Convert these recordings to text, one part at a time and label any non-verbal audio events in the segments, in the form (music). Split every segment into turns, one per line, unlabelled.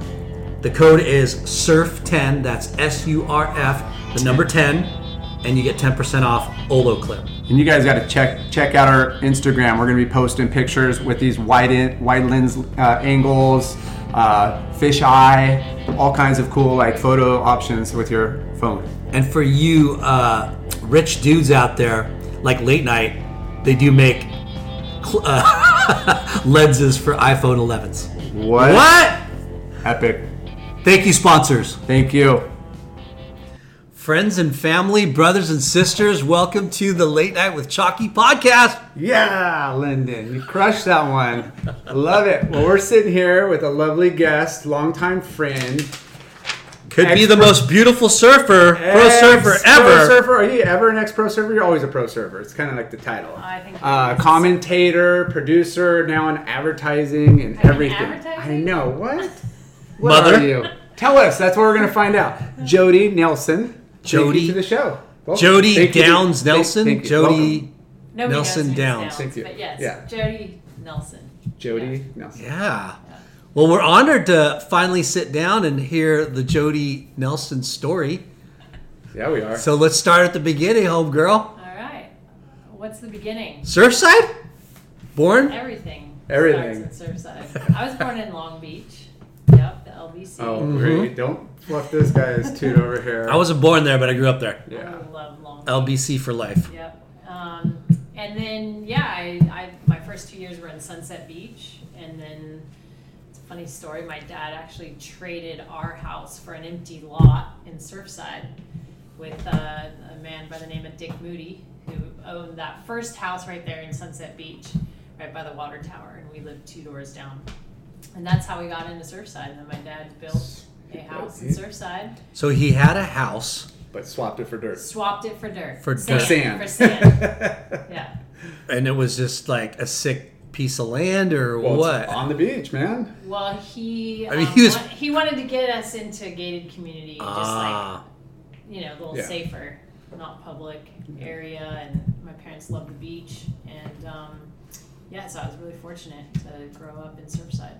the code is SURF10. That's S U R F, the number 10, and you get 10% off Olo Clip.
And you guys got to check check out our Instagram. We're gonna be posting pictures with these wide in, wide lens uh, angles, uh, fish eye, all kinds of cool like photo options with your phone.
And for you uh, rich dudes out there, like late night, they do make cl- uh, (laughs) lenses for iPhone 11s.
What?
What?
Epic!
Thank you, sponsors.
Thank you.
Friends and family, brothers and sisters, welcome to the Late Night with Chalky podcast.
Yeah, Lyndon, you crushed that one. I love it. Well, we're sitting here with a lovely guest, longtime friend,
Could be the most beautiful surfer, pro surfer ever.
Pro surfer? Are you ever an ex-pro surfer? You're always a pro surfer. It's kind of like the title.
I think
Uh,
it is.
commentator, producer, now in advertising and
in
everything.
advertising?
I know what.
(laughs)
What
Mother?
are you? Tell us. That's what we're gonna find out. Jody Nelson. thank you
Jody-
to the show. Welcome.
Jody
Thank you to-
Downs
thank-
Nelson.
thank you.
Jody.
Welcome.
Nobody
Nelson
knows who's
Downs.
Thank you.
But yes,
Yeah.
Jody Nelson.
Jody Nelson.
Yeah. Well, we're honored to finally sit down and hear the Jody Nelson story.
Yeah, we are.
So let's start at the beginning, homegirl.
All right. What's the beginning?
Surfside? Born?
Everything.
Everything.
Starts at
(laughs)
Surfside. I was born in Long Beach. Yep, the LBC.
oh, great. Don't fluff this guy's toot over here.
mm-hmm. I wasn't born there, but I grew up there.
Yeah.
I love Long Beach.
LBC for life.
Yep. Um, and then yeah, I, I my first two years were in Sunset Beach, and then funny story. My dad actually traded our house for an empty lot in Surfside with uh, a man by the name of Dick Moody, who owned that first house right there in Sunset Beach, right by the water tower, and we lived two doors down. And that's how we got into Surfside. And then my dad built a house in Surfside,
So he had a house,
but swapped it for dirt.
swapped it for dirt,
For
sand,
Sand. (laughs)
dirt.
for
(laughs)
sand. yeah.
and it was just like a sick piece of land or
Well, it's
what?
On the beach, man.
Well, he
I mean,
um,
he was-
wa- he wanted to get us into a gated community, just like
Ah,
you know, a little
Yeah.
safer, not public area. And my parents love the beach, and um, yeah, so I was really fortunate to grow up in Surfside.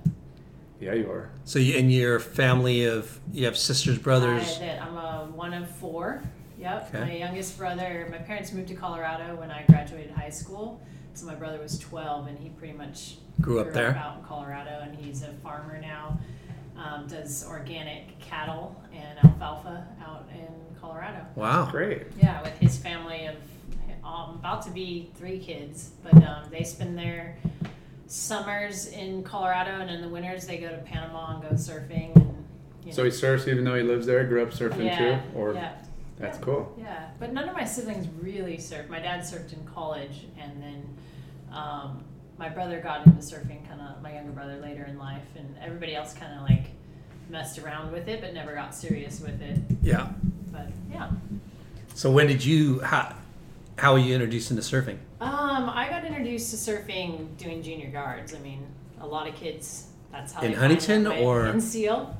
Yeah, you are.
so you and your family of you have sisters, brothers.
I did. I'm a one of four. Yep.
Okay.
My youngest brother. My parents moved to Colorado when I graduated high school, so my brother was 12, and he pretty much
Grew up there.
out in Colorado, and he's a farmer now. Um, does organic cattle and alfalfa out in Colorado.
Wow.
Great.
Yeah, with his family of um, about to be three kids, but um, they spend their summers in Colorado, and in the winters they go to Panama and go surfing. And, you
So
know.
he surfs even though he lives there, grew up surfing
yeah,
too? Or
yeah,
that's cool.
yeah. But none of my siblings really surfed. My dad surfed in college, and then um, my brother got into surfing, kind of my younger brother later in life, and everybody else kind of like messed around with it, but never got serious with it.
Yeah.
But yeah.
So when did you how how were you introduced into surfing?
Um, I got introduced to surfing doing junior guards. I mean, a lot of kids. That's how
In
they find their
Huntington
way.
or-
in Seal.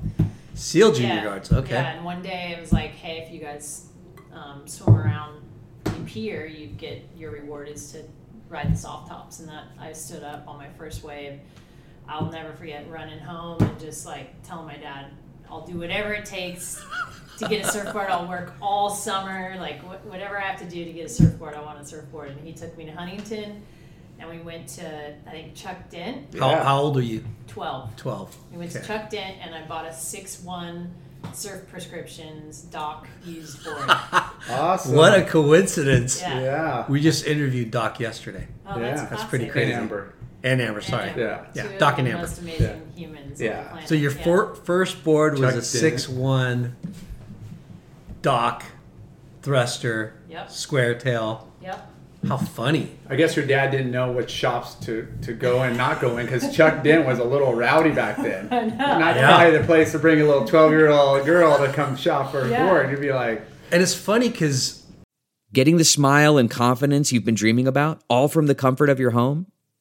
Seal junior
Yeah.
guards. Okay.
Yeah, and one day it was like, hey, if you guys um, swim around the pier, you get your reward is to ride the soft tops, and that I stood up on my first wave. I'll never forget running home and just like telling my dad, I'll do whatever it takes to get a surfboard. I'll work all summer, like wh- whatever I have to do to get a surfboard. I want a surfboard, and he took me to Huntington, and we went to I think Chuck Dent,
(laughs) How,
Yeah.
how old are you?
twelve.
Twelve.
We went
Okay.
to Chuck Dent and I bought a six one surf prescriptions doc used
(laughs)
board. Oh,
Awesome.
What a coincidence.
Yeah.
Yeah.
We just interviewed Doc yesterday
Oh,
Yeah,
that's,
that's
classic.
pretty
And
crazy.
Amber.
and Amber. Sorry.
And
Yeah.
Yeah,
Two
Doc
of
and
the
Amber.
Most amazing humans. on the
Yeah.
planet.
So your
Yeah.
fir- first board was
Chuck
a
did it.
six one Doc thruster
Yep.
square tail.
Yep.
How funny.
I guess your dad didn't know what shops to, to go and not go in because Chuck Dent was a little rowdy back then.
(laughs) I know.
Not
Yeah.
probably the place to bring a little 12 year old girl to come shop for a
Yeah.
board. You'd be like,
And it's funny because
Getting the smile and confidence you've been dreaming about, all from the comfort of your home,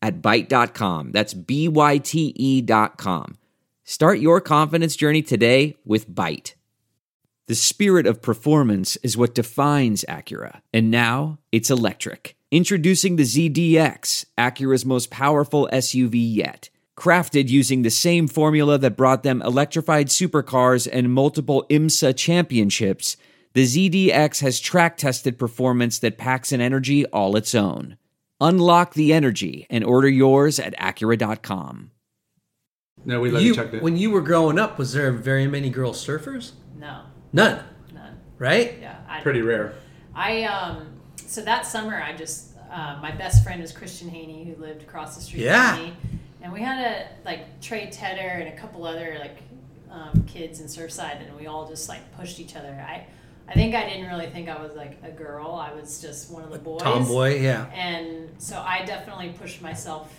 at Byte.com. That's B-Y-T-E E dot com. Start your confidence journey today with Byte. The spirit of performance is what defines Acura, and now it's electric. Introducing the ZDX, Acura's most powerful SUV yet. Crafted using the same formula that brought them electrified supercars and multiple IMSA championships, the ZDX has track tested performance that packs an energy all its own. Unlock the energy and order yours at Acura.com.
No, we love you,
you,
Chuck Dent.
when you were growing up, was there very many girl surfers?
No,
None,
none.
right?
Yeah. I,
Pretty rare.
I um so that summer I just uh, my best friend was Christian Haney who lived across the street
Yeah.
from me, and we had a like Trey Tedder and a couple other like um, kids in Surfside, and we all just like pushed each other. I I think I didn't really think I was like a girl. I was just one of the boys.
Tomboy, yeah.
And so I definitely pushed myself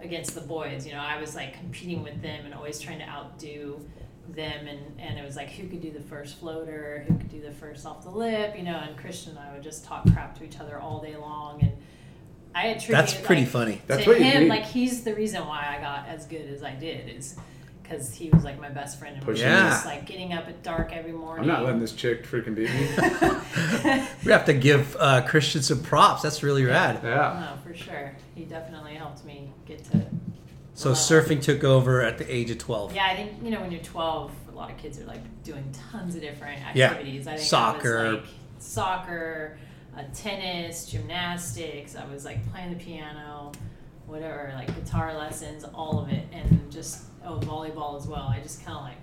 against the boys. You know, I was like competing with them and always trying to outdo them. And, and it was like, who could do the first floater? Who could do the first off the lip? You know, and Christian and I would just talk crap to each other all day long. And I attribute
That's pretty
like,
funny.
That's
to
what you
him,
need.
like he's the reason why I got as good as I did is because he was like my best friend and we were
Pushing
you.
just
Yeah.
like getting up at dark every morning.
I'm not letting this chick freaking beat me.
We have to give uh, Christian some props. That's really rad.
(laughs) Yeah.
No, Oh, for sure. He definitely helped me get to
So surfing took over at the age of 12.
Yeah, I think you know when you're 12, a lot of kids are like doing tons of different
Yeah.
activities. I think I
Soccer.
was, like, soccer, uh, tennis, gymnastics. I was like playing the piano, whatever, like guitar lessons, all of it, and just oh volleyball as well. I just kind of like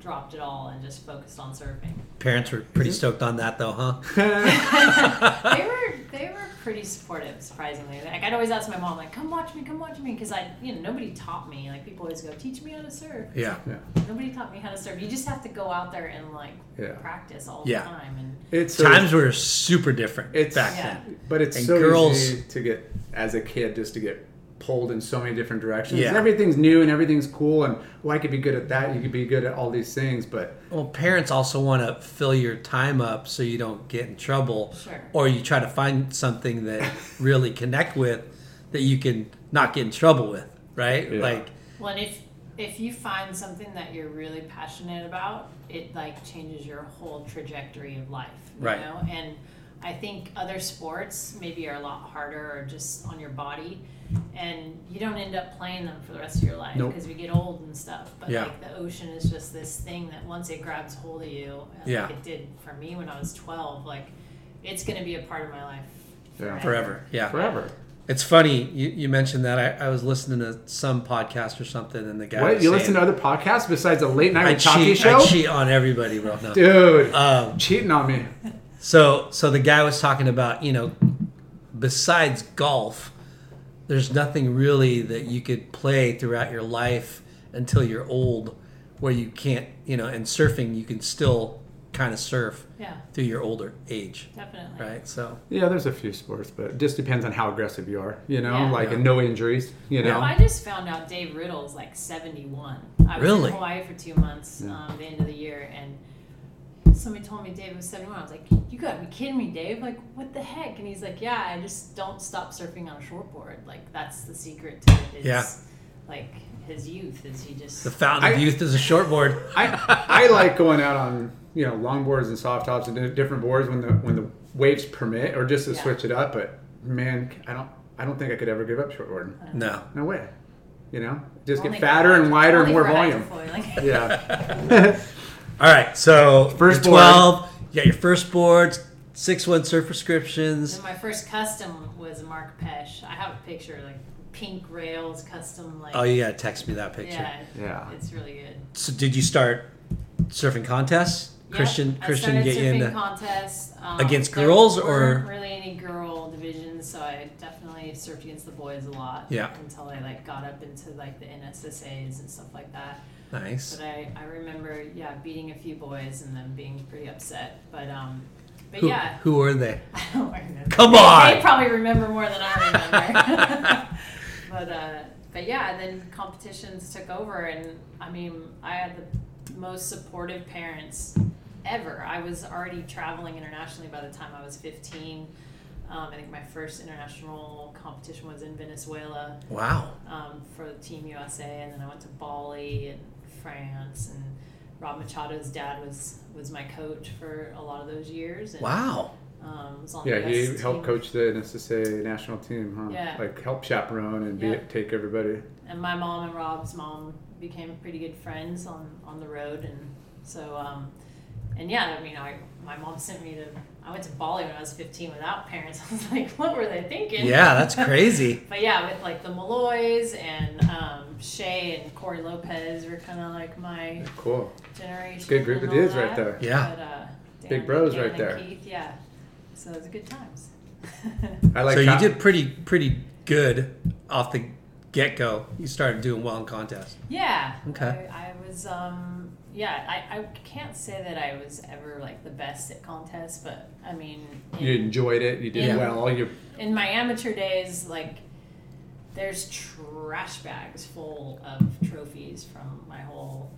dropped it all and just focused
(laughs)
on surfing.
Parents were
Mm-hmm.
pretty stoked on that, though,
(laughs)
huh?
they were they were pretty supportive, surprisingly. Like I'd always ask my mom, like, "Come watch me, come watch me," because I, you know, nobody taught me. Like people always go, "Teach me how to surf."
Yeah.
Yeah.
Nobody taught me how to surf. You just have to go out there and like
Yeah.
practice all
Yeah.
the time. And
It's a-
Times were super different
It's-
back
Yeah.
then.
But it's
And
so
girls-
easy to get as a kid just to get pulled in so many different directions.
Yeah.
Everything's new and everything's cool and well I could be good at that, you could be good at all these things, but
Well, parents also want to fill your time up so you don't get in trouble,
Sure.
or you try to find
(laughs)
something that really connect with that you can not get in trouble with, right?
Yeah.
Like,
well, and if if you find something that you're really passionate about, it like changes your whole trajectory of life. You
Right.
Know? And I think other sports maybe are a lot harder or just on your body, and you don't end up playing them for the rest of your life
Nope.
because we get old and stuff. But
Yeah.
like the ocean is just this thing that once it grabs hold of you, and
Yeah.
like it did for me when I was 12, like it's going to be a part of my life.
Yeah.
forever. Yeah.
forever.
It's funny you, you mentioned that. I, I was listening to some podcast or something, and the guy.
What
was
you
saying-
listen to other podcasts besides a late night
I
with Chalky
cheat,
show?
I cheat on everybody, bro. No.
Dude,
Um,
cheating on me.
So, so the guy was talking about, you know, besides golf, there's nothing really that you could play throughout your life until you're old where you can't, you know, and surfing, you can still kind of surf
Yeah,
through your older age,
definitely.
right? So,
Yeah, there's a few sports, but it just depends on how aggressive you are, you know,
Yeah.
like and no injuries, you know.
Well, I just found out Dave Riddle's like 71. I was
Really?
in Hawaii for two months,
Yeah.
um, the end of the year, and somebody told me Dave was 71. I was like, you gotta be kidding me, Dave. Like, what the heck? And he's like, yeah, I just don't stop surfing on a shortboard. Like, that's the secret to his,
Yeah.
like, his youth is he just,
the fountain of
I-
youth is a shortboard.
I (laughs) I like going out on you know longboards and soft tops and di- different boards when the when the waves permit or just to
Yeah.
switch it up. But man, I don't I don't think I could ever give up shortboarding.
No.
No way. You know, just
Only
get fatter
for-
and wider and
only
more
for
volume. (laughs)
hydrofoil, like- (laughs)
Yeah,
All right. So,
First
you're
board.
12, you got your first boards, 6 1 surf prescriptions.
And my first custom was Mark Pesh. I have a picture, like, pink rails, custom, like,
Oh, you got to text me that picture.
yeah,
Yeah.
it's really good.
So, did you start surfing contests?
Yep,
Christian,
I
Christian,
started
get you
surfing
into.
contests um,
Against
there
girls, or-
weren't really any girl divisions, so I definitely surfed against the boys a lot.
Yeah.
Until I like got up into like the NSSAs and stuff like that.
Nice.
But uh, I, I remember yeah beating a few boys and then being pretty upset. But um, but
Who,
yeah,
who are they?
(laughs) I don't remember.
Come
They-
on!
They probably remember more than I remember. (laughs) but uh, but yeah, and then competitions took over, and I mean, I had the most supportive parents ever. I was already traveling internationally by the time I was fifteen. Um, I think my first international competition was in Venezuela
Wow.
um, for Team USA, and then I went to Bali and France. And Rob Machado's dad was was my coach for a lot of those years. And,
Wow.
um, was on the
yeah. He
best
helped
team.
coach the NSSA national team, huh?
Yeah.
Like help chaperone and
Yeah.
be, take everybody.
And my mom and Rob's mom became pretty good friends on, on the road, and so um, and yeah, I mean, I my mom sent me to I went to Bali when I was fifteen without parents. (laughs) I was like, what were they thinking?
Yeah,
(laughs)
that's (laughs) crazy.
But yeah, with like the Malloys and um, Shay and Corey Lopez were kind of like my
Cool.
generation.
Good group
and
of dudes
all
right there.
that.
Yeah.
But, uh, Dan,
Big bros
Dan
right
and
there.
Keith, yeah. So it was good times. (laughs)
I like.
so
con-
you did pretty pretty good off the get go. You started doing well in contests.
Yeah.
Okay.
I, I was, um, yeah, I, I can't say that I was ever like the best at contests, but I mean, in,
You enjoyed it. You did
Yeah.
well. You
in my amateur days, like, there's trash bags full of trophies from my whole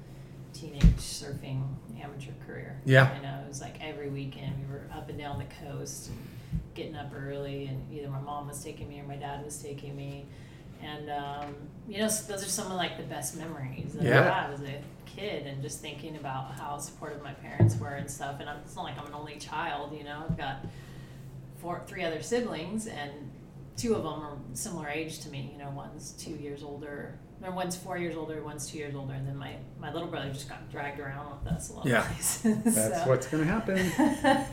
teenage surfing amateur career.
Yeah.
You know, it was like every weekend we were up and down the coast and getting up early, and either my mom was taking me or my dad was taking me. And, um, you know, s- those are some of like the best memories that
Yeah.
I had as a kid and just thinking about how supportive my parents were and stuff. And I'm, it's not like I'm an only child, you know, I've got four, three other siblings, and two of them are similar age to me. You know, one's two years older, or one's four years older, one's two years older, and then my my little brother just got dragged around with us a lot
Yeah.
of places. (laughs)
That's
so.
what's going to happen.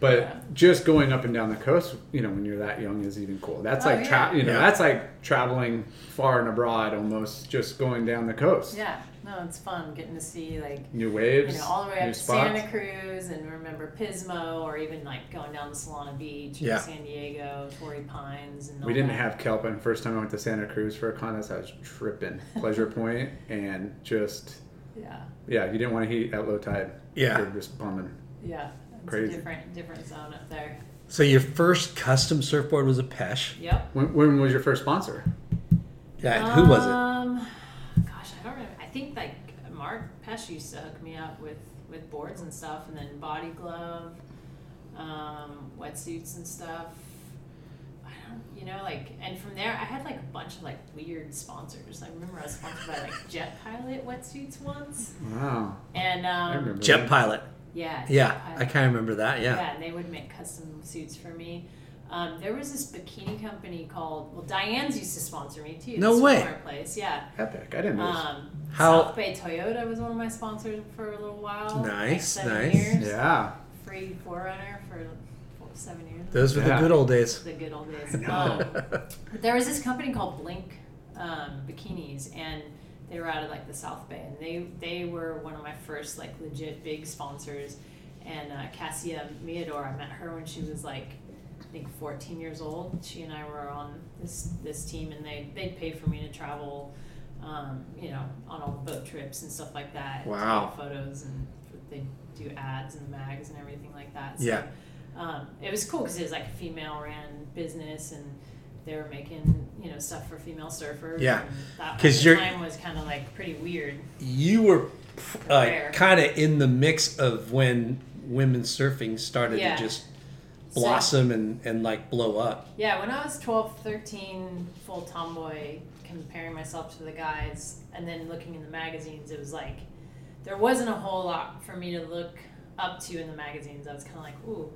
But just going up and down the coast, you know, when you're that young is even cool. That's
Oh,
like, tra-
yeah.
you know,
Yeah.
that's like traveling far and abroad almost just going down the coast.
yeah, no, it's fun getting to see like
New waves,
you know all the way up
new
to
spots.
Santa Cruz, and remember Pismo, or even like going down to Solana Beach,
Yeah.
and San Diego, Torrey Pines, and all
We didn't
that.
have kelp, and the first time I went to Santa Cruz for a contest, I was
(laughs)
tripping. Pleasure Point, and just
yeah,
yeah, you didn't want to heat at low tide.
Yeah.
You're just bumming.
yeah, it's
Crazy.
a different different zone up there.
So your first custom surfboard was a Pesh.
Yep.
When, when was your first sponsor?
Yeah, and who was it?
Um, gosh, I don't remember. I think like Mark Pesh used to hook me up with with boards and stuff, and then body glove, um, wetsuits and stuff. I don't, you know, like, and from there I had like a bunch of like weird sponsors. I remember I was sponsored by
(laughs)
like Jet Pilot wetsuits once,
Wow,
and
I remember.
um,
Jet Pilot.
yeah, Jet
Yeah,
Pilot.
I kind of remember that. Yeah.
Yeah, and they would make custom suits for me. Um, there was this bikini company called well, Diane's used to sponsor me too.
No
this
way.
swimwear Place, yeah.
epic! I didn't know. this.
Um,
How-
South Bay Toyota was one of my sponsors for a little while.
Nice,
like seven
nice.
Years.
yeah,
Free Forerunner for four, seven years.
Those were
Yeah.
the good old days.
the good old days. Um, but there was this company called Blink um, Bikinis, and they were out of like the South Bay, and they they were one of my first like legit big sponsors. And uh, Cassia Meador, I met her when she was like I think 14 years old. She and I were on this this team, and they they paid for me to travel, um, you know, on all the boat trips and stuff like that. and
Wow.
take Photos and they do ads and mags and everything like that. So
Yeah.
um, it was cool because it was like a female ran business and they were making you know stuff for female surfers.
Yeah.
and that
'Cause
at the
you're-
time was kind of like pretty weird.
(laughs) You were uh,
Rare.
kind of in the mix of when women surfing started
Yeah.
to just
So-
blossom and, and like blow up.
Yeah, when I was 12, 13, full tomboy, comparing myself to the guys, and then looking in the magazines, it was like there wasn't a whole lot for me to look up to in the magazines. I was kind of like, ooh,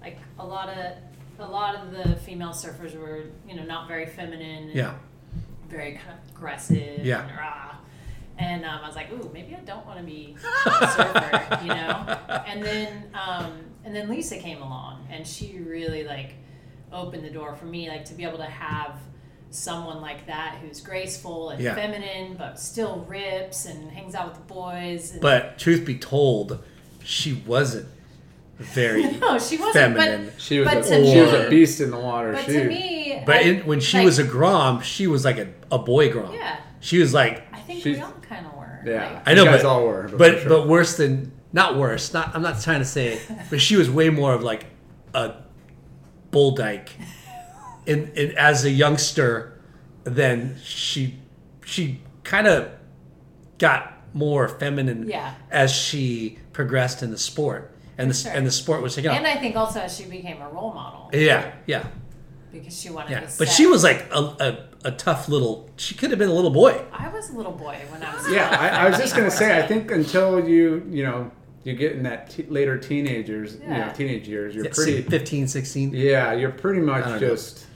like a lot of a lot of the female surfers were you know not very feminine. and
Yeah.
very kind of aggressive
Yeah.
and rah. And um, I was like, ooh, maybe I don't want to be
(laughs)
a surfer, you know. And then um, and then Lisa came along, and she really like opened the door for me, like to be able to have someone like that who's graceful and
Yeah.
feminine, but still rips and hangs out with the boys. And,
But truth be told, she wasn't very
(laughs) no, she wasn't.
feminine.
she was
But
a,
to
she was a
me-
beast in the water.
But, but
she,
to me, I-
But in, when she
like,
was a grom, she was like a, a boy grom.
Yeah.
She was like,
I think
she's-
we all kind of were.
yeah,
I know,
you guys
but-
all were,
but
but, for
but,
sure.
worse than not worse. Not I'm not trying to say, but she was way more of like a bull dyke, in, in as a youngster, than she she kind of got more feminine
Yeah.
as she progressed in the sport, and the
sure.
and the sport was taking
Like,
off.
and I think also she became a role model
yeah, yeah,
because she wanted
yeah.
to.
But
set-
she was like a, a a tough little. She could have been a little boy.
I was a little boy when I was.
yeah, I, I was just
(laughs)
gonna say, I
13.
think until you, you know, you get in that t- later teenagers, you
Yeah.
know, teenage years, you're
Yeah,
pretty,
15, 16.
yeah, you're pretty
I
much
don't know.
just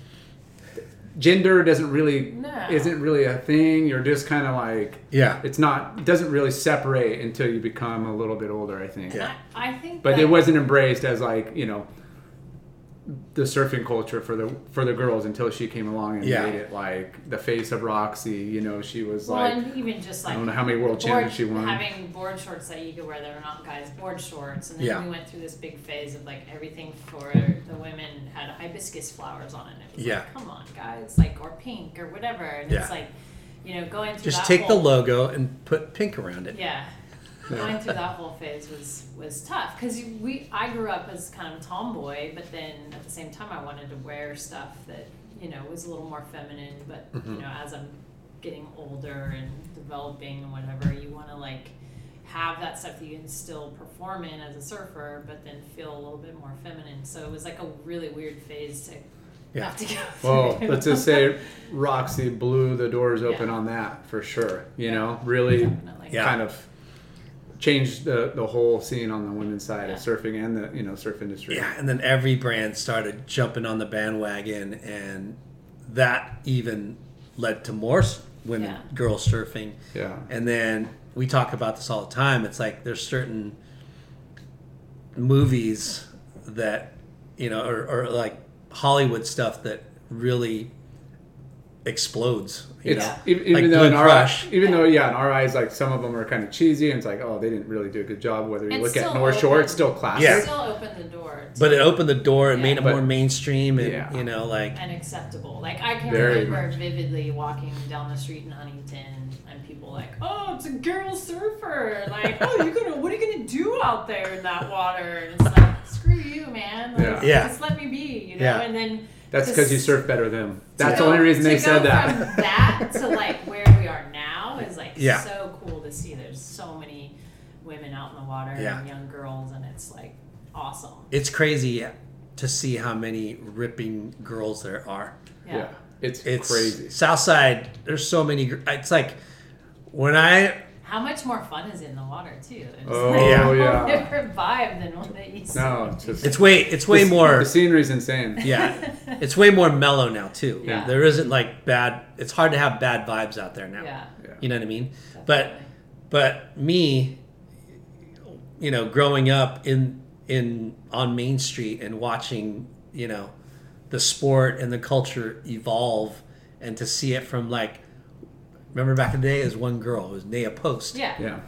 gender doesn't really
No.
isn't really a thing. You're just kind of like
Yeah.
it's not it doesn't really separate until you become a little bit older, I think.
Yeah.
I, I think.
But
that,
it wasn't embraced as like you know the surfing culture for the for the girls until she came along and
Yeah.
made it like the face of Roxy. You know, she was
Well,
like.
and even just like
I don't know how many world champions she won.
Having board shorts that you could wear that are not guys' board shorts, and then
Yeah.
we went through this big phase of like everything for the women had hibiscus flowers on it. It was
Yeah.
like, come on, guys, like or pink or whatever, and
Yeah.
it's like, you know, going through
Just
that
take the
whole-
logo and put pink around it.
Yeah. Going through that whole phase was was tough because we I grew up as kind of a tomboy, but then at the same time I wanted to wear stuff that you know was a little more feminine. But
Mm-hmm.
you know, as I'm getting older and developing and whatever, you want to like have that stuff that you can still perform in as a surfer, but then feel a little bit more feminine. So it was like a really weird phase to
Yeah.
have to go (laughs)
Well,
through.
let's just say Roxy blew the doors open
Yeah.
on that for sure. You know, really
Definitely.
Yeah.
kind of changed the, the whole scene on the women's side of surfing and the you know surf industry.
Yeah, and then every brand started jumping on the bandwagon, and that even led to more s- women,
Yeah.
girls surfing.
Yeah.
And then we talk about this all the time. It's like there's certain movies that, you know, or, or like Hollywood stuff that really explodes. You
It's
know?
e- even,
Like
though
Blue
in our e
Crush.
even though yeah in our eyes like some of them are kind of cheesy and it's like oh they didn't really do a good job whether you
It's
look at
still
North Shore
open.
it's still classic
Yeah.
Still opened the door to
But it opened the door and made it
But-
more mainstream and,
Yeah.
you know, like.
and acceptable. Like I can
Very
remember vividly walking down the street in Huntington and people like, "Oh, it's a girl surfer!" Like, "Oh, you're gonna what are you gonna do out there in that water?" And it's like, "Screw you, man! Like,
Yeah.
Yeah.
just let me be," you know.
Yeah.
And then
that's
to
because you
s-
surf better than them that's
to
the only
go-
reason
to
they
go
said that
From that to like where we are now is like
Yeah.
so cool to see. There's so many women out in the water
Yeah.
and young girls, and it's like awesome.
it's crazy to see how many ripping girls there are.
yeah, it's,
It's
crazy
Southside. There's so many. gr- It's like when I
How much more fun is it in the water too? It's
Oh,
like a whole
yeah.
different vibe than what it used
no
to
it's just
it's way it's way
the-
more
the scenery's insane
(laughs)
(laughs)
yeah it's way more mellow now too.
Yeah.
There isn't like bad. It's hard to have bad vibes out there now.
be. Yeah.
Yeah.
You know what I mean?
Definitely.
But but me, you know, growing up in in on Main Street and watching, you know, the sport and the culture evolve and to see it from like remember back in the day it was one girl, it was Nea Post.
Yeah.
yeah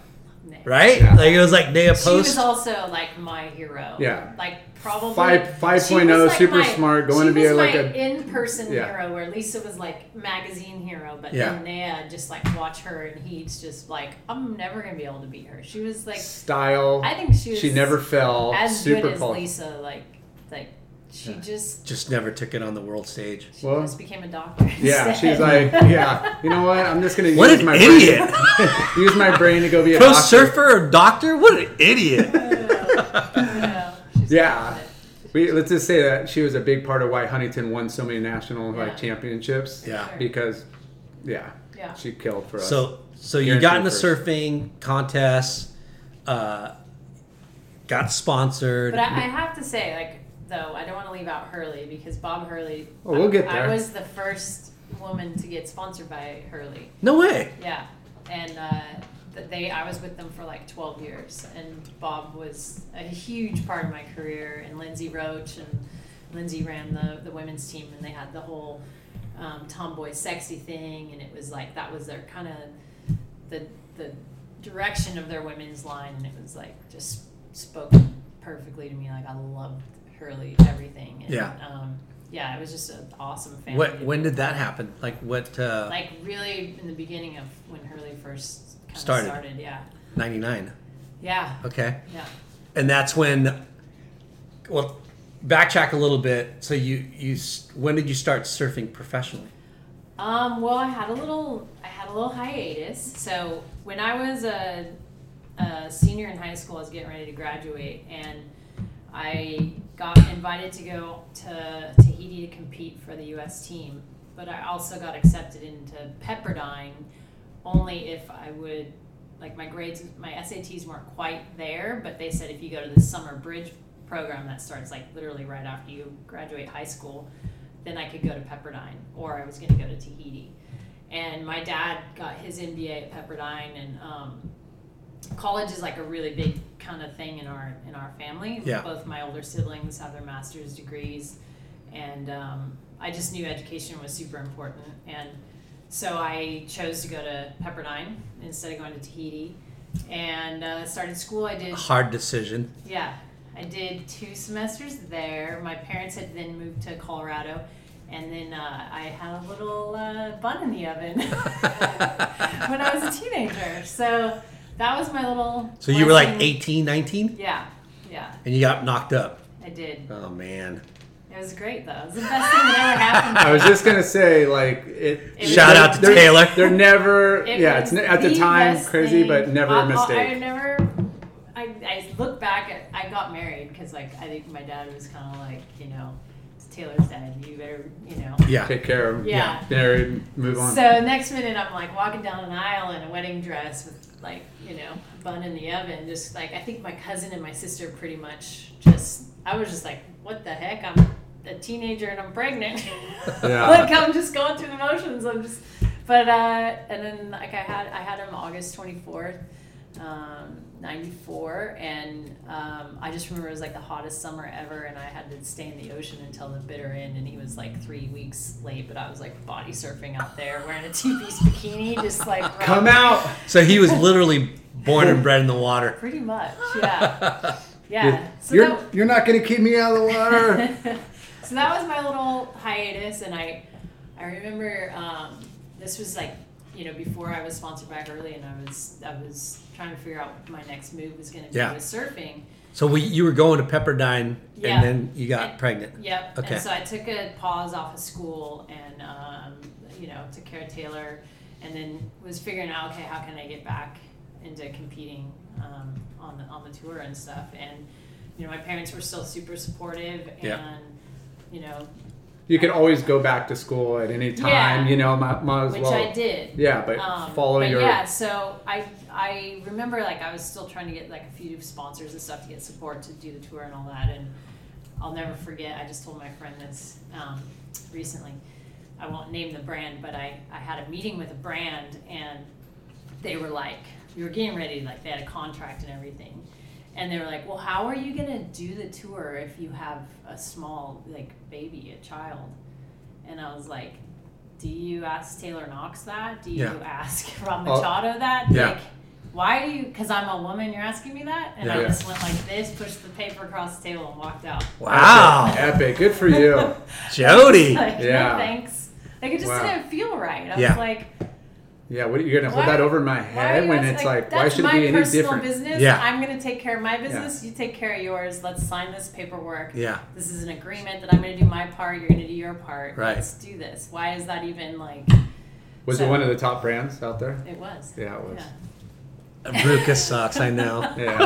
Right?
Yeah.
Like it was like Nea
She was
Post.
also like my hero.
Yeah.
Like probably
Five- five
she
point oh,
was, like,
super
my-
smart, going
she
to be
was
like
my
a-
in-person
Yeah.
hero where Lisa was like magazine hero, but
Yeah.
then Nea just like watch her and he's just like I'm never gonna be able to beat her. She was like
style
I think she was
she never fell
as
super
good as
polished.
Lisa. Like like she just
just never took it on the world stage.
she
Well,
just became a doctor.
yeah
instead.
she's like yeah you know what I'm just gonna
(laughs) What
use
an
my
idiot!
brain, (laughs) use my brain to go be a
Pro
doctor.
surfer or doctor? What an (laughs) idiot!
Yeah, she's
Yeah.
got it.
We, let's just say that she was a big part of why Huntington won so many national
Yeah.
like championships.
Yeah. Sure.
Because, yeah,
Yeah.
she killed for us.
So so you
Guaranteed
got into
first.
surfing contests, uh, got sponsored.
But I, I have to say, like, though, I don't want to leave out Hurley because Bob Hurley.
Oh, we'll get
I,
there.
I was the first woman to get sponsored by Hurley.
no way.
Yeah, and uh, th- they I was with them for like twelve years, and Bob was a huge part of my career, and Lindsay Roach and Lindsay ran the the women's team, and they had the whole um, tomboy sexy thing, and it was like that was their kind of the the direction of their women's line, and it was like just spoke perfectly to me. Like I loved Hurley everything. And,
Yeah.
Um, yeah, it was just an awesome family.
What?
to
When
be
did that happen? Like what? Uh,
like really in the beginning of when Hurley first kind
Started.
of started. Yeah,
Ninety nine.
yeah,
Okay.
yeah.
And that's when. Well, backtrack a little bit. So you you s- when did you start surfing professionally?
Um, well, I had a little, I had a little hiatus. So when I was a, a senior in high school, I was getting ready to graduate, and I got invited to go to Tahiti to compete for the U.S. team. But I also got accepted into Pepperdine, only if I would, like my grades, my SATs weren't quite there. But they said if you go to the summer bridge program that starts like literally right after you graduate high school, then I could go to Pepperdine or I was going to go to Tahiti. And my dad got his MBA at Pepperdine, and um, college is like a really big kind of thing in our in our family.
Yeah.
Both my older siblings have their master's degrees, and um, I just knew education was super important. And so I chose to go to Pepperdine instead of going to Tahiti, and uh, started school. I did
Hard decision.
yeah, I did two semesters there. My parents had then moved to Colorado, and then uh, I had a little uh, bun in the oven (laughs) when I was a teenager. So that was my little.
So you were like
blessing.
18, 19?
Yeah, yeah,
and you got knocked up.
I did.
Oh man.
It was great though. It was the best thing that ever happened.
I was just gonna say like it.
(laughs) It
Shout
was-
out to
they're,
Taylor.
They're never.
It
yeah,
was
it's ne- at the
the
time
best
crazy,
thing.
but never a
I, I, I
mistake.
never. I, I look back at I got married because like I think my dad was kind of like you know Taylor's dead. You better, you know.
Yeah.
Take care of him.
Yeah.
There, move on.
So next minute, I'm like walking down an aisle in a wedding dress with like you know a bun in the oven. Just like I think my cousin and my sister pretty much just I was just like, what the heck? I'm a teenager and
(laughs)
I'm pregnant.
Yeah.
(laughs) like I'm just going through the motions. I'm just. But uh, and then like I had I had him August 24th, um, 94, and um, I just remember it was like the hottest summer ever, and I had to stay in the ocean until the bitter end, and he was like three weeks late, but I was like body surfing out there wearing
(laughs)
a two-piece bikini, just like
Come
rock-
out.
So he was
(laughs)
literally born and bred in the water. (laughs)
pretty much,
(laughs)
yeah, yeah. So
you're,
that,
you're not going to keep me out of the
(laughs)
water.
so that was my little hiatus, and I, I remember um, this was like, you know, before I was sponsored by Early, and I was I was trying to figure out what my next move was going to be
Yeah.
with surfing.
So we, you were going to Pepperdine,
Yeah.
and then you got
And-
pregnant.
Yep.
Okay.
And so I took a pause off of school and, um, you know, took care of Taylor and then was figuring out, okay, how can I get back into competing um, on, the, on the tour and stuff. And, you know, my parents were still super supportive and,
Yeah.
you know,
you can always go back to school at any time.
Yeah.
You know, might, might as
which
well.
I did.
Yeah, but
Um,
follow
but
your.
yeah so i i remember like i was still trying to get like a few sponsors and stuff to get support to do the tour and all that and i'll never forget i just told my friend this um, recently i won't name the brand but i i had a meeting with a brand and they were like we were getting ready like they had a contract and everything and they were like well how are you going to do the tour if you have a small like baby a child and i was like do you ask taylor knox that do you
Yeah.
ask (laughs) rob
Oh,
machado that
yeah.
like why are you because i'm a woman you're asking me that and i
Yeah.
just went like this pushed the paper across the table and walked out
Wow,
Epic. Good for
(laughs)
you.
Jody.
like
Yeah.
no thanks like it just
Wow.
didn't feel right i
Yeah.
was like
Yeah, what are you going to hold
Why-
that over my
Why are
head
you
when
asking-
it's like, why
that's
should it
my
be any
personal
different?
Business.
Yeah.
I'm going to take care of my business. You take care of yours. Let's sign this paperwork.
Yeah.
This is an agreement that I'm going to do my part. You're going to do your part.
Right.
Let's do this. Why is that even like?
Was it
So-
one of the top brands out there?
It was.
Yeah, it was.
Ruka sucks. I know.
(laughs) Yeah.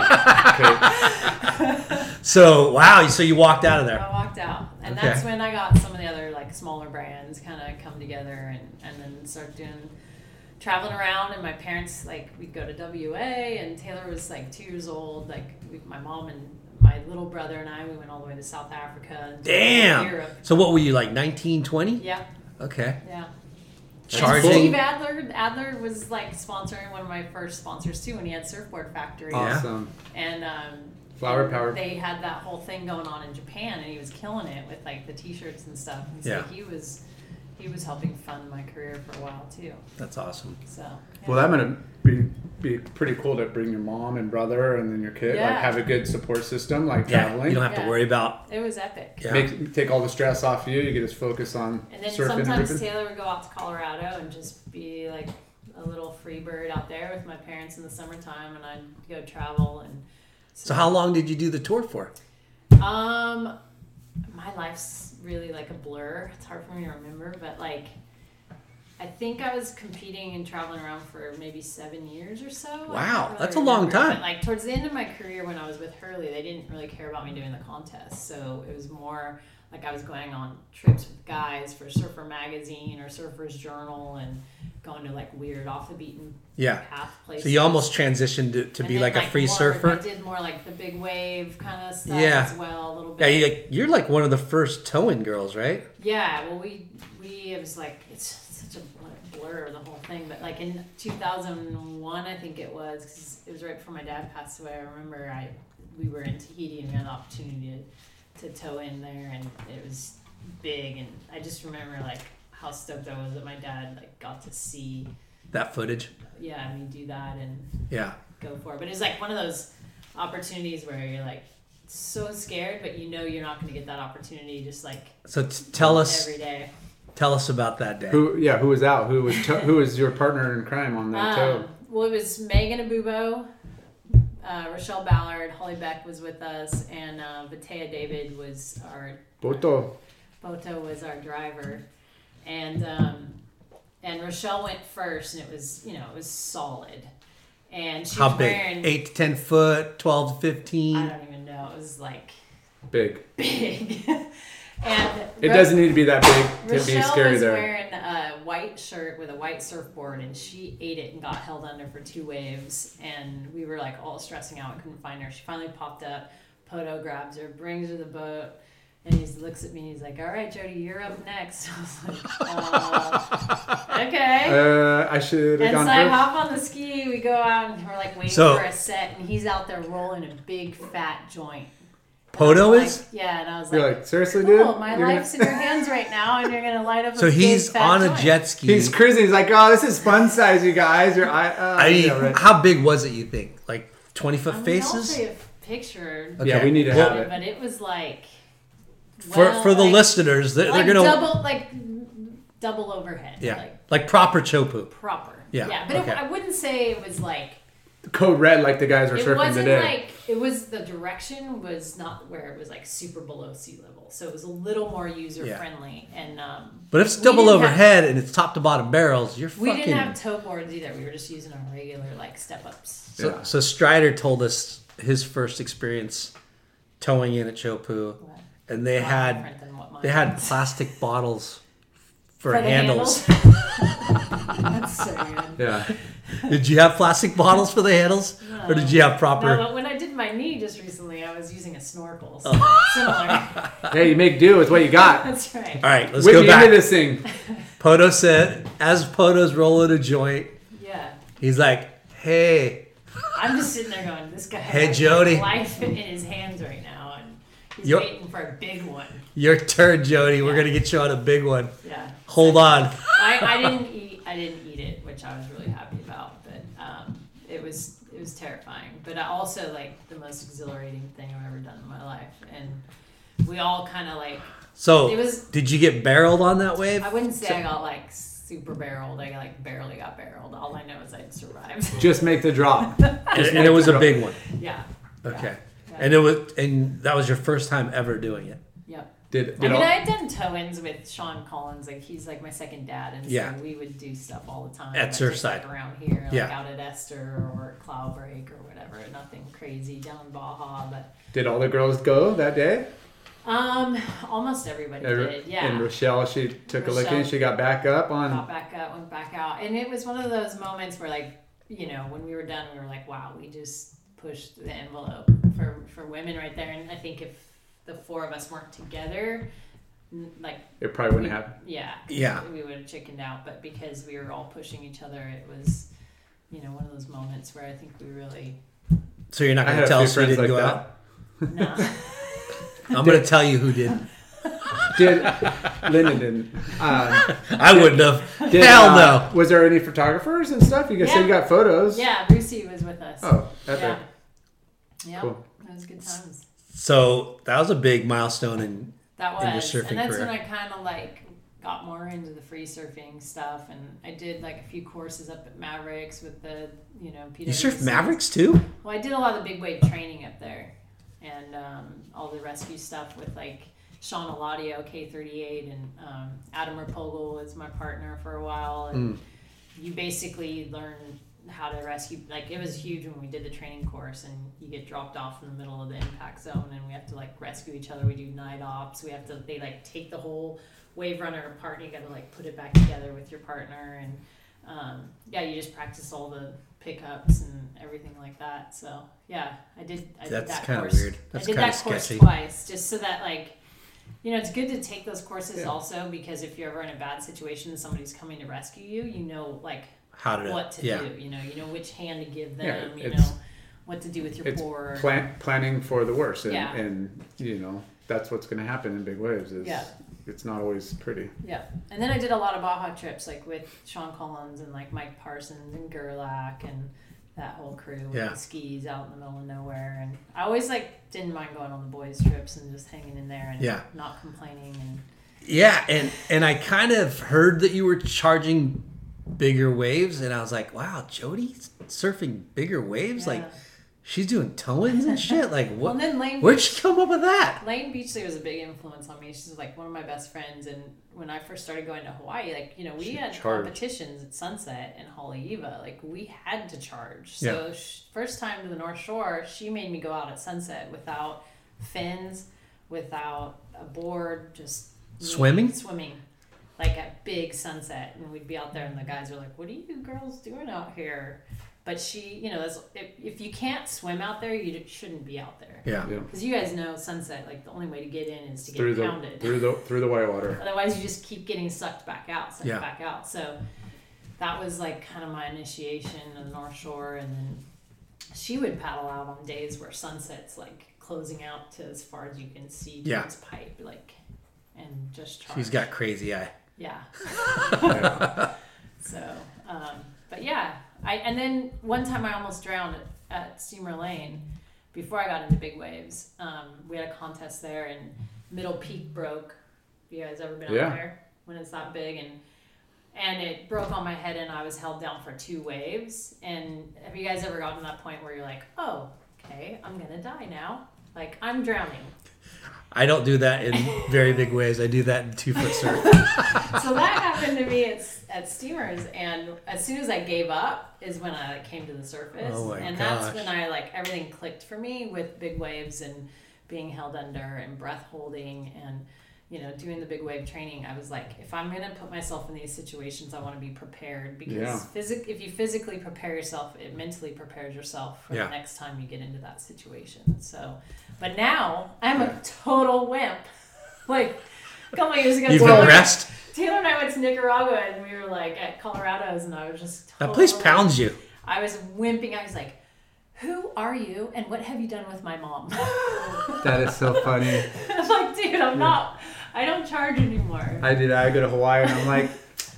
(laughs)
(laughs)
So wow, so you walked out of there.
I walked out, and
Okay.
that's when I got some of the other like smaller brands kind of come together, and and then started doing traveling around. And my parents like we'd go to WA, and Taylor was like two years old. Like we, my mom and my little brother and I, we went all the way to South Africa. And
Damn.
Europe.
So what were you like, 19, 20?
Yeah,
Okay.
yeah. Steve
Charging.
Adler Adler was like sponsoring one of my first sponsors too, and he had Surfboard Factory.
Oh.
Okay. Awesome.
and um,
Flower power.
They had that whole thing going on in Japan, and he was killing it with like the T-shirts and stuff. And so
Yeah.
he was he was helping fund my career for a while too.
That's awesome.
So yeah.
Well, that would be, be pretty cool to bring your mom and brother and then your kid. Like,
Yeah.
have a good support system, like
Yeah.
traveling.
You don't have to
Yeah.
worry about.
it was epic.
Yeah.
Make, take all the stress off you. You can just focus on
And then
surfing and
sometimes
everything.
Taylor would go out to Colorado and just be like a little free bird out there with my parents in the summertime, and I'd go travel and.
So how long did you do the tour for?
Um, my life's really like a blur. It's hard for me to remember, but like, I think I was competing and traveling around for maybe seven years or so. I don't
Wow,
really
that's a long
remember,
time.
But like towards the end of my career, when I was with Hurley, they didn't really care about me doing the contest, so it was more like I was going on trips with guys for Surfer Magazine or Surfer's Journal and going to like weird off the beaten
Yeah.
path places.
So you almost transitioned to, to
And
be
then,
like a free
more- I
surfer.
did more like the big wave kind of stuff
Yeah.
as well, a little bit.
Yeah, you're like, you're like one of the first towing girls, right?
Yeah, well, we we it was like it's such a blur the whole thing, but like in 2001, I think it was 'cause it was right before my dad passed away. I remember I we were in Tahiti and we had the opportunity to, to tow in there, and it was big, and I just remember like how stoked I was that my dad like got to see
That footage.
yeah me do that and
Yeah.
go for it. But it's like one of those opportunities where you're like so scared, but you know you're not going to get that opportunity just like
So t- tell us
every day.
tell us about that day.
Who? Yeah, who was out? Who was to- who was your partner in crime on that
Um,
tow?
well, it was Megan Abubo, uh, Rochelle Ballard, Holly Beck was with us, and uh, Batea David was our
Boto.
Boto was our driver, and um, and Rochelle went first, and it was you know it was solid, and she
How
was
big?
wearing
8 to 10 foot, 12 to 15.
I don't even know it was like
Big.
(laughs) big. (laughs) And
It
Ro-
doesn't need to be that big to
Rochelle
be scary
was
there.
wearing a white shirt with a white surfboard, and she ate it and got held under for two waves. And we were like all stressing out. We couldn't find her. She finally popped up. Poto grabs her, brings her to the boat, and he looks at me. and He's like, "All right, Jody, you're up next." (laughs) I was like, uh,
(laughs)
"Okay."
Uh, I should have
And so
gone
I
first.
hop on the ski, we go out and we're like waiting
So-
for a set, and he's out there rolling a big fat joint. And I was
Poto
like-
is?
Yeah, and I was
You're
like,
like, seriously,
cool,
dude?
my
You're gonna-
life's in your hands right now, and you're gonna light
(laughs)
up.
So
a big
he's
fat
on a
joint.
jet ski.
He's cruising. He's like, oh, this is fun size, you guys. Or I, uh,
I mean,
yeah, right.
how big was it? You think like twenty foot
I mean, I'll
faces?
show you a picture,
Okay.
Yeah, we need to
Well,
have it.
but it was like
For
well,
for the
like-
listeners, they're,
like
they're gonna
double like double overhead.
yeah,
like
like, proper cho poop.
proper.
Yeah,
yeah, but
okay.
it, I wouldn't say it was like
Code red, like the guys are
it
surfing
wasn't
today.
like it was the direction was not where it was like super below sea level so it was a little more user friendly and um
But if it's
we
double
didn't have-
overhead and it's top to bottom barrels, you're
we
fucking.
didn't have toe boards either we were just using our regular like step ups
so, so Strider told us his first experience towing in at Chopu,
Wow.
and they
Lot
had
different than what mine
they had
was.
plastic bottles for,
For the
handles.
(laughs) that's so good
yeah.
(laughs) Did you have plastic bottles for the handles, or did you have
no,
proper?
but when I did my knee just recently, I was using a snorkel. So Similar.
Hey, you make do with what you got.
(laughs) That's right.
All right, let's
Whip
go
me
back.
into this thing.
Poto said, as Poto's rolling a joint,
Yeah.
he's like, "Hey,
I'm just sitting there going, this guy
Hey,
has
Jody.
life in his hands right now, and he's
You're-
waiting for a big one.
your turn, Jody. We're gonna get you on a big one.
Yeah.
Hold on."
I, I didn't eat I didn't eat it, which I was really happy about. But um, it was it was terrifying. But I also like the most exhilarating thing I've ever done in my life. And we all kind of like
So,
It was-
did you get barreled on that wave?
I wouldn't say I got like super barreled. I like barely got barreled. All I know is I survived.
(laughs)
Just make the drop.
(laughs)
and, and it was a big one.
yeah.
Okay.
Yeah.
And it was, and that was your first time ever doing it.
Yep.
Did,
I
did
mean,
all,
I had done toe-ins with Sean Collins. Like he's like my second dad, and
Yeah.
so we would do stuff all the time.
At
like, just, like,
Surfside.
around here, like
Yeah.
out at Esther or Cloudbreak or whatever. Nothing crazy down in Baja, but
did all the girls go that day? Er,
um, almost everybody did. Yeah,
And Rochelle, she took a look
Rochelle.
and she got back up
got
on.
back up, went back out, and it was one of those moments where like you know when we were done, we were like, wow, we just pushed the envelope for for women right there. And I think if the four of us weren't together, n- like
It probably wouldn't happen.
Yeah.
Yeah.
We would have chickened out, but because we were all pushing each other, it was, you know, one of those moments where I think we really.
(laughs)
So you're not
I
going to
had
tell
a few
us who
friends
didn't
like
go
that.
out.
No.
I'm going
(laughs)
to tell you who did.
Did Lyndon didn't? Um, (laughs)
I wouldn't have.
did,
Hell
uh,
no.
Was there any photographers and stuff? You guys said you
Yeah.
got photos.
yeah, Brucey was with us.
Oh, epic.
yeah. Yeah.
Cool.
That was good times.
So that was a big milestone, and
That
In your
was,
surfing
and that's
career.
when I kind of like got more into the free surfing stuff, and I did like a few courses up at Mavericks with the, you know, Peter.
you surfed Mavericks too.
Well, I did a lot of the big wave training up there, and um, all the rescue stuff with like Sean Eladio, K38, and um, Adam Rapogel was my partner for a while,
Hmm.
and you basically learn how to rescue. Like it was huge when we did the training course, and you get dropped off in the middle of the impact zone, and we have to like rescue each other. We do night ops. We have to they like take the whole wave runner apart, and you got to like put it back together with your partner and um, yeah, you just practice all the pickups and everything like that. So yeah, I did. I
That's
did that
kinda
course.
weird. That's
I did
kinda
that course
sketchy.
twice, just so that like, you know, it's good to take those courses also because if you're ever in a bad situation and somebody's coming to rescue you, you know like
How did it?
what to
yeah.
do. You know, you know which hand to give
Yeah,
them. you
it's-
know what to do with your
It's
board.
plan- planning for the worst, and,
Yeah.
and you know that's what's going to happen in big waves. Is
Yeah.
it's not always pretty.
Yeah, and then I did a lot of Baja trips, like with Sean Collins and like Mike Parsons and Gerlach and that whole crew with
Yeah.
the skis out in the middle of nowhere. And I always like didn't mind going on the boys trips and just hanging in there and
Yeah.
not complaining. And
Yeah, and and I kind of heard that you were charging bigger waves, and I was like, wow, Jody's surfing bigger waves, like
Yeah.
she's doing toe-ins and shit.
(laughs)
Like what?
and then Lane
Where'd she come up with that?
Lane Beachley was a big influence on me. She's like one of my best friends. And when I first started going to Hawaii, like, you know, we had
charged.
competitions at Sunset and Haleiwa. Like, we had to charge. So, sh- first time to the North Shore, she made me go out at sunset without fins, without aboard, just me
Swimming?
swimming, like a big sunset, and we'd be out there, and the guys were like, "What are you girls doing out here?" But she, you know, that's, if if you can't swim out there, you shouldn't be out there.
Yeah.
Yeah.
Because you guys know sunset, like the only way to get in is to get
through the
pounded.
through the through the (laughs) whitewater.
(laughs) Otherwise, you just keep getting sucked back out, sucked
Yeah.
back out. So that was like kind of my initiation to the North Shore, and then she would paddle out on days where sunsets like closing out to as far as you can see to
Yeah.
its pipe, like, and just charge.
He's got crazy eye.
yeah. so, um, but yeah, I and then one time I almost drowned at, at Steamer Lane before I got into big waves. Um, we had a contest there, and Middle Peak broke. You guys ever been
Yeah.
out there when it's that big and and it broke on my head and I was held down for two waves. And have you guys ever gotten to that point where you're like, oh, okay, I'm gonna die now? Like I'm drowning.
I don't do that in very big ways. I do that in two foot surf.
so that happened to me at, at Steamers, and as soon as I gave up is when I like, came to the surface,
Oh my
and
gosh.
that's when I like everything clicked for me with big waves and being held under and breath holding and you know doing the big wave training. I was like, if I'm gonna put myself in these situations, I want to be prepared because
Yeah.
physic- if you physically prepare yourself, it mentally prepares yourself for
Yeah.
the next time you get into that situation. So, but now I'm a total wimp. (laughs) like a couple years ago,
You've
Taylor-
regressed.
Taylor and I went to Nicaragua and we were like at Colorado's and I was just
That place
totally-
pounds you.
I was wimping. I was like, "Who are you and what have you done with my mom?" (laughs)
That is so funny.
I'm like, dude, I'm not. I don't charge anymore.
I did. I go to Hawaii and I'm like,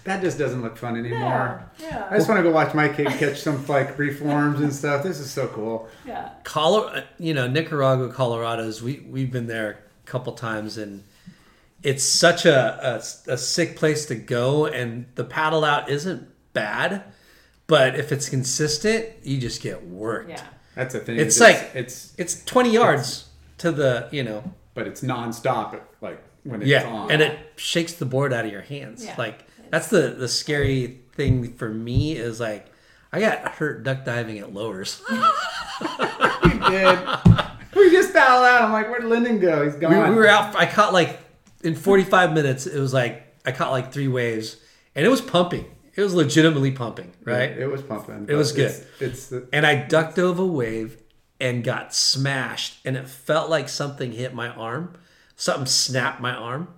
that just doesn't look fun anymore. I
Yeah, yeah,
just want to go watch my kid catch some like reforms and stuff. This is so cool.
yeah.
Color, uh, you know, Nicaragua, Colorado's. We we've been there a couple times, and it's such a, a a sick place to go. And the paddle out isn't bad, but if it's consistent, you just get worked.
yeah.
That's the thing.
It's
is
like-
it's,
It's twenty yards to the you know
but it's nonstop. Like when it's
yeah,
on.
and it shakes the board out of your hands.
Yeah.
Like that's the the scary thing for me is like I got hurt duck diving at lowers.
(laughs) we did. We just fouled out. I'm like, where'd Lyndon go? He's gone.
we, we were out. I caught like in 45 minutes. It was like I caught like three waves, and it was pumping. It was legitimately pumping, right?
It was pumping.
It was
but
good.
It's, it's the,
and I ducked over a wave and got smashed, and it felt like something hit my arm. Something snapped my arm,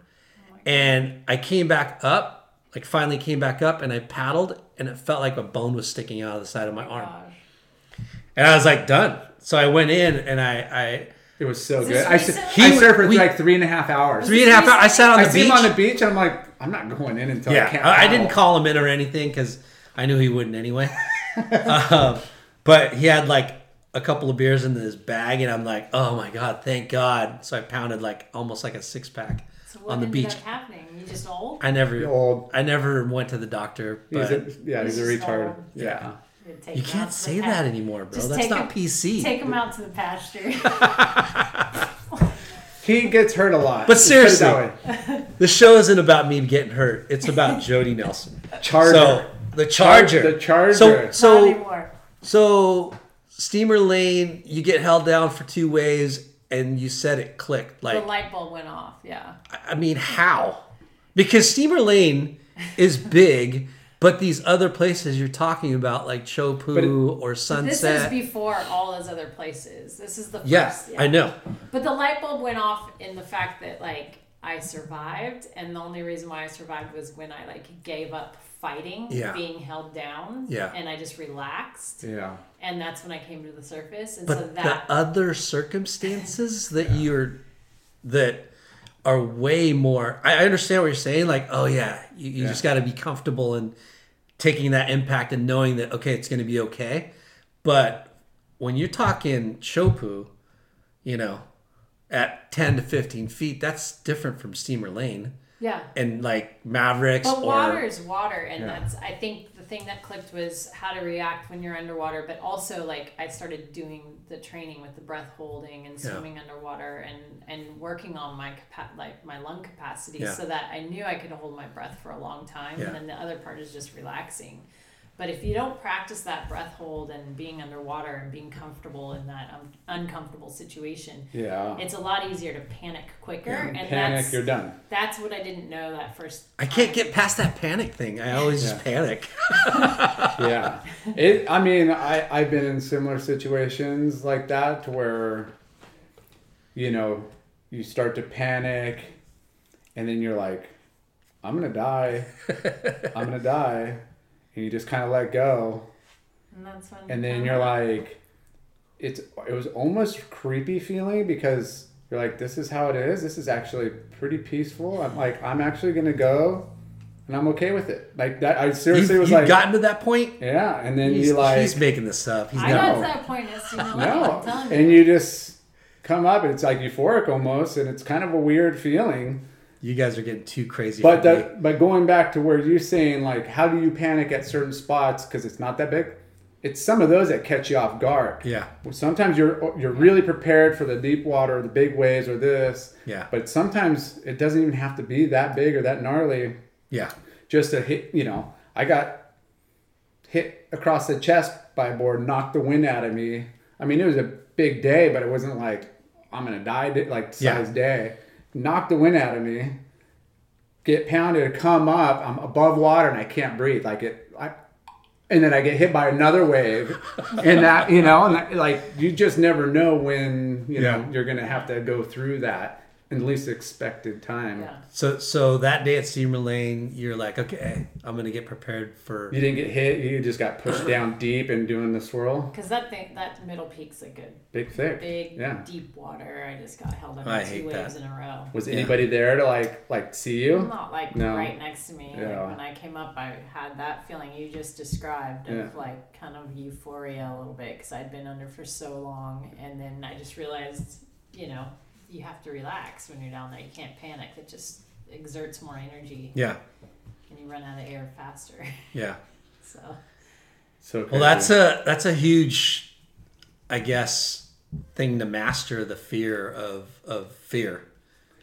and I came back up. Like finally came back up, and I paddled, and it felt like a bone was sticking out of the side of my arm.
Gosh.
And I was like, done. So I went in, and I, I
it was so
this
good. I,
recent?
he, I
He-
surfed for
we-
like three and a half hours.
three and a half hours. I sat on
I
the
see
beach.
him on the beach. I'm like, I'm not going in until I
Yeah,
can't.
I, I didn't
paddle.
call him in or anything because I knew he wouldn't anyway. (laughs) um, but he had like a couple of beers in his bag, and I'm like, oh my god, thank God! So I pounded like almost like a six pack
So what
on the
ended
beach.
up happening? You just old?
I never,
old.
I never went to the doctor.
He's
But
a, yeah, he's a
He's just
retard.
old.
Yeah.
You'd take
you
him
can't
out to the
say
pa-
that anymore, bro.
Just
That's
take
not
a-
PC.
Take him out to
(laughs)
the pasture.
He gets hurt a lot.
But
Let's put it that
seriously.
way.
the show isn't about me getting hurt. It's
(laughs)
about Jody Nelson.
Charger.
So the charger.
The Charger.
So
Not
so.
anymore.
So, Steamer Lane, you get held down for two ways, and you said it clicked.
the
Like,
light bulb went off. Yeah.
I mean, how? Because Steamer Lane is big, but these other places you're talking about, like Chopu
it-
or
This
Sunset.
is before all those other places. This is the first.
yes, I know.
But the light bulb went off in the fact that like I survived, and the only reason why I survived was when I like gave up fighting,
Yeah.
being held down,
Yeah.
and I just relaxed,
Yeah.
and that's when I came to the surface, and
But
so that
the other circumstances that you're that are way more. I I understand what you're saying. Like, oh yeah, you, you just got to be comfortable and taking that impact and knowing that okay, it's going to be okay. But when you're talking Chopu, you know, at 10 to 15 feet, that's different from Steamer Lane
yeah.
and like Mavericks
But
or
water is water, and that's I think the thing that clicked was how to react when you're underwater. But also, like I started doing the training with the breath holding and swimming underwater, and and working on my capa- like my lung capacity,
Yeah.
so that I knew I could hold my breath for a long time.
Yeah.
And then the other part is just relaxing. But if you don't practice that breath hold and being underwater and being comfortable in that um, uncomfortable situation,
Yeah.
it's a lot easier to panic quicker. and
Panic,
that's
you're done.
that's what I didn't know that first.
I can't
time.
get past that panic thing. I always just
Yeah.
panic.
yeah it i mean i i've been in similar situations like that to where you know you start to panic and then you're like i'm gonna die i'm gonna die and you just kind of let go
And that's when.
and then you're
Uh-huh.
like it's it was almost creepy feeling because you're like this is how it is this is actually pretty peaceful i'm like i'm actually gonna go and i'm okay with it like that i seriously
You've,
was
you've
like
gotten to that point.
yeah, and then
He's,
you like
he's making this up. He's
I
not.
got
No.
to that point as soon
(laughs)
as
no,
I'm done.
and you just come up, and it's like euphoric almost, and it's kind of a weird feeling.
You guys are getting too crazy.
But
for me.
that, but going back to where you're saying like, how do you panic at certain spots because it's not that big? It's some of those that catch you off guard.
Yeah.
Sometimes you're you're really prepared for the deep water, the big waves, or this.
Yeah.
But sometimes it doesn't even have to be that big or that gnarly.
yeah,
just a hit you know i got hit across the chest by a board knocked the wind out of me i mean it was a big day but it wasn't like i'm gonna die di- like
Yeah.
size day knocked the wind out of me get pounded come up i'm above water and i can't breathe like it i and then i get hit by another wave and that you know and that, like you just never know when you
Yeah.
know you're gonna have to go through that in the least expected time
yeah.
So so that day at Steamer Lane, you're like, okay, I'm gonna get prepared for.
You didn't get hit. You just got pushed
(clears throat)
down deep and doing the swirl.
Because that thing, that middle peak's a good
Big thick.
big
yeah.
deep water. I just got held
I
under
hate
two waves
that.
in a row.
Was anybody there to like like see you?
Not like
No.
right next to me.
Yeah.
Like when I came up, I had that feeling you just described of
Yeah.
like kind of euphoria a little bit because I'd been under for so long, and then I just realized, you know, you have to relax when you're down there. You can't panic. It just exerts more energy,
Yeah,
and you run out of air faster. (laughs)
yeah.
so
So
Well, that's a that's a huge, I guess, thing to master the fear of of fear,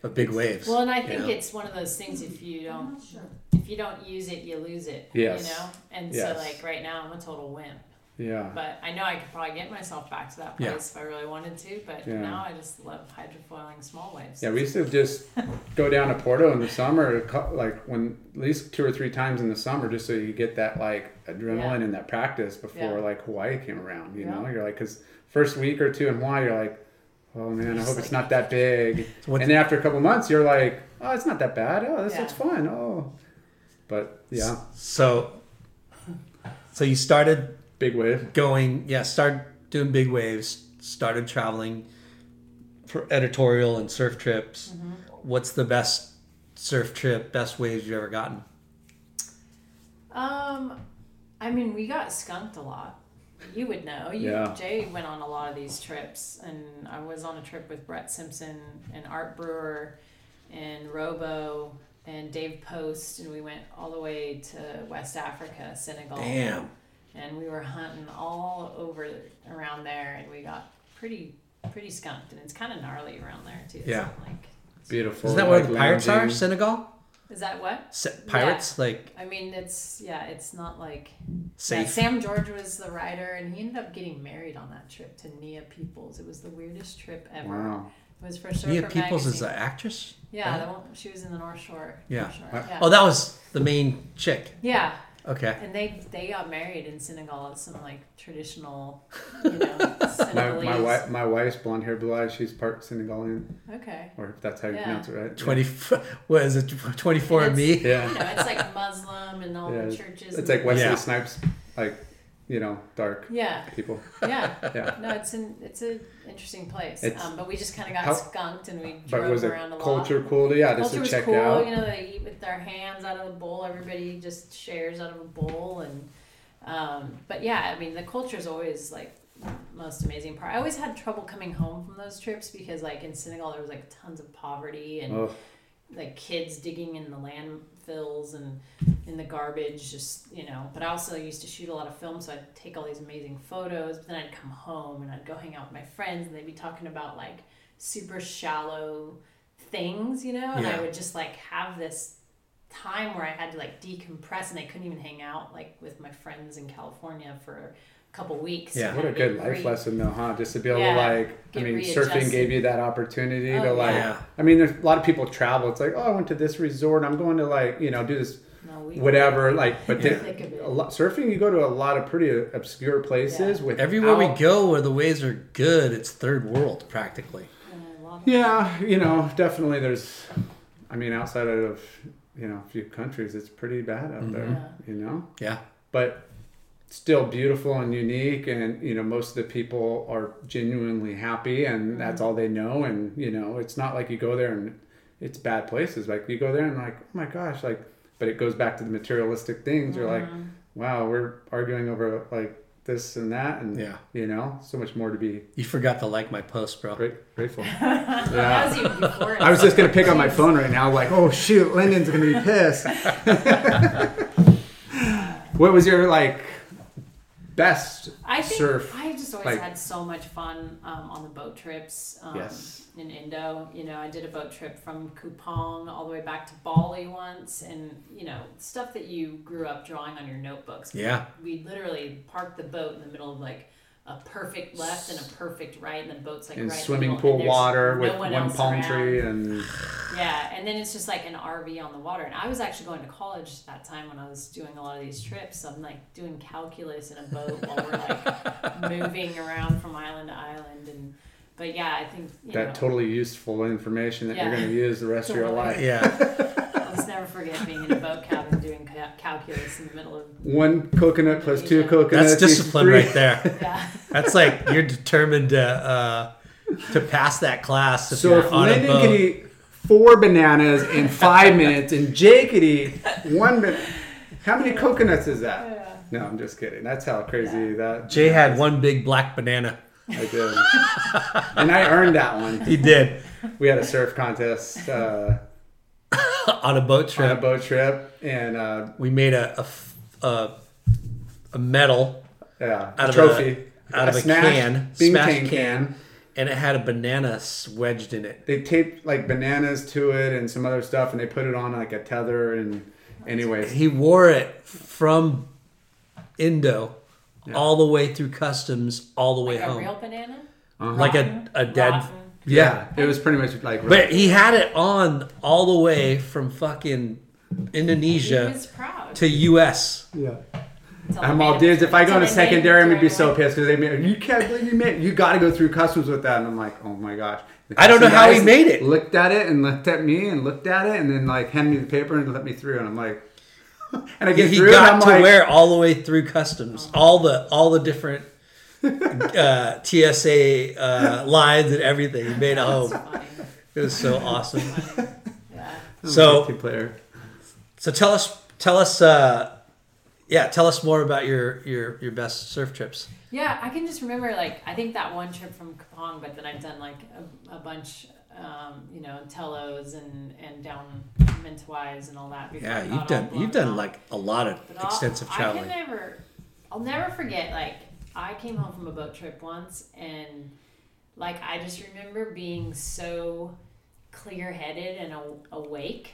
of big waves.
well, and I think
Yeah.
it's one of those things. If you don't, if you don't use it, you lose it.
Yes.
You know, and
Yes.
so like right now, I'm a total wimp.
yeah.
But I know I could probably get myself back to that place
Yeah.
if I really wanted to. But
Yeah.
now I just love hydrofoiling small waves.
Yeah, we used to just go down to Porto in the summer, a cou- like when at least two or three times in the summer, just so you get that like adrenaline
Yeah.
and that practice before
Yeah.
like Hawaii came around. You
Yeah.
know, you're like, because first week or two in Hawaii, you're like, oh man, I hope
Just
it's
like-
not that
(laughs)
big.
what-
and then after a couple months, you're like, oh, it's not that bad. Oh, this
Yeah.
looks fun. Oh, but yeah,
so, so you started
big wave.
going yeah started doing big waves started traveling for editorial and surf trips what's the best surf trip best waves you've ever gotten
Um, I mean, we got skunked a lot. You would know. You,
Yeah.
Jay went on a lot of these trips, and I was on a trip with Brett Simpson and Art Brewer and Robo and Dave Post, and we went all the way to West Africa, Senegal.
damn
and we were hunting all over around there and we got pretty pretty skunked and it's kind of gnarly around there too It's
Yeah.
not like
Beautiful.
isn't that where
like
the pirates are
lounging.
senegal
is that what
Se- pirates like
i mean it's yeah it's not like yeah,
safe
sam george was the writer and he ended up getting married on that trip to nia peoples it was the weirdest trip ever
Wow.
it was for surfer
mia peoples is
magazine.
an actress
yeah the one, she was in the north shore
Yeah.
North Shore, yeah.
oh that was the main chick
yeah
okay
and they they got married in senegal at some like traditional you
(laughs)
know
My, my,
Senegalese-
wife, my wife's blonde hair, blue eyes. She's part Senegalian,
okay
or if that's how you
Yeah.
pronounce it, right?
20 (laughs) what is it 24 and me
Yeah.
you know, it's like Muslim and all
Yeah,
the churches.
It's
and-
like Wesley
Yeah.
Snipes, like you know, dark
yeah,
people.
yeah.
(laughs) Yeah.
No, it's an it's an interesting place.
It's-
um, but we just kind of got
How-
skunked and we
But
drove
was it
around a
culture
lot.
cool? To, yeah, just
Culture
to
was
check
cool.
out.
You know, they eat with their hands out of the bowl. Everybody just shares out of a bowl, and um, but yeah, I mean, the culture is always like the most amazing part. I always had trouble coming home from those trips because like in Senegal there was like tons of poverty and
Ugh.
like kids digging in the landfills and in the garbage just you know but i also used to shoot a lot of film so i'd take all these amazing photos but then i'd come home and i'd go hang out with my friends and they'd be talking about like super shallow things you know and
Yeah.
i would just like have this time where I had to like decompress and I couldn't even hang out like with my friends in California for a couple weeks.
Yeah.
What a good life lesson, though, huh? Just to be able
Yeah.
to like,
Get
I mean, surfing
readjusted.
gave you that opportunity
Oh,
to like.
yeah.
I mean, there's a lot of people travel. It's like, oh, I went to this resort. I'm going to like, you know, do this
No, we-
whatever. Like, but
Yeah.
then-
Thick of it.
a lot, surfing, you go to a lot of pretty obscure places with
Everywhere we go where the waves are good, it's third world practically.
And I loved it.
Yeah, you know, definitely. There's, I mean, outside of you know a few countries, it's pretty bad out
Mm-hmm.
there. You know,
Yeah.
but still beautiful and unique and you know most of the people are genuinely happy and that's all they know and you know it's not like you go there and it's bad places like you go there and like oh my gosh like but it goes back to the materialistic things you're like wow we're arguing over like this and that and
Yeah.
you know so much more to be
You forgot to like my post, bro.
great, grateful
That was even before
(laughs)
it.
I was just gonna pick up my phone right now, like, oh shoot, Lyndon's gonna be pissed. (laughs) what was your like best
I think
surf?
I just always
like-
had so much fun um, on the boat trips um,
Yes.
in Indo. You know, I did a boat trip from Kupang all the way back to Bali once, and you know, stuff that you grew up drawing on your notebooks.
Yeah.
we literally parked the boat in the middle of like a perfect left and a perfect right, and the boat's like
in
right in the
swimming
middle,
pool
and there's
water
no
with
one
one,
else
palm
around.
tree and
Yeah, and then it's just like an RV on the water. And I was actually going to college at that time when I was doing a lot of these trips. So I'm like doing calculus in a boat while we're
(laughs)
like moving around from island to island. And but yeah, I think you
that
know,
totally useful information that you're
Yeah.
gonna use the rest of your
Totally.
life.
Yeah.
I'll just never forget being in a boat cabin doing ca- calculus in the middle of (laughs)
One coconut plus two
Yeah.
coconuts.
That's
equals
discipline
three.
right there.
yeah.
That's like you're determined to uh, to pass that class if
So
you're
if
on a
Lyndon could
boat.
eat four bananas in five minutes and Jake could eat one minute, how many coconuts is that? No, I'm just kidding. That's how crazy that
Jay had one big black banana.
I did. and I earned that one.
He did
We had a surf contest uh,
on a boat
on a
trip.
boat trip, and uh,
We made a a f- a, a medal
yeah,
Out
a
of
trophy,
a- out of a
smashed
can,
Bing
smashed
Tang
can.
can.
and it had a banana wedged in it.
They taped like bananas to it and some other stuff, and they put it on like a tether. And anyways,
He wore it from Indo all the way through customs, all the way
Like a
home,
real banana.
Uh-huh.
like a a dead.
Rotten.
yeah, it was pretty much like.
But he had it on all the way from fucking
He
Indonesia
was proud.
to U.S.
yeah.
Till
I'm
they
all
made-
dudes. If I go
till
in a
they made
secondary, I'm gonna be
German
so
one.
pissed because they made you can't believe you made you got to go through customs with that. And I'm like, oh my gosh. The
I don't know
customs
how he
guys
made it.
Looked at it and looked at me and looked at it and then like handed me the paper and let me through. And I'm like, (laughs) and I get
He
through. and I'm
got to
like,
wear all the way through customs, all the all the different uh, TSA uh, lines and everything. He made it
(laughs)
home.
Funny.
It was so
(laughs)
awesome.
Yeah.
So
Two player.
So tell us, tell us, uh, yeah, tell us more about your your your best surf trips.
Yeah, I can just remember like I think that one trip from Kapong, but then I've done like a, a bunch, um, you know, Telos and and down Mentawais and all that. before
Yeah,
it
you've
got all
done
blown
you've done
up.
like a lot of
But I'll-
extensive
I
traveling.
can never, I'll never forget. Like I came home from a boat trip once, and like I just remember being so clear-headed and a- awake.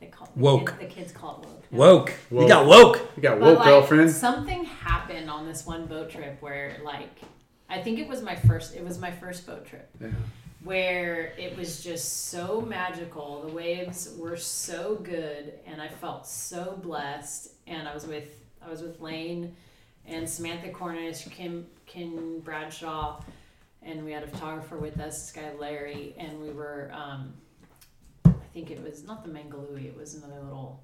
They call
Mm. Woke.
The kids, the kids call it woke. now.
Woke, you
Woke.
got woke.
You got
But,
woke
like,
girlfriend.
Something happened on this one boat trip where, like, I think it was my first. It was my first boat trip
Yeah.
where it was just so magical. The waves were so good, and I felt so blessed. And I was with I was with Lane and Samantha Cornish, Kim Kim Bradshaw, and we had a photographer with us, this guy Larry, and we were. Um, I think it was not the Mangalui. It was another little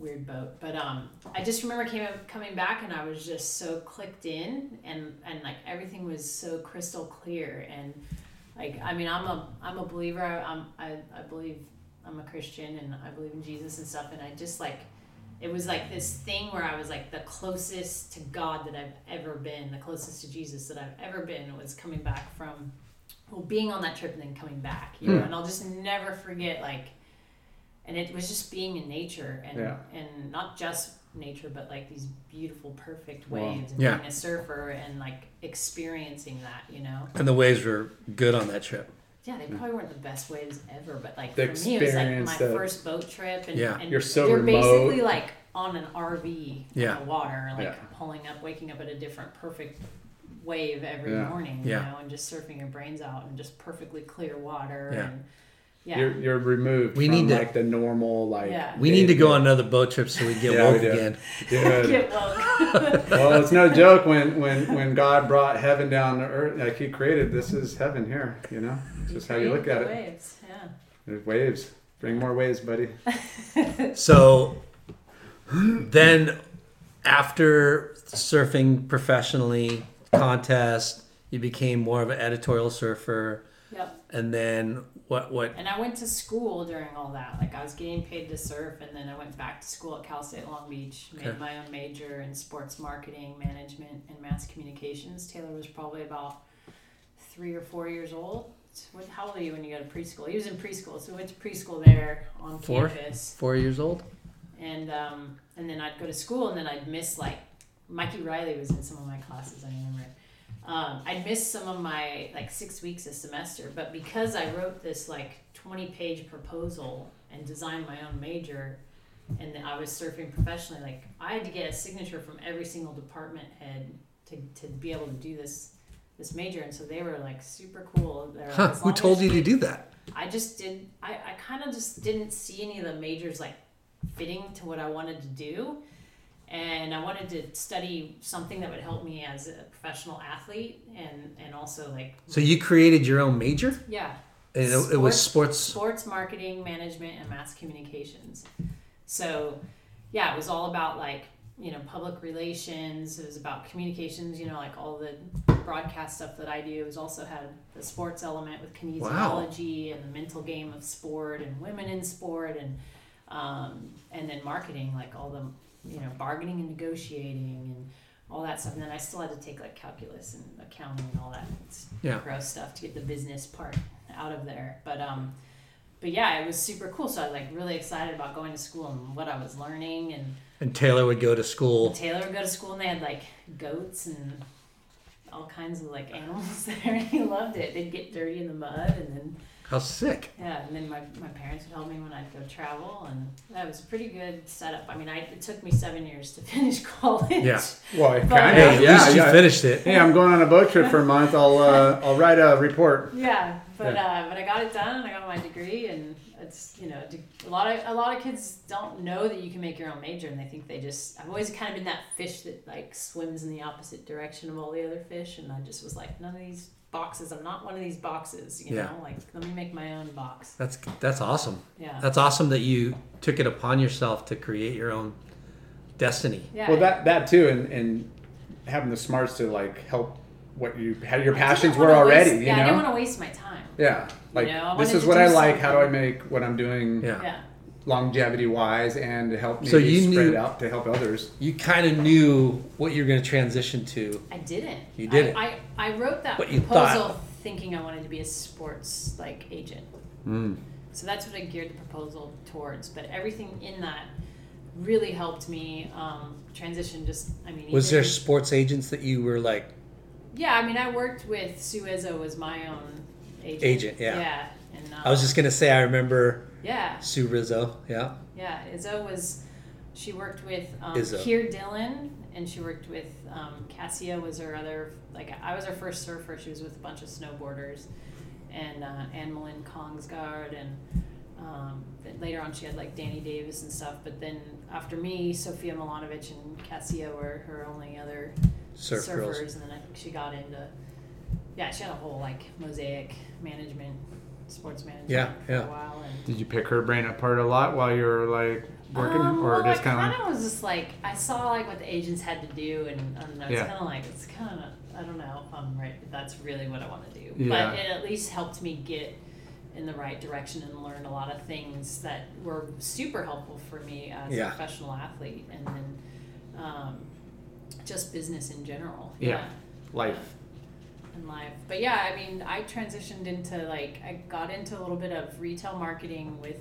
weird boat. But um, I just remember came coming back and I was just so clicked in and and like everything was so crystal clear and like I mean I'm a I'm a believer. I, I'm I, I believe I'm a Christian and I believe in Jesus and stuff. And I just like it was like this thing where I was like the closest to God that I've ever been, the closest to Jesus that I've ever been was coming back from well being on that trip and then coming back. You know, and I'll just never forget like and it was just being in nature and
Yeah.
and not just nature but like these beautiful perfect
Wow.
waves and
Yeah.
being a surfer and like experiencing that you know
And the waves were good on that trip.
yeah, they probably weren't the best waves ever, but like
Hmm. The
for me, it was like
experience
my
of-
first boat trip, and,
Yeah.
and
You're so
they're
remote.
basically like on an RV
Yeah.
on the water, like
Yeah.
pulling up, waking up at a different perfect wave every
Yeah.
morning, you
Yeah.
know, and just surfing your brains out and just perfectly clear water,
Yeah.
and yeah,
You're, you're removed
We
from
need to-
like the normal like.
Yeah.
We need to go on another boat trip so we get
Yeah, we
woke
do.
again.
Dude.
(laughs) (laughs) Get woke.
(laughs) well, it's no joke when when when God brought heaven down to earth, like He created. This is heaven here. You know, it's just how you look at
Create the
it.
Waves, yeah.
There's waves. Bring more waves,
(laughs)
buddy.
So then after surfing professionally, contest, you became more of an editorial surfer.
Yep.
And then what what
And I went to school during all that. Like I was getting paid to surf, and then I went back to school at Cal State Long Beach. Made
Okay.
my own major in sports marketing, management, and mass communications. Taylor was probably about three or four years old. What, how old are you when you go to preschool? He was in preschool, so we went to preschool there on
Four.
campus.
four years old?
and um, and then I'd go to school, and then I'd miss like Mikey Riley was in some of my classes. I remember. Um, I'd miss some of my like six weeks a semester, but because I wrote this like twenty page proposal and designed my own major, and then I was surfing professionally, like I had to get a signature from every single department head to, to be able to do this this major, and so they were like super cool. They're like,
Huh,
"As
who
long
told
as
you to do that?
I just didn't. I, I kind of just didn't see any of the majors like fitting to what I wanted to do, and I wanted to study something that would help me as a professional athlete, and and also like
So you created your own major?
yeah,
And it, it was sports.
sports marketing management and mass communications. So yeah, it was all about like you know public relations. It was about communications. You know like all the broadcast stuff that I do. It was also had the sports element with kinesiology and the mental game of sport and women in sport and um, and then marketing like all the you know bargaining and negotiating and all that stuff. And then I still had to take like calculus and accounting and all that. It's
Yeah.
gross stuff to get the business part out of there. But um, but yeah, it was super cool. So I was like really excited about going to school and what I was learning. And
And Taylor would go to school.
Taylor would go to school and they had like goats and all kinds of like animals (laughs) there, and he loved it. They'd get dirty in the mud, and then
How sick.
yeah, and then my, my parents would help me when I'd go travel, and that was a pretty good setup. I mean, I, it took me seven years to (laughs) finish college.
Yeah.
Well, it
But-
kind
Hey,
of.
at
Yeah,
least you
yeah.
finished it.
Hey, I'm going on a boat trip for a month. I'll
(laughs)
uh, I'll write a report.
Yeah, but Uh, but I got it done. and I got my degree, and it's you know de- a lot of a lot of kids don't know that you can make your own major, and they think they just. I've always kind of been that fish that like swims in the opposite direction of all the other fish, and I just was like, none of these boxes. I'm not one of these boxes. You
Yeah.
know, like let me make my own box.
That's that's awesome.
Yeah.
That's awesome that you took it upon yourself to create your own destiny.
yeah.
Well, that that too, and and having the smarts to like help what you how your
I didn't
passions
wanna
were already.
waste-
you
yeah, I
know.
didn't want to waste my time.
Yeah. Like
You know, I
this
wanted
is
to
what
do
I like. How do I
something.
make what I'm doing
Yeah.
Yeah.
longevity wise and to help maybe
So you
spread
knew-
it out to help others?
You kind of knew what you were going to transition to.
I didn't.
You didn't.
I, I, I wrote that
But you
proposal
thought.
thinking I wanted to be a sports like agent.
Hmm.
So that's what I geared the proposal towards. But everything in that really helped me um, transition. Just I mean,
Was
even-
there sports agents that you were like,
Yeah, I mean, I worked with Suezo was my own agent.
Agent, yeah.
Yeah. And, um,
I was just going to say, I remember
Yeah,
Sue Rizzo. Yeah.
yeah. Izzo was. She worked with um,
Izzo.
Keir Dillon, and she worked with um, Cassia was her other. Like I was her first surfer. She was with a bunch of snowboarders, and uh, Anne Malin Kongsgaard, and um, then later on she had like Danny Davis and stuff. But then after me, Sophia Milanovic and Cassia were her only other
Surf
surfers,
girls.
and then I think she got into. Yeah, she had a whole like mosaic management, sports management
Yeah,
for
yeah.
a while, and
Did you pick her brain apart a lot while you were like working,
um,
or
well,
just
I
kind
kind of was just like I saw like what the agents had to do, and I don't know. It's
Yeah.
kind of like it's kind of I don't know if I'm right. If that's really what I want to do,
Yeah.
but it at least helped me get in the right direction and learned a lot of things that were super helpful for me as
Yeah.
a professional athlete, and then um, just business in general.
Yeah. of life?
in life. But yeah, I mean, I transitioned into like I got into a little bit of retail marketing with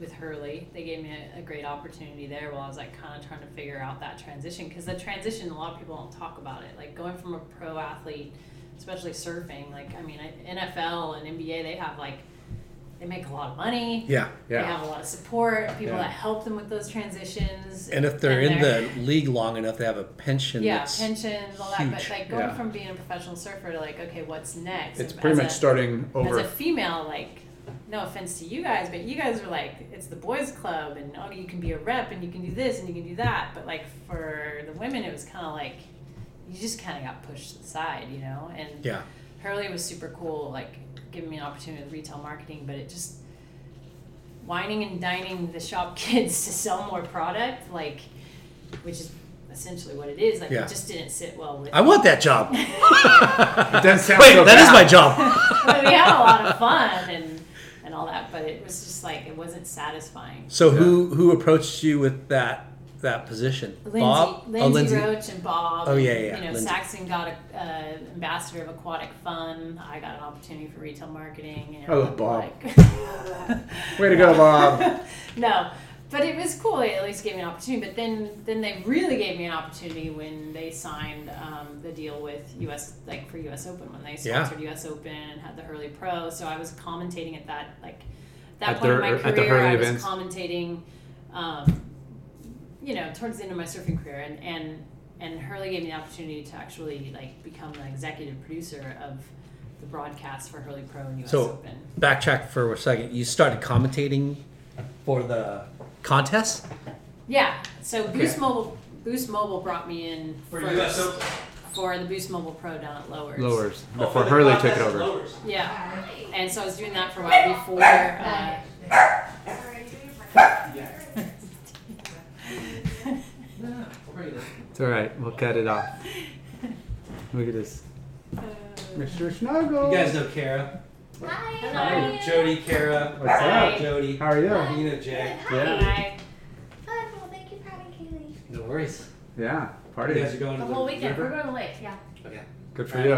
with Hurley. They gave me a, a great opportunity there while I was like kind of trying to figure out that transition because the transition a lot of people don't talk about it. Like going from a pro athlete especially surfing. Like I mean, I- NFL and NBA, they have like they make a lot of money.
Yeah.
They have
Yeah.
a lot of support, people
Yeah.
that help them with those transitions.
And if they're in
they're-
the league long enough, they have a pension.
yeah,
that's,
pensions, all that.
huge.
But like going
Yeah.
from being a professional surfer to like, okay, what's next?
It's
And
pretty
as
much
a-
starting
As
over.
a female, like, no offense to you guys, but you guys are like, it's the boys' club, and oh, you can be a rep, and you can do this, and you can do that. But like for the women, it was kind of like, you just kind of got pushed to the side, you know? And
Yeah.
Hurley was super cool, like giving me an opportunity with retail marketing, but it just whining and dining the shop (laughs) kids to sell more product, like, which is essentially what it is. Like,
Yeah.
it just didn't sit well with.
I want that
(laughs)
job. Wait,
It doesn't sound so
that is
bad.
my job.
(laughs)
But
(laughs)
we had a lot of fun and and all that, but it was just like it wasn't satisfying.
So who who approached you with that that position?
Lindsay,
Bob?
Lindsay,
oh,
Roach and Bob.
Oh, yeah,
and,
yeah,
You know,
Lindsay.
Saxon got a uh, ambassador of aquatic fun. I got an opportunity for retail marketing. And
I
Oh,
love Bob.
(laughs)
like-
Way to go, Bob.
(laughs) no, but it was cool. They at least gave me an opportunity. But then, then they really gave me an opportunity when they signed um, the deal with U.S. like for U.S. Open when they
Yeah.
sponsored U.S. Open and had the Hurley Pro. So I was commentating at that like that
At
point
their-
in my
at the
career. I
Hurley
was
events.
commentating, um, you know, towards the end of my surfing career, and and and Hurley gave me the opportunity to actually like become the executive producer of the broadcast for Hurley Pro and U.S.
So
Open.
backtrack for a second. You started commentating for the contest.
Yeah. So Boost
Okay.
Mobile, Boost Mobile brought me in for
US Open.
for the Boost Mobile Pro down at Lowers.
Lowers.
Oh,
Before
the
Hurley took it
contest
over.
(laughs)
lowers.
Yeah. And so I was doing that for a while before. Uh,
It's all right. We'll cut
(laughs)
it off. Look at this.
Uh,
Mr. Snuggle.
You guys know Kara.
Hi.
Jody, Kara.
What's
up?
Jody.
How are you?
Nina, Jay.
Yeah.
I-
Well, thank you for having Kaylee.
No worries.
Yeah.
You
Party.
guys are going
The
to the
whole weekend. We're
river?
going to lake, yeah.
Okay.
Good for you.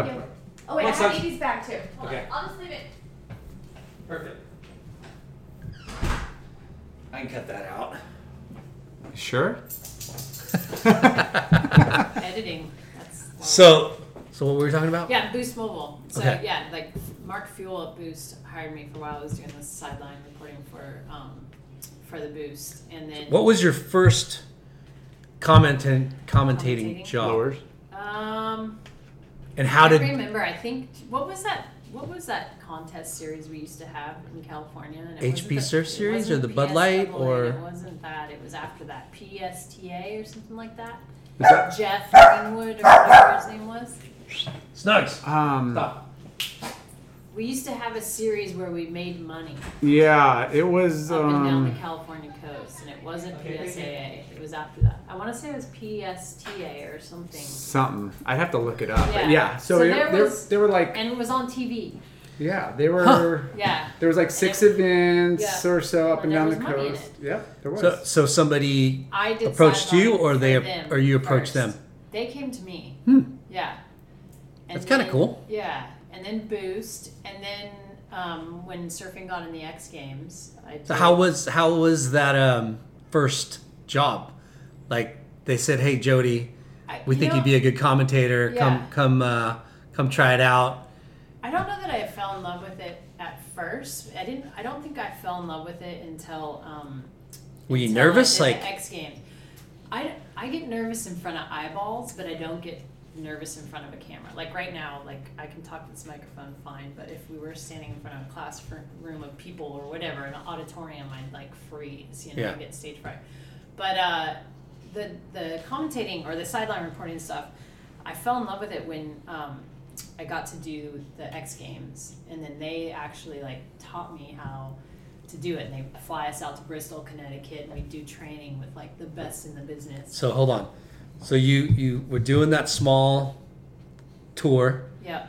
Oh, wait,
Looks
I have
like-
Edie's bag too. Hold
Okay.
on. I'll just leave it.
Perfect. I can cut that out.
(laughs) Sure.
editing. That's
So so what were we talking about?
Yeah, Boost Mobile. So
Okay.
yeah, like Mark Fuel at Boost hired me for a while. I was doing the sideline reporting for um, for the Boost, and then
What was your first commentating commentating
Commentating?
job?
Lowers.
um.
And how
I
did
remember? I think what was that? What was that contest series we used to have in California? And it
HP
wasn't the-
Surf
it
Series
wasn't
or the Bud
PSAA,
Light
and
or-
it wasn't that. It was after that PSTA or something like that.
Is that-
Jeff Greenwood or whatever his name was.
Snugs?
Um.
Stop.
We used to have a series where we made money
Yeah. It was.
up and down the
Um,
California coast, and it wasn't
Okay, okay, okay.
PSAA. It was after that. I want to say it was PSTA or something,
something. I'd have to look it up. but
Yeah.
Yeah. So,
So
it-
there
there-
was-
they were like.
and it was on TV.
Yeah. They were.
Yeah.
There was like six events
Yeah.
or so up and
There
down
was
the
money in
coast. Yep. There was.
So so somebody
I did
approached you,
sideline
or they-
for them
or you approached
first.
them? Hmm.
They came to me. Yeah.
That's kinda
then-
cool.
Yeah, and then Boost, and then um, when surfing got in the X Games, I
So
did-
how was how was that um, first job? Like they said, hey Jody,
I-
we
you
think
know,
you'd be a good commentator. Come
Yeah.
come uh, come try it out.
I don't know that I fell in love with it at first. I didn't. I don't think I fell in love with it until. Um,
Were you
until I
nervous?
did the
Like
X Games. I, I get nervous in front of eyeballs, but I don't get nervous in front of a camera. Like right now, like I can talk to this microphone fine, but if we were standing in front of a classroom of people or whatever, in an auditorium, I'd like freeze, you know,
Yeah.
I'd get stage fright. But uh, the the commentating or the sideline reporting stuff, I fell in love with it when um, I got to do the X Games, and then they actually like taught me how to do it. And they fly us out to Bristol, Connecticut, and we do training with like the best in the business.
so, hold on. So you you were doing that small tour,
Yep.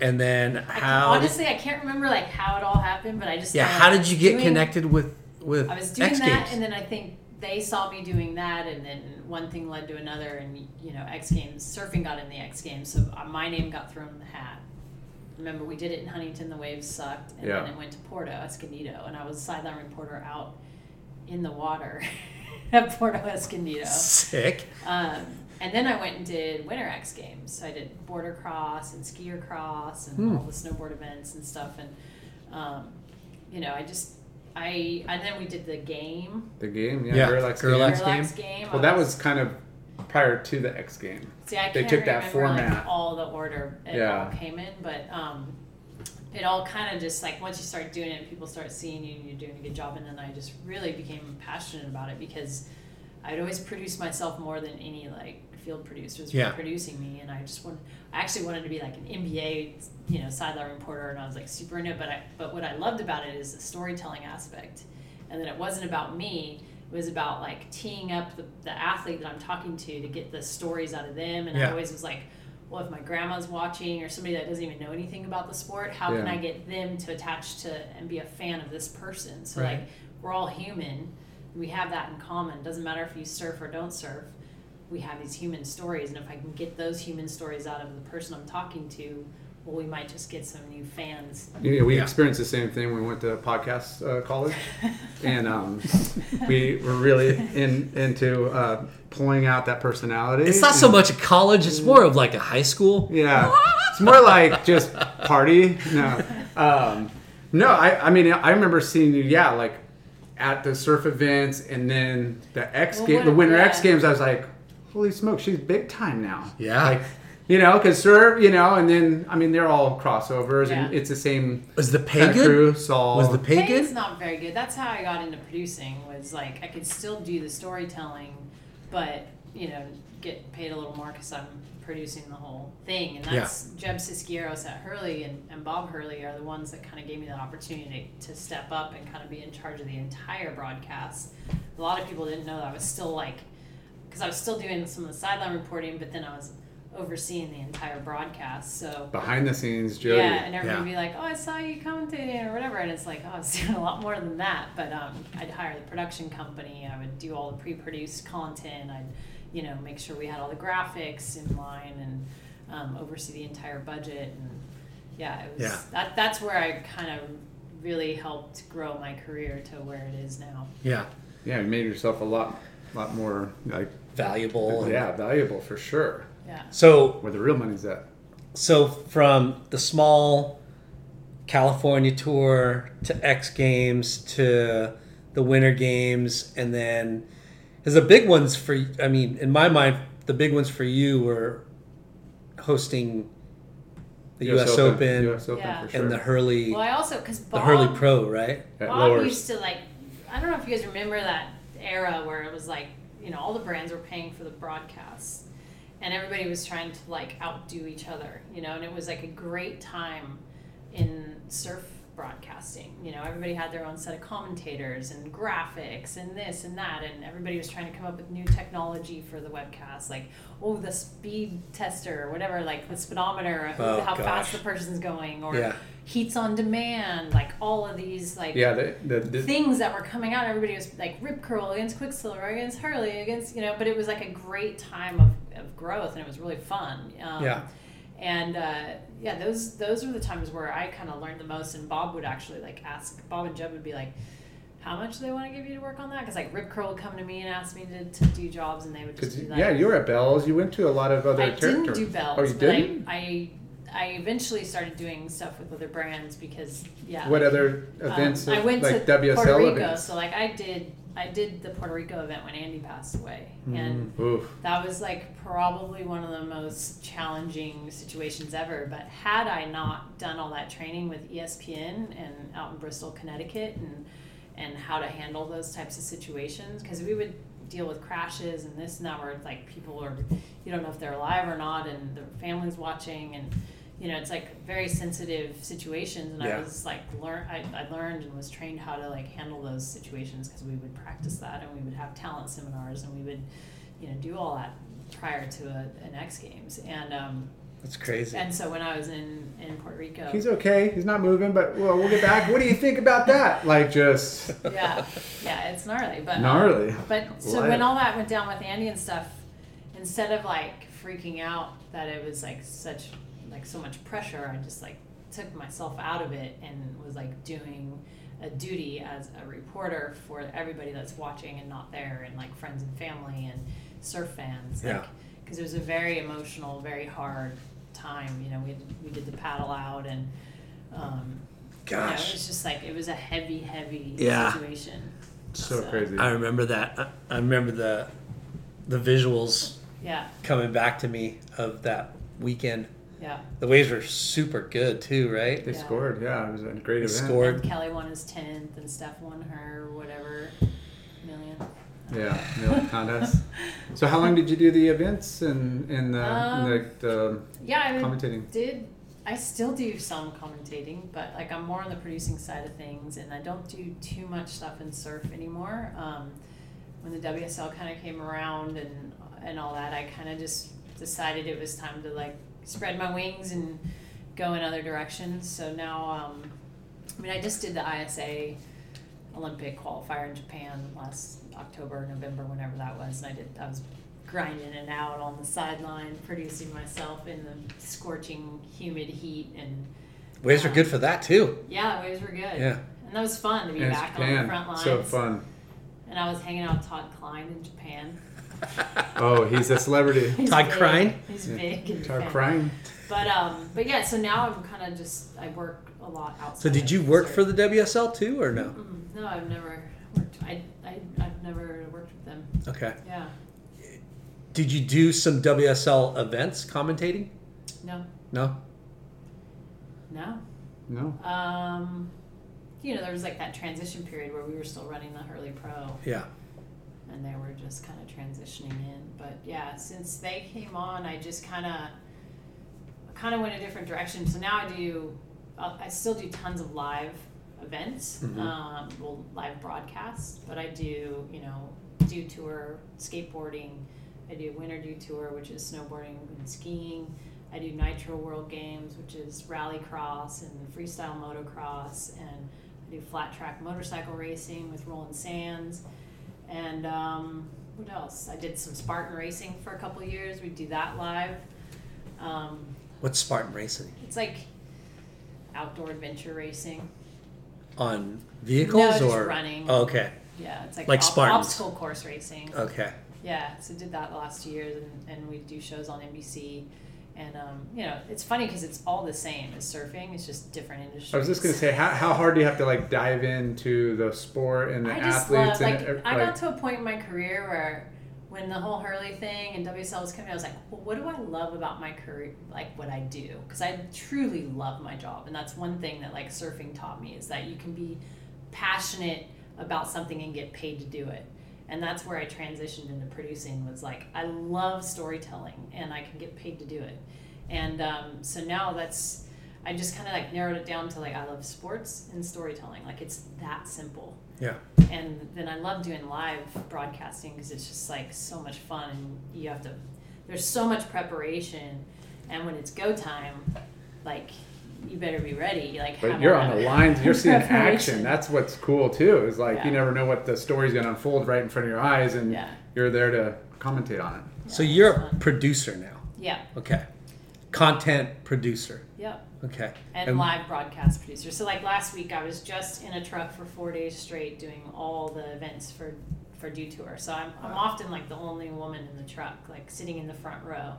and then
I can-
how?
honestly, I can't remember like how it all happened, but I just
yeah,
know
how
I
did
was
you get
doing-
connected with with
I was doing
X
that,
Games?
and then I think they saw me doing that, and then one thing led to another, and you know, X Games surfing got in the X Games, so uh, my name got thrown in the hat. Remember, we did it in Huntington. The waves sucked, and
Yeah.
then it went to Porto Escondido, and I was sideline reporter (laughs) out in the water at Porto Escondido.
Sick.
Um, And then I went and did winter X games. So I did border cross and skier cross and all the snowboard events and stuff. And um, you know, I just I and then we did the game
The game, yeah,
Yeah,
Gerlach's
Gerlach.
game.
X
Parallax game.
Well,
I
that was kind of prior to the X game.
See, I
They
can't
took that
remember, like,
format.
all the order it
Yeah.
all came in, but um, it all kind of just like once you start doing it, and people start seeing you, and you're doing a good job. And then I just really became passionate about it because I'd always produce myself more than any like field producers
Yeah.
were producing me, and I just wanted. I actually wanted to be like an NBA, you know, sideline reporter, and I was like super into it. But I, but what I loved about it is the storytelling aspect, and then it wasn't about me. It was about like teeing up the, the athlete that I'm talking to to get the stories out of them. And
Yeah.
I always was like, well, if my grandma's watching or somebody that doesn't even know anything about the sport, how can
Yeah.
I get them to attach to and be a fan of this person? So
Right.
like, we're all human. We have that in common. Doesn't matter if you surf or don't surf. We have these human stories, and if I can get those human stories out of the person I'm talking to, well, we might just get some new fans.
Yeah, we
Yeah.
experienced the same thing when we went to podcast uh,
(laughs)
college, and um, we were really in into uh, pulling out that personality.
It's not so much a college; it's more of like a high school. (laughs)
Yeah, it's more like just party. No, um, no. I, I mean, I remember seeing you. Yeah, like at the surf events, and then the X
Well,
game,
what-
the Winter X
yeah.
Games. I was like, holy smoke, she's big time now.
Yeah.
like you know, because surf, you know, and then I mean, they're all crossovers, and
Yeah.
it's the same.
Was the pay
Kind of
good?
crew, Saul.
Was the pay
Paying's
good?
not very good. That's how I got into producing. Was like I could still do the storytelling, but you know, get paid a little more because I'm producing the whole thing. And
Yeah.
that's Jeb Siskieros at Hurley and, and Bob Hurley are the ones that kind of gave me that opportunity to, to step up and kind of be in charge of the entire broadcast. A lot of people didn't know that I was still like, because I was still doing some of the sideline reporting, but then I was overseeing the entire broadcast. So.
behind the scenes Jody.
Yeah, and everybody
Yeah.
would be like, "Oh, I saw you commentating or whatever," and it's (laughs) like, "Oh, I was doing a lot more than that." But um, I'd hire the production company. I would do all the pre-produced content. I'd, you know, make sure we had all the graphics in line and um, oversee the entire budget. And yeah, it was
Yeah.
that. That's where I kind of really helped grow my career to where it is now.
Yeah,
Yeah, you made yourself a lot, lot more like
Valuable. and-
yeah, valuable for sure.
Yeah.
So
Where the real money's at.
So from the small California tour to X Games to the Winter Games, and then because the big ones for I mean, in my mind, the big ones for you were hosting the U.S. Open,
U.S. Open
Yeah.
for
and
sure.
the Hurley,
Well, I also because
the
Bob
Hurley Pro, right?
At
Bob
lowers.
used to like, I don't know if you guys remember that era where it was like, you know, all the brands were paying for the broadcasts and everybody was trying to like outdo each other, you know, and it was like a great time in surf broadcasting. You know, everybody had their own set of commentators and graphics and this and that, and everybody was trying to come up with new technology for the webcast, like, oh, the speed tester or whatever, like the speedometer,
Oh,
how
gosh.
fast the person's going, or
Yeah.
heats on demand, like all of these, like,
yeah, the, the, the-
things that were coming out. Everybody was like Rip Curl against Quicksilver against Hurley against you know, but it was like a great time of, of growth and it was really fun. Um,
Yeah.
And uh, yeah, those those were the times where I kind of learned the most. And Bob would actually like ask Bob and Jeb would be like. How much do they want to give you to work on that? Because like Rip Curl would come to me and ask me to, to do jobs, and they would
'cause
just be
you-
like,
yeah, you were at Bells. You went to a lot of other
I
territories.
didn't do bells,
Oh, you
but
didn't.
I, I I eventually started doing stuff with other brands because yeah.
what
like,
other
um,
events?
I went
like
to
WSL
Puerto Rico,
events.
so like I did I did the Puerto Rico event when Andy passed away,
Mm-hmm.
and
Mm, Oof.
that was like probably one of the most challenging situations ever. But had I not done all that training with E ESPN and out in Bristol, Connecticut, and and how to handle those types of situations, because we would deal with crashes and this and that, where like people are, you don't know if they're alive or not, and their families watching, and you know it's like very sensitive situations. And
Yeah.
I was like learn, I, I learned and was trained how to like handle those situations because we would practice that, and we would have talent seminars, and we would you know do all that prior to a, an X Games, and um,
That's crazy.
and so when I was in in Puerto Rico,
He's okay. He's not moving, but well, we'll get back. What do you think about that? Like
(laughs)
just
yeah, yeah, it's gnarly, but um,
gnarly.
But so
Life.
when all that went down with Andy and stuff, instead of like freaking out that it was like such like so much pressure, I just like took myself out of it and was like doing a duty as a reporter for everybody that's watching and not there and like friends and family and surf fans. Like,
Yeah.
because it was a very emotional, very hard time. You know, we we did the paddle out and. Um, you know, it was just like it was a heavy, heavy
Yeah.
situation.
So crazy.
I remember that. I, I remember the the visuals
Yeah,
coming back to me of that weekend.
yeah.
The waves were super good too, right?
They
Yeah.
scored. Yeah, it was a great
They
event.
scored.
And Kelly won his tenth, and Steph won her whatever million.
Yeah, no contest. so how long did you do the events and and the,
Um,
like the
(laughs) Yeah, I mean,
commentating?
did I still do some commentating, but like I'm more on the producing side of things, and I don't do too much stuff in surf anymore. Um, when the WSL kind of came around and and all that, I kind of just decided it was time to like spread my wings and go in other directions. So now, um, I mean, I just did the ISA Olympic qualifier in Japan last October, November, whenever that was, and I did I was grinding it out on the sideline, producing myself in the scorching, humid heat, and
Waves were good for that
(laughs)
too.
yeah, waves were good.
Yeah.
and that was fun to be
And it's
back on the front
Japan.
lines.
So fun.
And I was hanging out with Todd Klein in Japan. (laughs)
Oh, he's a celebrity.
He's
Todd
big.
Klein?
He's big. And
Start
fat.
crying.
But um, but yeah. So now I'm kind of just I work a lot outside.
So did you
of
work
surf.
for the WSL too or no?
Mm, No, I've never worked. I, I I've never worked with them.
Okay.
Yeah.
Did you do some WSL events commentating?
No.
No.
No.
No.
Um, you know, there was like that transition period where we were still running the Hurley Pro,
Yeah.
and they were just kind of transitioning in. But yeah, since they came on, I just kind of kind of went a different direction. So now I do, uh, I I still do tons of live events,
Mhm.
um, well, live broadcasts. But I do, you know, do tour skateboarding. I do winter do tour, which is snowboarding and skiing. I do Nitro World Games, which is rallycross and freestyle motocross, and I do flat track motorcycle racing with Roland Sands, and um, what else? I did some Spartan racing for a couple of years. We do that live. Um,
What's Spartan Racing?
it's like outdoor adventure racing.
On vehicles
No, just
or
running.
Oh, okay.
Yeah, it's like,
Like
ob-
Spartans.
obstacle course racing.
Okay.
Yeah, so did that last year, and, and we do shows on NBC. And um, you know, it's funny because it's all the same as surfing. It's just different industries.
I was just gonna say, how, how hard do you have to like dive into the sport and the
I just
athletes
love
and
like,
ev-
I
like-
got to a point in my career where when the whole Hurley thing and WSL was coming, I was like, well, what do I love about my career? Like what I do, because I truly love my job, and that's one thing that like surfing taught me is that you can be passionate about something and get paid to do it. And that's where I transitioned into producing was like I love storytelling and I can get paid to do it. And um, so now that's I just kind of like narrowed it down to like I love sports and storytelling. Like it's that simple
Yeah.
and then I love doing live broadcasting because it's just like so much fun and you have to there's so much preparation and when it's go time like you better be ready like
But
have
you're
all
on the
that
lines. You're seeing action.
(laughs) preparation.
That's what's cool too. Is like you
Yeah.
never know what the story's gonna unfold right in front of your eyes, and
Yeah.
you're there to commentate on it.
So
Yeah,
you're
it's
a
fun.
producer now.
yeah
Okay. Content producer.
yep
Okay.
and live broadcast producer so like last week I was just in a truck for four days straight doing all the events for for due tour so I'm, I'm often like the only woman in the truck like sitting in the front row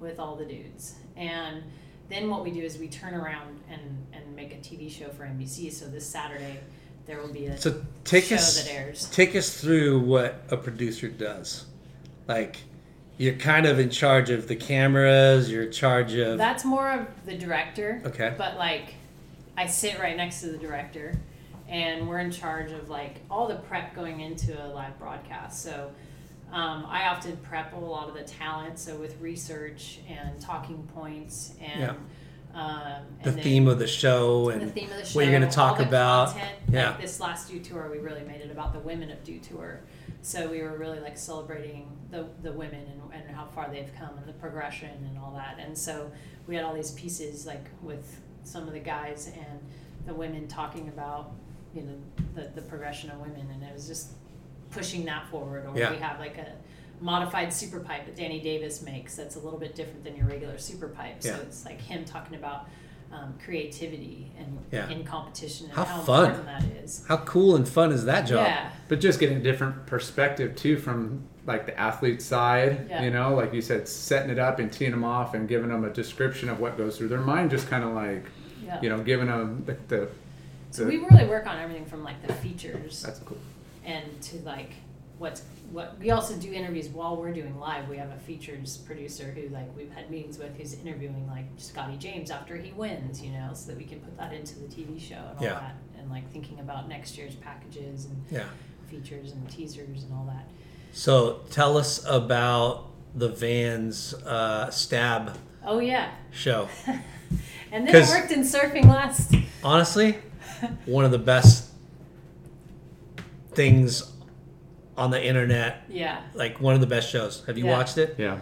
with all the dudes and then what we do is we turn around and, and make a TV show for NBC. So this Saturday, there will be a
So take
show
us
that airs.
take us through what a producer does. Like you're kind of in charge of the cameras, you're in charge of
That's more of the director.
Okay.
But like, I sit right next to the director, and we're in charge of like all the prep going into a live broadcast. So. Um, I often prep a lot of the talent, so with research and talking points and, um, and
the
then-
theme of the show and
the theme of the show,
what you're going to
all
talk
the
about.
Content.
Yeah.
Like this last Do Tour, we really made it about the women of Do Tour. So we were really like celebrating the, the women and, and how far they've come and the progression and all that. And so we had all these pieces like with some of the guys and the women talking about, you know, the, the progression of women. And it was just pushing that forward. Or
Yeah.
we have like a modified super pipe that Danny Davis makes that's a little bit different than your regular super pipe.
Yeah.
So it's like him talking about um, creativity and
Yeah.
in competition and
How
how,
fun.
important that is.
How cool and fun is that job?
Yeah,
But just getting a different perspective too from like the athlete side,
Yeah.
you know, like you said, setting it up and teeing them off and giving them a description of what goes through their mind, just kind of like,
Yeah.
you know, giving them the, the
So
the-
we really work on everything from like the features
that's cool.
and to like what's what we also do interviews while we're doing live. We have a features producer who like we've had meetings with who's interviewing like Scotty James after he wins, you know, so that we can put that into the TV show and all
Yeah.
that and like thinking about next year's packages and
Yeah.
features and teasers and all that.
So tell us about the Vans uh, stab
Oh yeah. (laughs)
show.
And then I
'Cause-
worked in surfing last.
Honestly, one of the best things on the internet.
Yeah.
Like one of the best shows. Have you
Yeah.
watched it?
Yeah.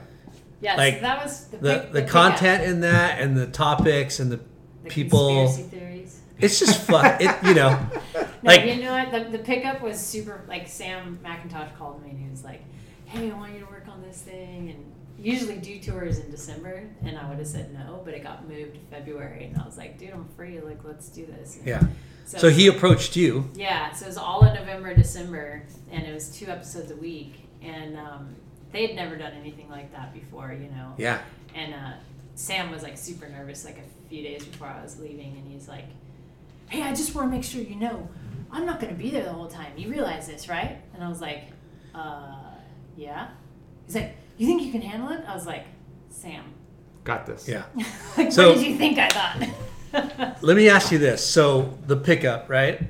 Yeah,
Like,
so that was the
The
big-
the
big
content
app.
in that and the topics and the,
The
people.
conspiracy theories.
It's just fun. it you know,
No,
Like-
you know what? The, the pickup was super. Like Sam McIntosh called me and he was like, "Hey, I want you to work on this thing." And usually do tours in December, and I would have said no, but it got moved to February, and I was like, "Dude, I'm free. Like, let's do this." And
yeah. So he approached you.
Yeah, so it was all in November, December, and it was two episodes a week, and um, they had never done anything like that before, you know.
Yeah.
And uh, Sam was like super nervous, like a few days before I was leaving, and he's like, "Hey, I just want to make sure you know, I'm not gonna be there the whole time. You realize this, right?" And I was like, "Uh, yeah." He's like, "You think you can handle it?" I was like, "Sam, (laughs)
Got this.
Yeah.
like,
So-
what did you think I thought?" (laughs)
Let me ask you this. So the pickup, right?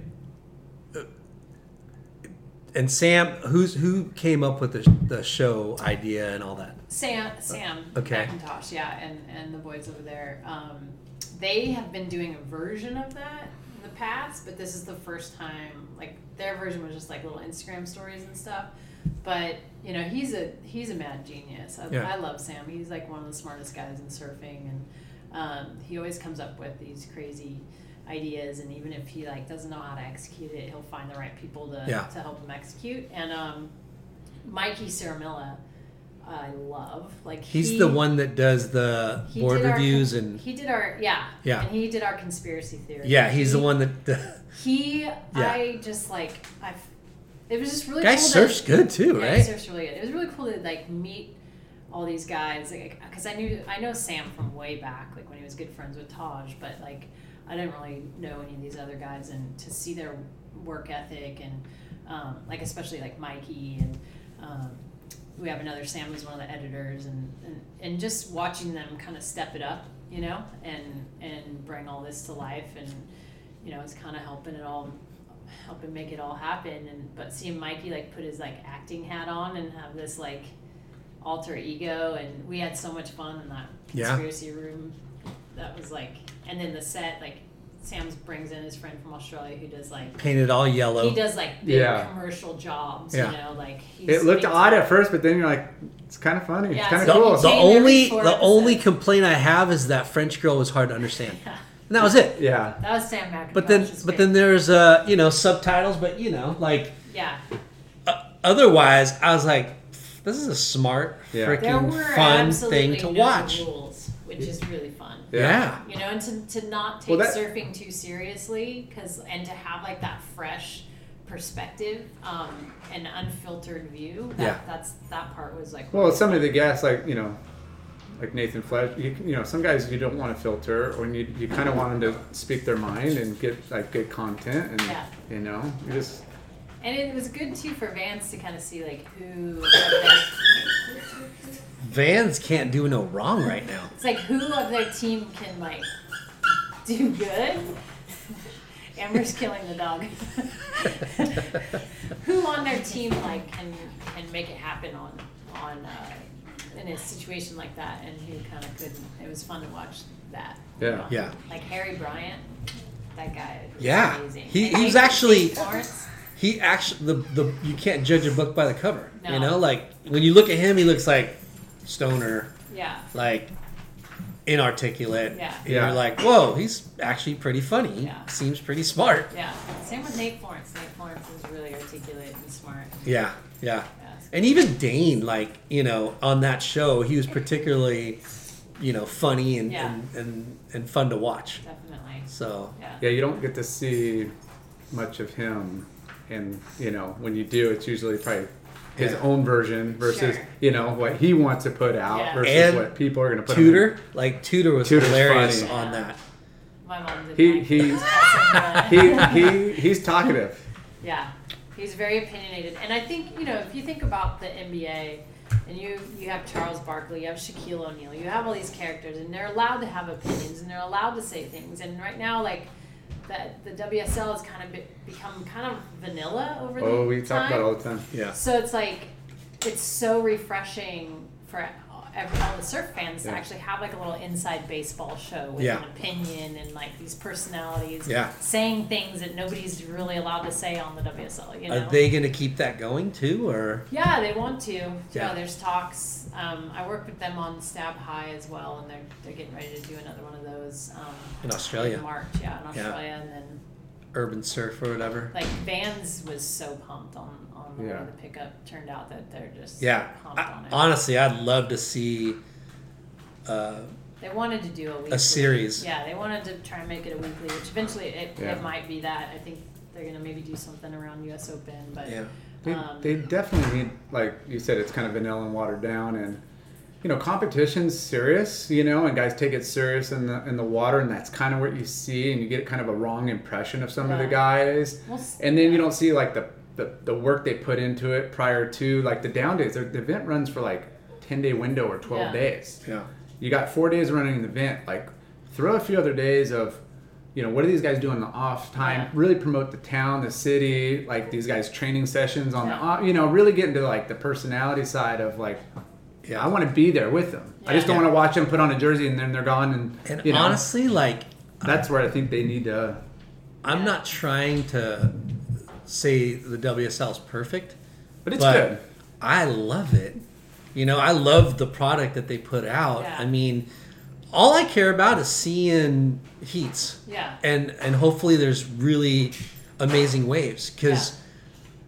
And Sam, who's who came up with the, the show idea and all that?
Sam, Sam
Uh, Okay.
McIntosh, yeah, and, and the boys over there, um, they have been doing a version of that in the past, but this is the first time. Like their version was just like little Instagram stories and stuff. But you know, he's a he's a mad genius. I,
Yeah.
I love Sam. He's like one of the smartest guys in surfing, and um, he always comes up with these crazy ideas. And even if he like doesn't know how to execute it, he'll find the right people to
Yeah.
to help him execute. And um, Mikey Saramilla. I love. Like
He's
he-
the one that does the
he
board
did our-
reviews and
he did our yeah
Yeah.
and he did our conspiracy theory.
yeah, he's the
He-
one that the
He I just like I. It was just really
guy
cool to-
surfs good too,
yeah,
right?
Surf's really good. It was really cool to like meet all these guys, like because I knew I know Sam from way back, like when he was good friends with Taj, but like I didn't really know any of these other guys, and to see their work ethic and um, like especially like Mikey and um, we have another Sam who's one of the editors, and and, and just watching them kind of step it up, you know, and and bring all this to life and you know, it's kind of helping it all, helping make it all happen. And but seeing Mikey like put his like acting hat on and have this like alter ego, and we had so much fun in that
Yeah.
conspiracy room. That was like, and then the set like Sam's brings in his friend from Australia who does like
Painted all
he
yellow.
does like big
Yeah.
commercial jobs,
Yeah.
you know, like he's,
It looked
he's-
odd at first, but then you're like, it's kind of funny.
Yeah,
it's kind of
so-
cool.
The,
He
the
came
only
every four
the only
episodes.
complaint I have is that French girl was hard to
(laughs)
understand. And that was it.
yeah.
That was Sam McIntosh.
But then
it's
but
great.
then there's uh, you know, subtitles, but you know, like
yeah,
uh, otherwise I was like this is a smart
Yeah.
there
freaking
were
fun
absolutely
thing to
no
watch.
rules, which is really fun.
Yeah.
you know, and to, to not take
Well, that-
surfing too seriously, because and to have like that fresh perspective um, and unfiltered view. That,
Yeah.
that's that part was like.
Well,
really
some of
fun.
the guests, like you know, like Nathan Fletcher, you, you know, some guys you don't want to filter, or you, you kind of want them to speak their mind and get like good content, and
Yeah.
you know, you just
and it was good too for Vance to kind of see like who. of their-
Vans can't do no wrong right
(laughs)
now.
It's like who of their team can like do good. (laughs) Amber's killing the dog.
(laughs)
(laughs) who on their team like can can make it happen on on uh, in a situation like that, and who kind of couldn't. It was fun to watch that.
yeah,
Yeah.
Like Harry Bryant, that guy. Was
Yeah.
amazing.
He-
And
he was
Nathan
actually-
Lawrence,
He actually the the you can't judge a book by the cover. You
No.
know, like when you look at him, he looks like stoner,
Yeah.
like inarticulate.
Yeah.
And
Yeah.
You're like, whoa, he's actually pretty funny. He
Yeah.
Seems pretty smart.
Yeah. Same with Nate Florence. Nate Florence is really articulate and smart.
Yeah. Yeah.
Yeah.
And even Dane, like you know, on that show, he was particularly, you know, funny and
Yeah.
and, and, and fun to watch.
Definitely.
So
Yeah.
yeah. You don't get to see much of him, and you know, when you do, it's usually probably his own version versus
Sure.
you know what he wants to put out
Yeah.
versus
And
what people are going to put. him in.
Tudor, like Tudor was
Tudor's
hilarious
funny.
on that.
My mom did.
He-
like
he-
it. That's so
He,
good.
he he's
(laughs)
talkative.
Yeah, he's very opinionated, and I think you know if you think about the NBA, and you you have Charles Barkley, you have Shaquille O'Neal, you have all these characters, and they're allowed to have opinions, and they're allowed to say things, and right now like. That the WSL has kind of be- become kind of vanilla over the
Oh, we talk
time.
about it all the time. Yeah.
So it's like, it's so refreshing for every, all the surf fans
Yeah.
to actually have like a little inside baseball show with
Yeah.
an opinion and like these personalities
Yeah.
saying things that nobody's really allowed to say on the WSL. You know?
Are they going to keep that going too, or
Yeah, they want to. Yeah,
Yeah.
there's talks. Um, I work with them on Stab High as well, and they're they're getting ready to do another one of those um,
in Australia,
in March. Yeah, in
Yeah.
Australia, and then
urban surf or whatever?
like Vans was so pumped on on the way
Yeah.
the pickup. Turned out that they're just
Yeah.
pumped
I,
on it.
honestly, I'd love to see. Uh,
They wanted to do a weekly.
series.
Yeah, they wanted to try and make it a weekly, which eventually it,
Yeah.
it might be that. I think they're gonna maybe do something around U.S. Open, but
yeah.
They,
Um,
they definitely need, like you said, it's kind of vanilla and watered down, and you know, competition's serious, you know, and guys take it serious in the in the water, and that's kind of what you see, and you get kind of a wrong impression of some of the
Yeah.
guys,
Well, s-
and then you don't see like the, the the work they put into it prior to like the down days. The the event runs for like ten day window or twelve
Yeah.
days.
Yeah.
You got four days running the event. Like, throw a few other days of, you know, what are these guys doing in the off time?
Yeah.
Really promote the town, the city. Like these guys training sessions on the
Yeah.
off. You know, really get into like the personality side of like, yeah, I want to be there with them. I
Yeah.
just don't
Yeah.
want to watch them put on a jersey and then they're gone. And,
And
you know,
honestly, like
that's where I think they need to.
I'm not trying to say the WSL is perfect,
But it's good.
I love it. You know, I love the product that they put out.
Yeah.
I mean, all I care about is seeing heats.
Yeah.
And and hopefully there's really amazing waves cuz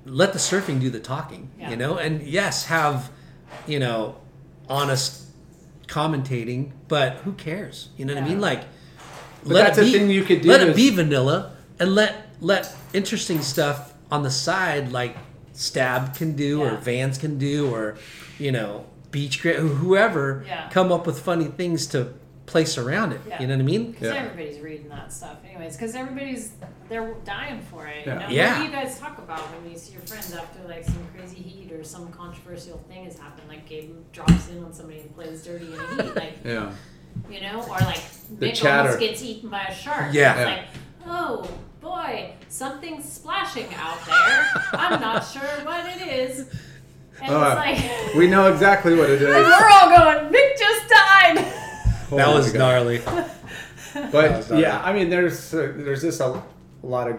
let the surfing do the talking,
Yeah.
you know? And yes, have you know, honest commentating, but who cares? You know what I
Yeah.
mean? Like
But that's a thing you could do
Let it
is-
be vanilla and let let interesting stuff on the side like Stab can do or
Yeah.
Vans can do or you know Beach Grit whoever
Yeah.
come up with funny things to place around it.
Yeah.
You know what I mean?
because
Yeah.
everybody's reading that stuff anyways. Because everybody's they're dying for it.
Yeah.
You know?
Yeah.
What do you guys talk about when you see your friends after like some crazy heat or some controversial thing has happened? Like Gabe drops in on somebody and plays dirty in a heat, like
Yeah.
you know, or like
The
Nick
chatter.
almost gets eaten by a shark.
Yeah.
It's like, oh boy, something's splashing out there. I'm not (laughs) sure what it is. And
Uh,
it's like
We know exactly what it
and
is.
(laughs) we're all going, Nick just died. (laughs)
that
Oh my
was
God.
gnarly.
But
sorry.
yeah, I mean, there's uh, there's just a, a lot of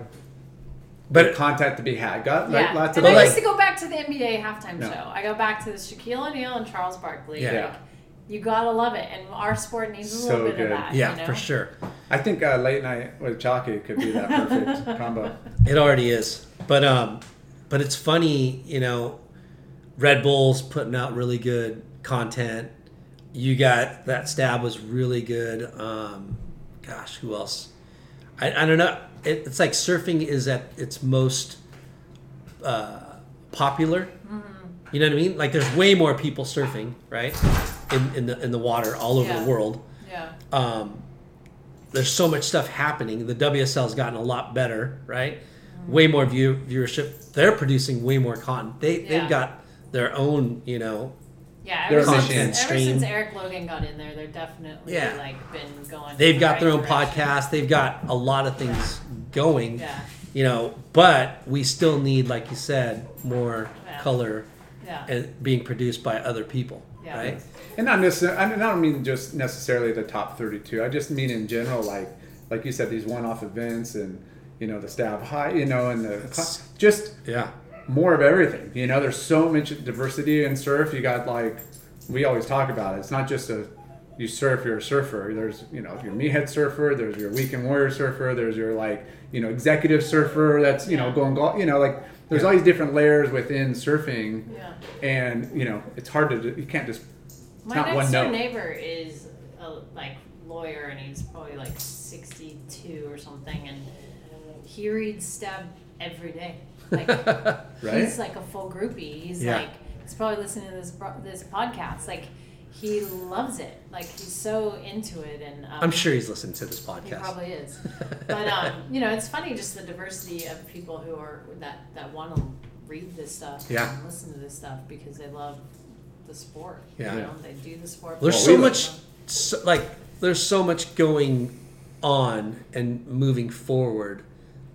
But
contact to be had. Got like,
Yeah.
lots of
and I
like-
used to go back to the NBA halftime
Yeah.
show. I go back to the Shaquille O'Neal and Charles Barkley.
Yeah.
Like, you gotta love it, and our sport needs a
So
little bit
good.
of that.
yeah,
you know?
for sure.
I think uh, late night with Chalky could be that
(laughs)
perfect combo.
It already is. But um but it's funny, you know, Red Bull's putting out really good content. You got that stab was really good. Um gosh, who else? I, I don't know. It, it's like surfing is at its most uh popular. You know what I mean? Like there's way more people surfing, right? In, in the in the water all over
Yeah.
the world
Yeah,
um, there's so much stuff happening. The WSL's gotten a lot better, right?
Mm-hmm.
Way more view viewership. They're producing way more content. They
Yeah.
they've got their own, you know.
yeah.
They're
Ever, since,
content
ever
stream.
since Eric Logan got in there, they're definitely
Yeah.
like been going.
They've
in the
got
right
their own
direction.
podcast. They've got a lot of things going.
Yeah.
You know, but we still need, like you said, more
Yeah.
color
Yeah,
and being produced by other people,
Yeah.
right?
And not necessarily. I, mean, I don't mean just necessarily the top thirty-two. I just mean in general, like like you said, these one-off events and you know the staff high, you know, and the
It's-
just
Yeah.
more of everything. You know, there's so much diversity in surf. You got like we always talk about it. It's not just a you surf, you're a surfer. There's you know your meathead surfer. There's your weekend warrior surfer. There's your like you know executive surfer. That's you know going golf. You know like there's all these different layers within surfing.
yeah.
and you know it's hard to do- you can't just
My
not
next
one
door
note.
neighbor is a like lawyer, and he's probably like sixty-two or something, and he reads Stab every day. Like
right?
he's like a full groupie. He's
Yeah.
like he's probably listening to this bro- this podcast. Like he loves it. Like he's so into it, and um,
(laughs) I'm sure he's listening to this
he
podcast.
probably
(laughs)
is. But um, you know, it's funny just the diversity of people who are that that want to read this stuff,
Yeah.
and listen to this stuff because they love the sport.
Yeah.
you know? they do the sport.
There's
because
so
they
much,
love-
so, like, there's so much going on and moving forward,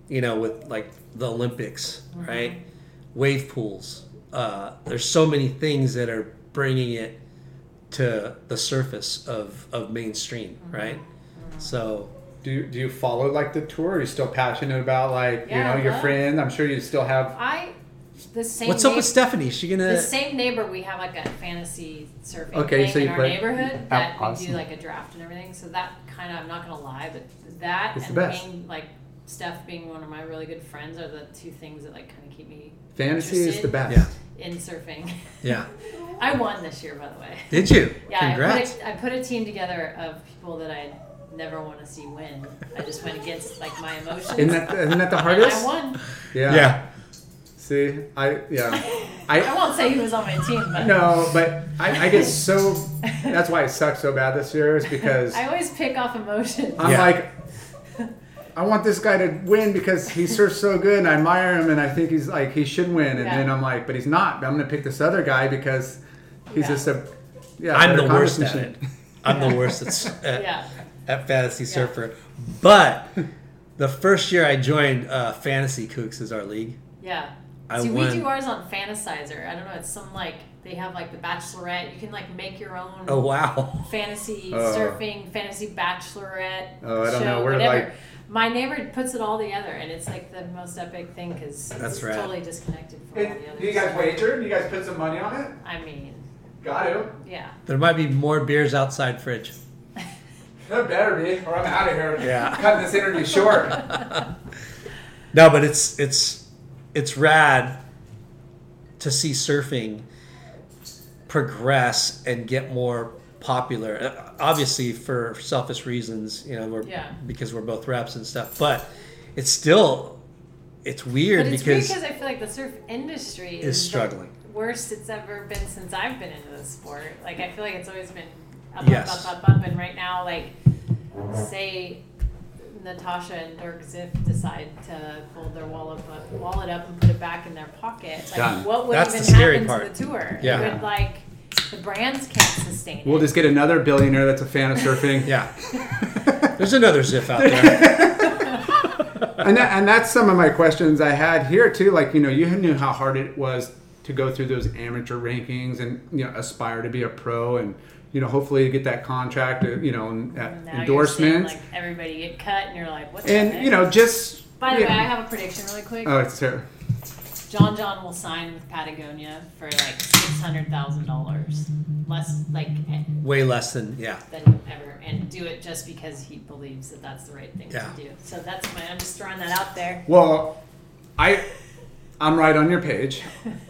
you know, with like the Olympics,
Mm-hmm.
right? Wave pools. Uh, there's so many things that are bringing it to the surface of, of mainstream,
Mm-hmm.
right? So,
Do you, do you follow like the tour? Are you still passionate about like
Yeah,
you
I
know your
love-
friend? I'm sure you still have.
I the same.
what's up with
neighbor-
Stephanie? Is she gonna?
The same neighbor, we have like a fantasy surfing
Okay,
thing
so
in
you
our
play-
neighborhood
Oh,
that we
awesome.
do like a draft and everything. So that kind of, I'm not gonna lie, but that
It's the
and
best.
being like Steph being one of my really good friends are the two things that like kind of keep me
Fantasy is the
interested
best.
Yeah.
in surfing. (laughs)
Yeah.
I won this year, by the way.
Did you?
Yeah,
Congrats.
I, put a, I put a team together of people that I never want to see win. I just went against like my emotions.
Isn't that isn't that the
and I
hardest?
won.
Yeah. See, I yeah,
I
I
won't say who was on my team, but
no, but I, I get so. That's why it sucks so bad this year is because
I always pick
(laughs)
off emotions.
I'm
Yeah.
like, I want this guy to win because he surfs so good and I admire him and I think he's like, he should win. And
Yeah.
then I'm like, but he's not. I'm going to pick this other guy because he's
Yeah.
just a. Yeah,
I'm
better
the worst
conference
at it. I'm the worst
(laughs)
at, at,
Yeah.
at Fantasy Surfer. But the first year I joined uh, Fantasy Kooks is our league.
Yeah.
I
See,
won.
we do ours on Fantasizer. I don't know. It's some like they have like the Bachelorette. You can like make your own
Oh wow!
fantasy
Oh.
surfing, fantasy Bachelorette
Oh, I don't
show,
know. We're
whatever.
like-
My neighbor puts it all together, and it's like the most epic thing because
That's
it's
rad.
totally disconnected from all the others.
You guys wagered? You guys put some money on it?
I mean,
Got to.
yeah.
There might be more beers outside fridge.
There better be, or I'm out of here.
Yeah.
Cutting this interview short.
No, but it's it's it's rad to see surfing progress and get more popular. Uh, Obviously, for selfish reasons, you know, we're
Yeah.
because we're both reps and stuff. But it's still it's weird
But it's
because
because I feel like the surf industry
it's
the
struggling.
worst it's ever been since I've been into the sport. Like I feel like it's always been up,
Yes.
up, up, up, up, and right now, like say Natasha and Dirk Ziff decide to fold their wallet up, wallet up and put it back in their pocket. Like
Done.
what would
That's
even
the scary
happen
part.
to the tour?
Yeah.
It would like the brands can't sustain it.
We'll just get another billionaire that's a fan of surfing. (laughs)
Yeah. There's another Ziff out
(laughs)
there.
and that, and that's some of my questions I had here too. Like you know, you knew how hard it was to go through those amateur rankings and you know aspire to be a pro and you know hopefully get that contract uh, you know and, uh,
Now you're seeing,
endorsements
like everybody get cut, and you're like, what's
and
happening?
you know just
By the
you
way, I
know-
have a prediction really quick.
oh it's terrible.
John John will sign with Patagonia for like six hundred thousand dollars, less like eh,
Way less than yeah.
than ever, and do it just because he believes that that's the right thing
Yeah.
to do. So that's my. I'm just throwing that out there.
Well, I I'm right on your
(laughs)
page.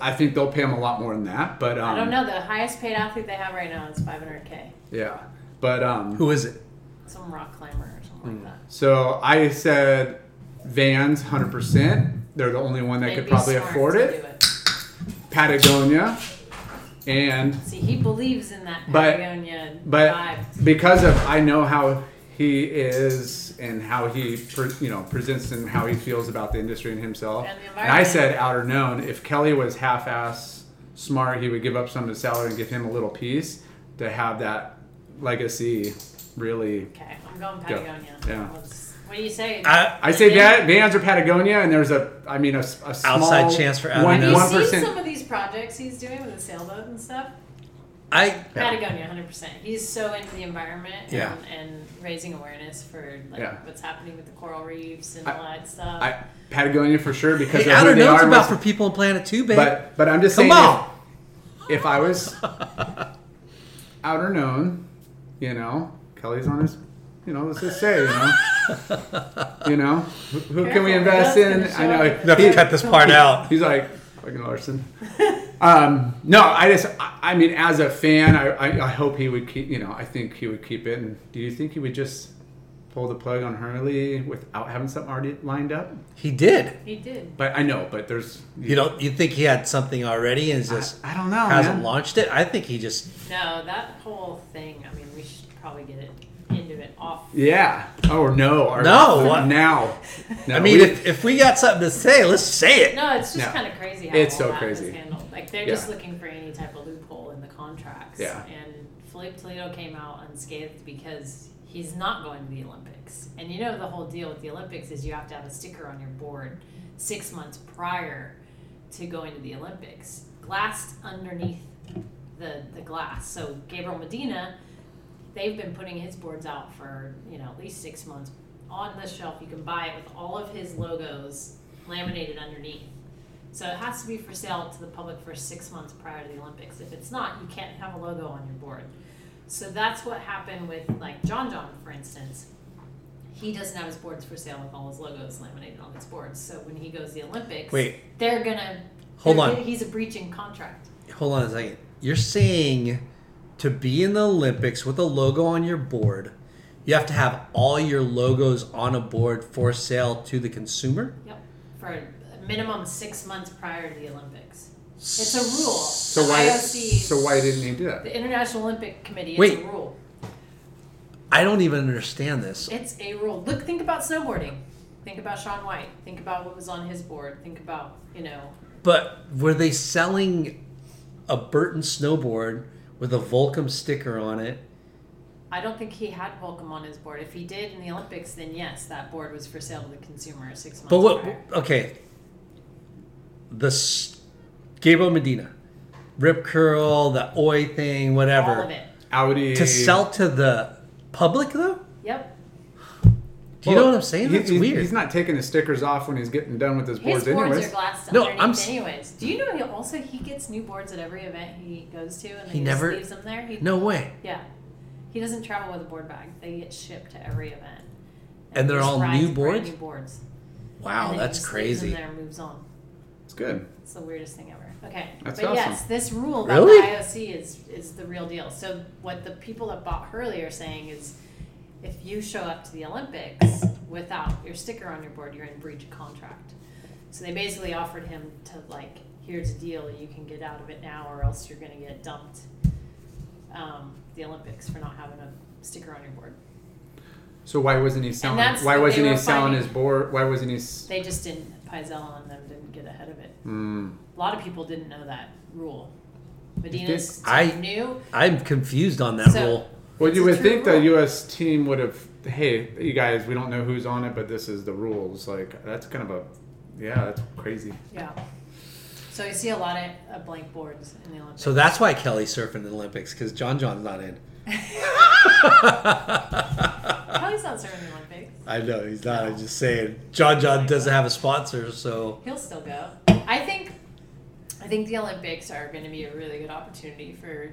I think they'll pay him a lot more than that, but um,
I don't know. The highest paid athlete they have right now is five hundred k.
Yeah, but um,
Who is it?
Some rock climber or something
Hmm.
like that.
so I said Vans 100. percent They're the only one that
They'd
could
be
probably
smart
afford
to
it.
do
Patagonia, and
See, he believes in that
But-
Patagonia
but
vibe.
because of I know how he is and how he pre- you know presents and how he feels about the industry and himself.
And the
And I
environment.
said outer known. If Kelly was half ass smart, he would give up some of his salary and give him a little piece to have that legacy. Really,
Okay, I'm going Patagonia.
Yeah.
Let's- what do you say?
I,
I say that Vans or Patagonia, and there's a I mean a, s- a small
Outside chance for outer
one,
known.
one
have you seen
percent.
some of these projects he's doing with the sailboat and stuff?
I
Patagonia, hundred percent. He's so into the environment
Yeah.
and, and raising awareness for like
Yeah.
what's happening with the coral reefs and
I-
all that stuff.
I, Patagonia for sure because
hey,
of who
outer
they
knows
are. and
about
what's-
for people on Planet Two, babe.
but but I'm just
Come
saying if-
on.
if I was (laughs) outer known, you know, Kelly's on his, you know, let's just say, you know, you know, who, who can we
Careful,
invest
that's
in?
gonna
I know.
show up.
You have to cut this part out.
(laughs) He's like fucking Larson. Um, no, I just, I, I mean, as a fan, I, I, I hope he would keep, you know, I think he would keep it. And do you think he would just pull the plug on Hurley without having something already lined up.
He did.
He did.
But I know, but there's
You don't. You think he had something already and is
I,
just
I don't know.
hasn't
man.
launched it? I think he just.
No, that whole thing. I mean, we should probably get it into it off.
Yeah. Oh no. Our,
No, what- (laughs)
Now. No,
I mean,
we-
if, if we got something to say, let's say it.
No, it's just
No.
kind of crazy how
It's
all
so
that was
crazy.
handled. Like they're just looking for any type of loophole in the contracts.
Yeah.
And Felipe Toledo came out unscathed because he's not going to the Olympics. And you know the whole deal with the Olympics is you have to have a sticker on your board six months prior to going to the Olympics, glassed underneath the the glass. So Gabriel Medina, they've been putting his boards out for you know at least six months on the shelf. You can buy it with all of his logos laminated underneath. So it has to be for sale to the public for six months prior to the Olympics. If it's not, you can't have a logo on your board. So that's what happened with like John John, for instance. He doesn't have his boards for sale with all his logos laminated on his boards. So when he goes to the Olympics,
Wait.
they're gonna
Hold
they're-
on.
He's a breaching contract.
Hold on a second. You're saying to be in the Olympics with a logo on your board, you have to have all your logos on a board for sale to the consumer?
Yep. For a minimum six months prior to the Olympics. It's a rule.
So
the
why?
IOC,
So why didn't he do that?
the International Olympic Committee, it's
Wait.
a rule.
I don't even understand this.
It's a rule. Look, think about snowboarding. Think about Sean White. Think about what was on his board. Think about, you know,
But were they selling a Burton snowboard with a Volcom sticker on it?
I don't think he had Volcom on his board. If he did in the Olympics, then yes, that board was for sale to the consumer six months
But what?
prior.
Okay. The s- Gabriel Medina, Rip Curl, the Oi thing, whatever.
All of it.
Audi
To sell to the public though.
Yep.
Do you know
Well,
what I'm saying?
he-
That's
he's-
weird.
He's not taking his stickers off when he's getting done with his
His
boards,
boards are
anyways.
glassed
No,
underneath
I'm s-
anyways. Do you know he also he gets new boards at every event he goes to and then
He
he,
never-
just leaves them there? He,
no way.
Yeah. He doesn't travel with a board bag. They get shipped to every event.
And they're
he just
all
rides
new
brand
boards?
New boards.
Wow,
And then he
that's
just leaves them
crazy.
there and moves on.
It's good.
It's the weirdest thing ever. Okay,
That's
but
awesome.
yes, this rule about
Really?
the IOC is is the real deal. So what the people that bought Hurley are saying is, if you show up to the Olympics without your sticker on your board, you're in breach of contract. So they basically offered him to like, here's a deal, you can get out of it now, or else you're gonna get dumped. Um, the Olympics for not having a sticker on your board.
So why wasn't he selling?
that's
Why
what they
wasn't he
were
selling
finding.
his board? Why wasn't he? s-
They just didn't. Pizella and them didn't get ahead of it.
Hmm.
Mm.
A lot of people didn't know that rule. Medina's
I-
knew.
I'm confused on that
So-
rule.
Well,
It's
you
a
would
true
think
rule.
the U.S. team would have. Hey, you guys, we don't know who's on it, but this is the rules. Like that's kind of a, yeah, that's crazy.
Yeah. So I see a lot of uh, blank boards in the Olympics.
So that's why Kelly's surfing in the Olympics because John John's not
(laughs)
in. (laughs) uh,
Kelly's not serving the Olympics.
I know he's not. I'm just saying John John doesn't have a sponsor, so
He'll still go. I think. I think the Olympics are going to be a really good opportunity for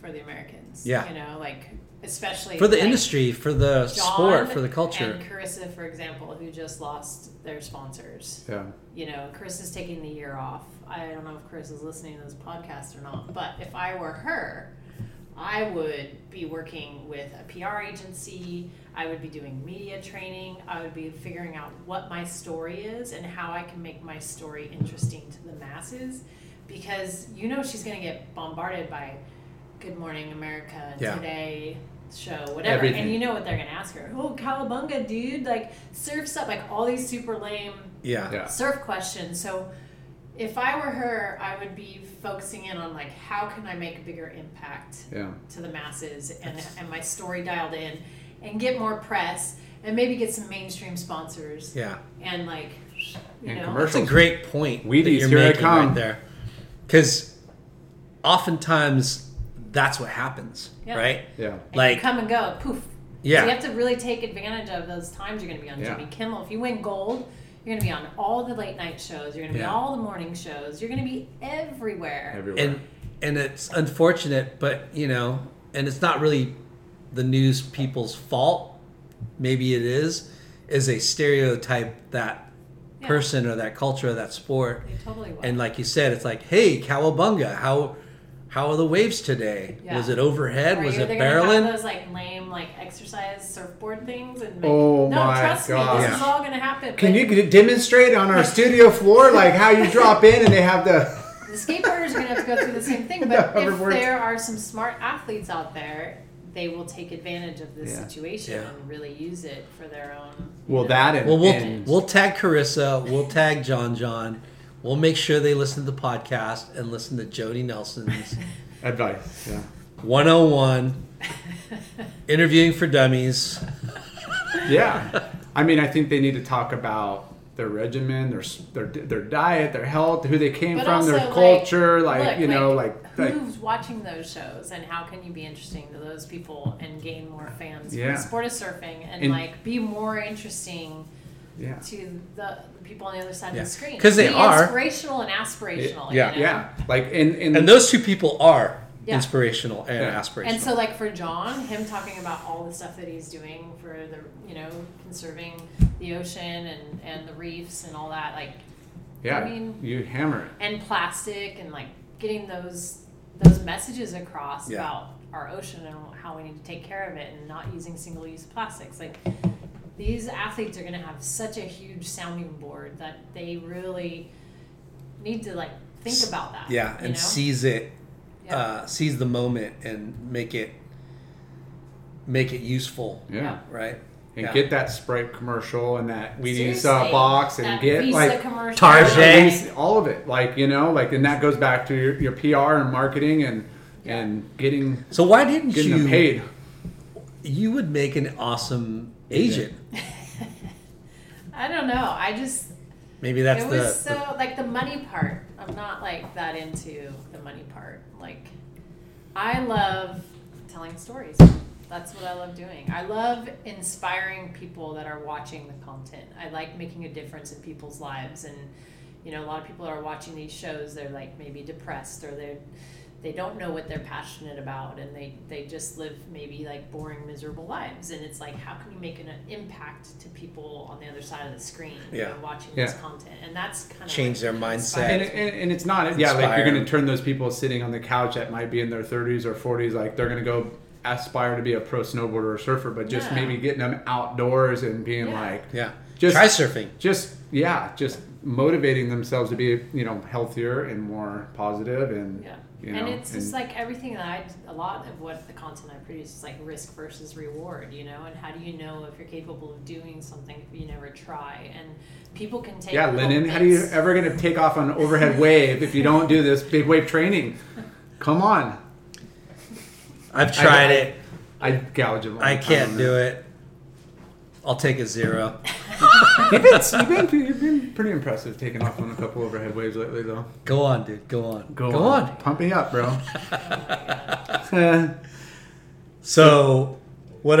for the Americans.
Yeah.
You know, like especially
for the
like,
industry, for the
John
sport, for the culture.
And Carissa, for example, who just lost their sponsors.
Yeah.
you know, Chris is taking the year off. I don't know if Chris is listening to this podcast or not, but if I were her, I would be working with a PR agency. I would be doing media training. I would be figuring out what my story is and how I can make my story interesting to the masses because you know she's going to get bombarded by Good Morning America and
Yeah.
Today show, whatever.
Everything.
And you know what they're going to ask her. Oh, Calabunga, dude. Like, surfs up. Like, all these super lame
Yeah.
Yeah.
surf question. So if I were her, I would be focusing in on like how can I make a bigger impact
Yeah.
to the masses and and my story dialed in and get more press and maybe get some mainstream sponsors
yeah.
and like you
And
know
That's a
Commercials.
great point. that
Wheaties,
you're
here I
making right
come.
there. Because oftentimes that's what happens,
Yeah.
right?
Yeah.
and
Like,
come and go poof. So
yeah.
you have to really take advantage of those times you're going to be on
Yeah.
Jimmy Kimmel. If you win gold, you're going to be on all the late night shows. You're going to be
Yeah.
all the morning shows. You're going to be everywhere.
Everywhere.
and and it's unfortunate but you know and it's not really the news people's fault maybe it is is a stereotype that
Yeah.
person or that culture or that sport
They totally will.
and like you said it's like hey cowabunga how how are the waves today
Yeah.
was it overhead
Right,
was
you're
it
either gonna have
barreling
Those like lame like exercise surfboard things and make,
Oh
no,
my
trust me, this
gosh.
is all gonna happen.
Can
but
you d- demonstrate on our studio floor like how you drop in and they have the?
the skateboarders are gonna have to go through the same
(laughs)
thing. But
The
if
hoverboards.
there are some smart athletes out there, they will take advantage of this
Yeah.
situation
Yeah.
and really use it for their own.
Well, that and,
Well, we'll
and
we'll tag Carissa. We'll tag John John. We'll make sure they listen to the podcast and listen to Jody
(laughs)
Nelson's
advice. Yeah.
101 interviewing for dummies.
yeah. I mean, I think they need to talk about their regimen, their s- their their diet, their health, who they came
But
from,
also,
their
like,
culture, like,
look,
you know, like, like
who's watching those shows, and how can you be interesting to those people and gain more fans
Yeah.
for the sport of surfing, and,
And-
like be more interesting
yeah.
to the, the people on the other side
Yeah.
of the screen
'Cause they
Be
are.
inspirational and aspirational.
Yeah.
you know?
Yeah. Like and and,
And those two people are
Yeah.
inspirational and
Yeah.
aspirational.
And so, like for John, him talking about all the stuff that he's doing for the, you know, conserving the ocean and and the reefs and all that, like,
yeah,
I mean-
you hammer it.
and plastic and like getting those those messages across
Yeah.
about our ocean and how we need to take care of it and not using single use plastics. Like these athletes are going to have such a huge sounding board that they really need to like think about that.
yeah,
you
and
know?
seize it,
Yeah.
uh, seize the moment, and make it make it useful,
Yeah.
Yeah.
right?
And
Yeah.
get that Sprite commercial and that Wheaties uh,
Seriously,
box and
that
get
Visa
like
commercial.
Target.
Everything, all of it. Like, you know, like and that goes back to your, your PR and marketing and
Yeah.
and getting
So why didn't
getting
you
them paid.
You would make an awesome agent.
(laughs) I don't know. I just
Maybe that's
it
the,
was so like the money part. I'm not like that into the money part. Like I love telling stories. That's what I love doing. I love inspiring people that are watching the content. I like making a difference in people's lives and you know, a lot of people are watching these shows, they're like maybe depressed or they're they don't know what they're passionate about and they, they just live maybe like boring miserable lives and it's like how can you make an uh, impact to people on the other side of the screen you
Yeah.
know, watching this
Yeah.
content and that's kind of
change their
And, and,
mindset.
and it's not, yeah, like you're
Inspiring.
going to turn those people sitting on the couch that might be in their 30s or 40s, like they're going to go aspire to be a pro snowboarder or surfer, but just
Yeah.
maybe getting them outdoors and being
Yeah.
like,
Yeah,
Just-
try surfing.
just, yeah, just motivating themselves to be, you know, healthier and more positive and,
yeah
you know,
and it's just like everything that i a lot of what the content i produce is like risk versus reward you know and how do you know if you're capable of doing something you never try and people can take
yeah,
home
Lennon, how do you
bits.
ever going to take off on an overhead wave if you don't do this big wave training? Come on.
I've tried
I-
it.
I gouge them. all the
I
time
can't
on
do
that.
it. I'll take
(laughs)
a zero.
You've been, pretty- you've been pretty impressive taking off on a couple overhead waves lately, though.
Go on, dude. Go on. Go, on.
Pump me up, bro. Eh,
So, what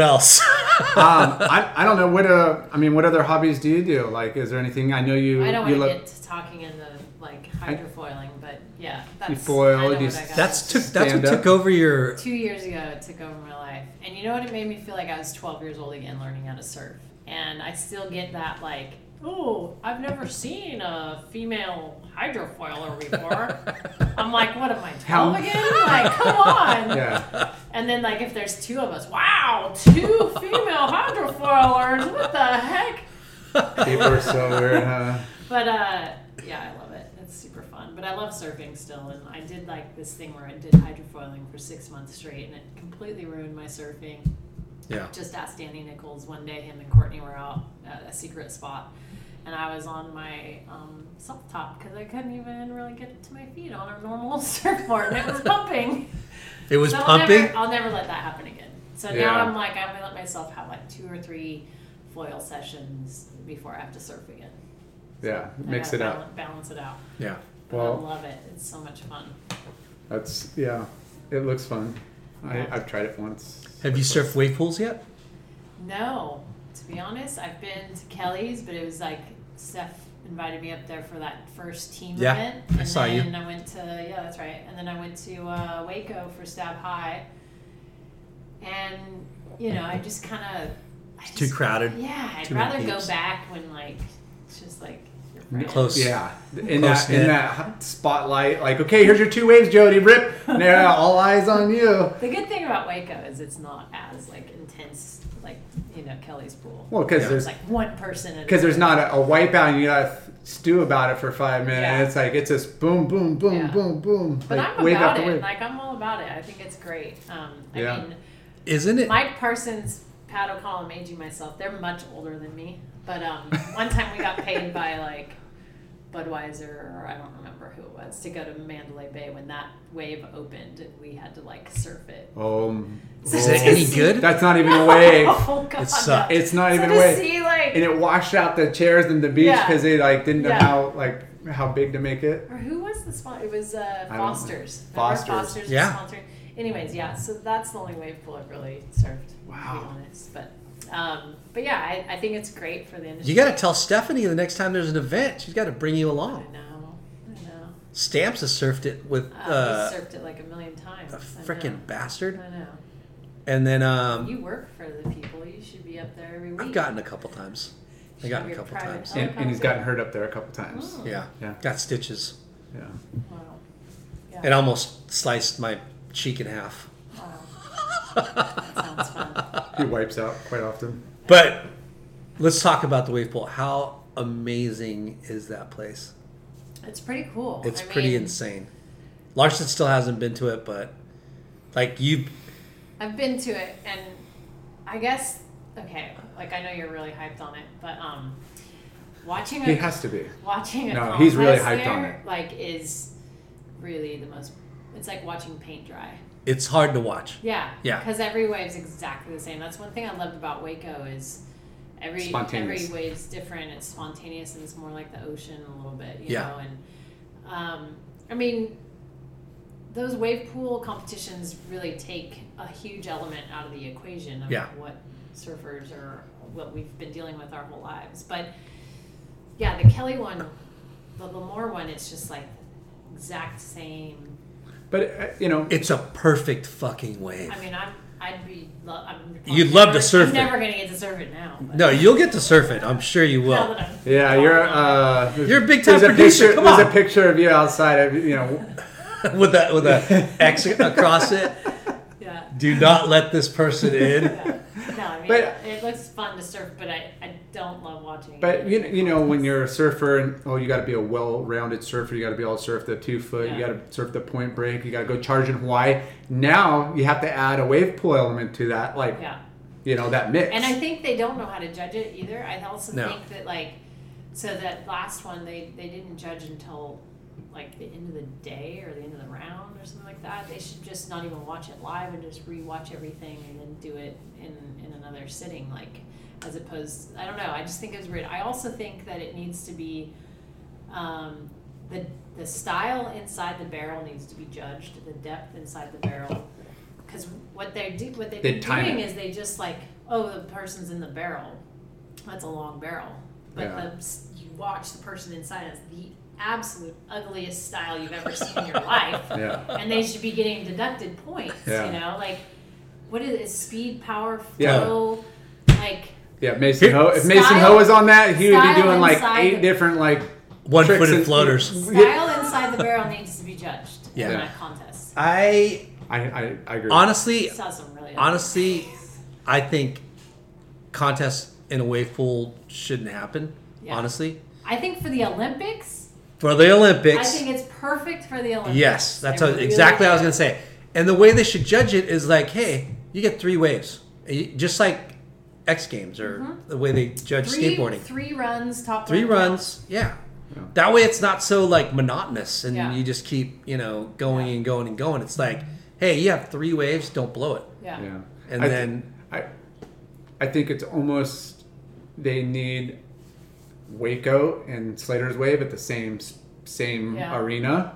(laughs)
else? (laughs)
um, I, I don't know what uh, I mean. What other hobbies do you do? Like, is there anything I know you?
I don't
you
want to
love-
get to talking in the like hydrofoiling, but yeah, that's
foil,
kinda
you
what I got
that's
into.
took. That's what
Stand up.
took over your.
two years ago. It took over my life, and you know what? It made me feel like I was 12 years old again, learning how to surf. And I still get that like, oh, I've never seen a female hydrofoiler
(laughs)
before. I'm like, what am I 12
How-
again? Like, come
(laughs)
on.
Yeah,
And then like if there's two of us, wow, two female hydrofoilers. What the heck?
people
(laughs)
are so weird, huh?
But uh, yeah, I love it. It's super fun. But I love surfing still, and I did like this thing where I did hydrofoiling for six months straight, and it completely ruined my surfing.
Yeah.
Just asked Danny Nichols one day. Him and Courtney were out at a secret spot, and I was on my um, soft top because I couldn't even really get to my feet on a normal (laughs) surfboard, and it was pumping.
It was
So
pumping.
I'll never, I'll never let that happen again. So
Yeah.
now I'm like, I'm gonna let myself have like two or three foil sessions before I have to surf again.
Yeah,
I
mix it
gotta
up.
balan- Balance it out.
Yeah.
But
Well-
I love it. It's so much fun.
That's yeah. It looks fun. I,
Yeah.
I've tried it once.
Have you surfed wave pools yet?
No, to be honest, I've been to Kelly's, but it was like Steph invited me up there for that first team
Yeah,
event.
I
And
saw you.
then I went to yeah, that's right. And then I went to uh, Waco for Stab High, and you know I just kind of
Too crowded.
Yeah, I'd
Too many
rather go
peeps.
back when like it's just like you're Right.
close.
Yeah, in
Close
that in
knit.
that spotlight, like okay, here's your two waves, Jody. Rip. Now all eyes on you.
The good thing about Waco is it's not as like intense, like you know Kelly's pool.
Well, because
Yeah.
there's
It's like one person.
because there's not a, a wipeout and you gotta stew about it for five minutes.
Yeah.
It's like it's just boom, boom, boom,
Yeah.
boom, boom.
But
like,
I'm
wave
about
after
it.
wave.
Like I'm all about it. I think it's great. Um, I
Yeah.
mean,
Isn't it?
Mike Parsons, Pat O'Connell, and Angie myself, they're much older than me. But um, one time we got paid by like Budweiser or I don't remember who it was to go to Mandalay Bay when that wave opened. We had to like surf it.
Um,
Is it
(laughs)
any good?
that's not even a wave.
Oh god.
It sucked.
It's not
So
even a
to
wave.
see like
And it washed out the chairs and the beach
Yeah.
because they like didn't know
Yeah.
how like how big to make it.
or who was the spot? It was uh,
don't know.
Foster's. Remember
Foster's.
Foster's
Yeah.
was sponsoring. Anyways, yeah. So that's the only wave pool I've really surfed. To be
Wow.
honest, but um, but yeah, I, I think it's great for the industry.
You got to tell Stephanie the next time there's an event. She's got to bring you
I
along.
know. I know.
Stamps has surfed it with
Uh,
uh,
we surfed it like a million times.
a
I know.
freaking
I
bastard,
know.
and then um,
You work for the people. You should be up there every week.
I've gotten a couple times. I
Should
gotten
be
a
a
couple
private
times.
eye.
And, and he's gotten hurt up there a couple times.
Mm.
Yeah,
Yeah.
got stitches.
Yeah.
Wow.
It almost sliced my cheek in half.
Wow. That sounds fun.
(laughs)
He wipes out quite often.
But let's talk about the wave pool. How amazing is that place?
It's pretty cool.
It's
I
pretty
mean,
insane. Larson still hasn't been to it, but like you,
I've been to it, and I guess okay. Like I know you're really hyped on it, but um, watching a
He has to be.
watching a
No, he's really
contest
hyped on
there,
it.
Like is really the most. It's like watching paint dry.
it's hard to watch.
Yeah.
Yeah.
Because every wave's exactly the same. That's one thing I loved about Waco is every every
Spontaneous.
wave's different. It's spontaneous and it's more like the ocean a little bit, you
Yeah.
know. And um, I mean, those wave pool competitions really take a huge element out of the equation of
Yeah.
what surfers are, what we've been dealing with our whole lives. But yeah, the Kelly one, the Lemoore one, it's just like exact same
But uh, you know,
It's a perfect fucking wave.
I mean, I'm, I'd be. Lo- I'm
You'd love to surf
I'm
it.
never gonna get to surf it now. but
no, you'll get to surf it. I'm sure you
now
will.
that I'm-
yeah, you're uh, there's-
You're a big-time
there's a
producer,
picture-
come
there's
on.
a picture of you outside of you know.
(laughs) with that with a X across it.
Yeah.
Do not let this person in.
yeah. No, I mean,
But-
it looks fun to surf, but I, I don't love watching it.
But you know, you know when you're a surfer and oh you got to be a well-rounded surfer you got to be able to surf the two foot you
Yeah.
got to surf the point break you got to go charge in Hawaii now you have to add a wave pool element to that like
yeah.
you know that mix
And I think they don't know how to judge it either. I also
No.
think that like, so that last one they they didn't judge until like the end of the day or the end of the round or something like that. They should just not even watch it live and just rewatch everything and then do it in in another sitting. Like as opposed, I don't know. I just think it was weird. I also think that it needs to be. Um, the, the style inside the barrel needs to be judged. The depth inside the barrel, because what they do, what they've
They
been
time
doing
it.
is they just like, oh, the person's in the barrel. That's a long barrel, but
Yeah.
the, you watch the person inside. It's the absolute ugliest style you've ever seen in your life,
yeah
and they should be getting deducted points.
Yeah.
You know, like what is it? Speed, power,
Yeah.
flow, like
yeah Mason
Here-
Ho if Mason
Style-
Ho was on that he would be
style
doing like
inside
eight
the-
different like
One
tricks
footed
and-
floaters.
Yeah.
style inside the barrel needs to be judged
Yeah.
in that contest.
I
I, I I agree
honestly,
Saw some really
honestly, I think contests in a wave pool shouldn't happen.
Yeah.
Honestly,
I think for the Olympics,
for the Olympics,
I think it's perfect for the Olympics.
Yes, that's
I
how,
really
exactly what I was
do.
gonna say. And the way they should judge it is like, hey, you get three waves, And you- just like X Games or the way they judge
Mm-hmm. Three,
skateboarding.
Three runs, top
Three
one
runs, yeah. That way, it's not so like monotonous, and
Yeah.
you just keep you know going and going and going. It's like, hey, you have three waves, don't blow it.
Yeah.
yeah
And
I thi-
then-
I I think it's almost they need Waco and Slater's Wave at the same same
Yeah.
arena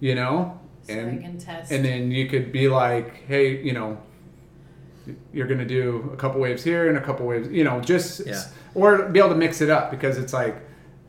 you know
So they can test.
and then you could be like, hey, you know, you're gonna do a couple waves here and a couple waves, you know, just
Yeah.
or be able to mix it up because it's like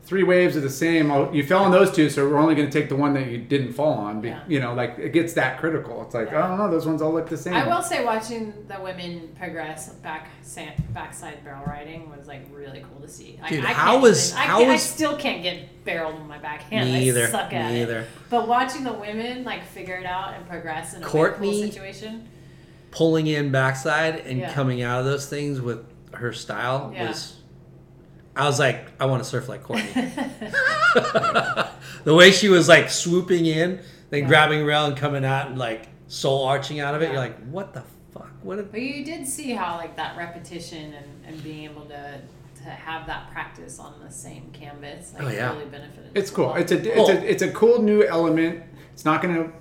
three waves are the same. Oh, you fell on those two, so we're only going to take the one that you didn't fall on. Be-
Yeah.
You know, like it gets that critical. It's like,
Yeah.
I don't know, those ones all look the same.
I will say, watching the women progress back sa- backside barrel riding was like really cool to see. Like,
Dude,
I
how
can't
was-
even- I,
how
can't- I
was-
still can't get barreled in my backhand.
Me either.
I suck at
Me
it.
either.
But watching the women like figure it out and progress in a
Courtney-
Courtney, cool situation, (laughs)
Pulling in backside and
Yeah.
coming out of those things with her style
Yeah.
was. I was like, I want to surf like Courtney. (laughs) the way she was like swooping in, then
Yeah.
grabbing rail and coming out and like soul arching out of it.
Yeah.
You're like, what the fuck? What? A-
but you did see how like that repetition and, and being able to to have that practice on the same canvas, like
Oh, yeah.
really benefited.
It's
the
cool.
club.
It's a it's
Cool.
a it's a cool new element. It's not going to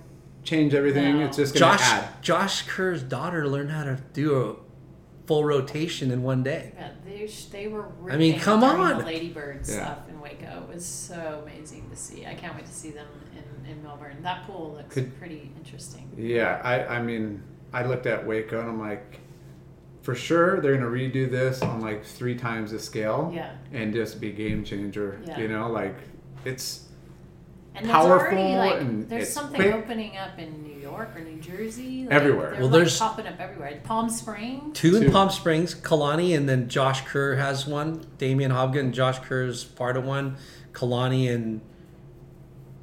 change everything.
No.
It's just going
Josh
to add.
Josh Kerr's daughter learned how to do a full rotation in one day.
Yeah, they, sh- they were.
I mean,
ripping
come
during
on.
The Ladybird
Yeah.
stuff in Waco It was so amazing to see. I can't wait to see them in, in Melbourne. That pool looks
Could-
pretty interesting.
Yeah, I, I mean, I looked at Waco and I'm like, for sure they're gonna redo this on like three times the scale.
Yeah.
And just be game changer.
Yeah.
You know, like it's
And there's
Powerful
already like
and
there's
it's
something
quick.
opening up in New York or New Jersey. Like,
Everywhere.
They're
Well,
like,
there's-
popping up everywhere. Palm Springs.
Two, in
Two.
Palm Springs, Kalani, and then Josh Kerr has one. Damian Hobgood and Josh Kerr's part of one. Kalani and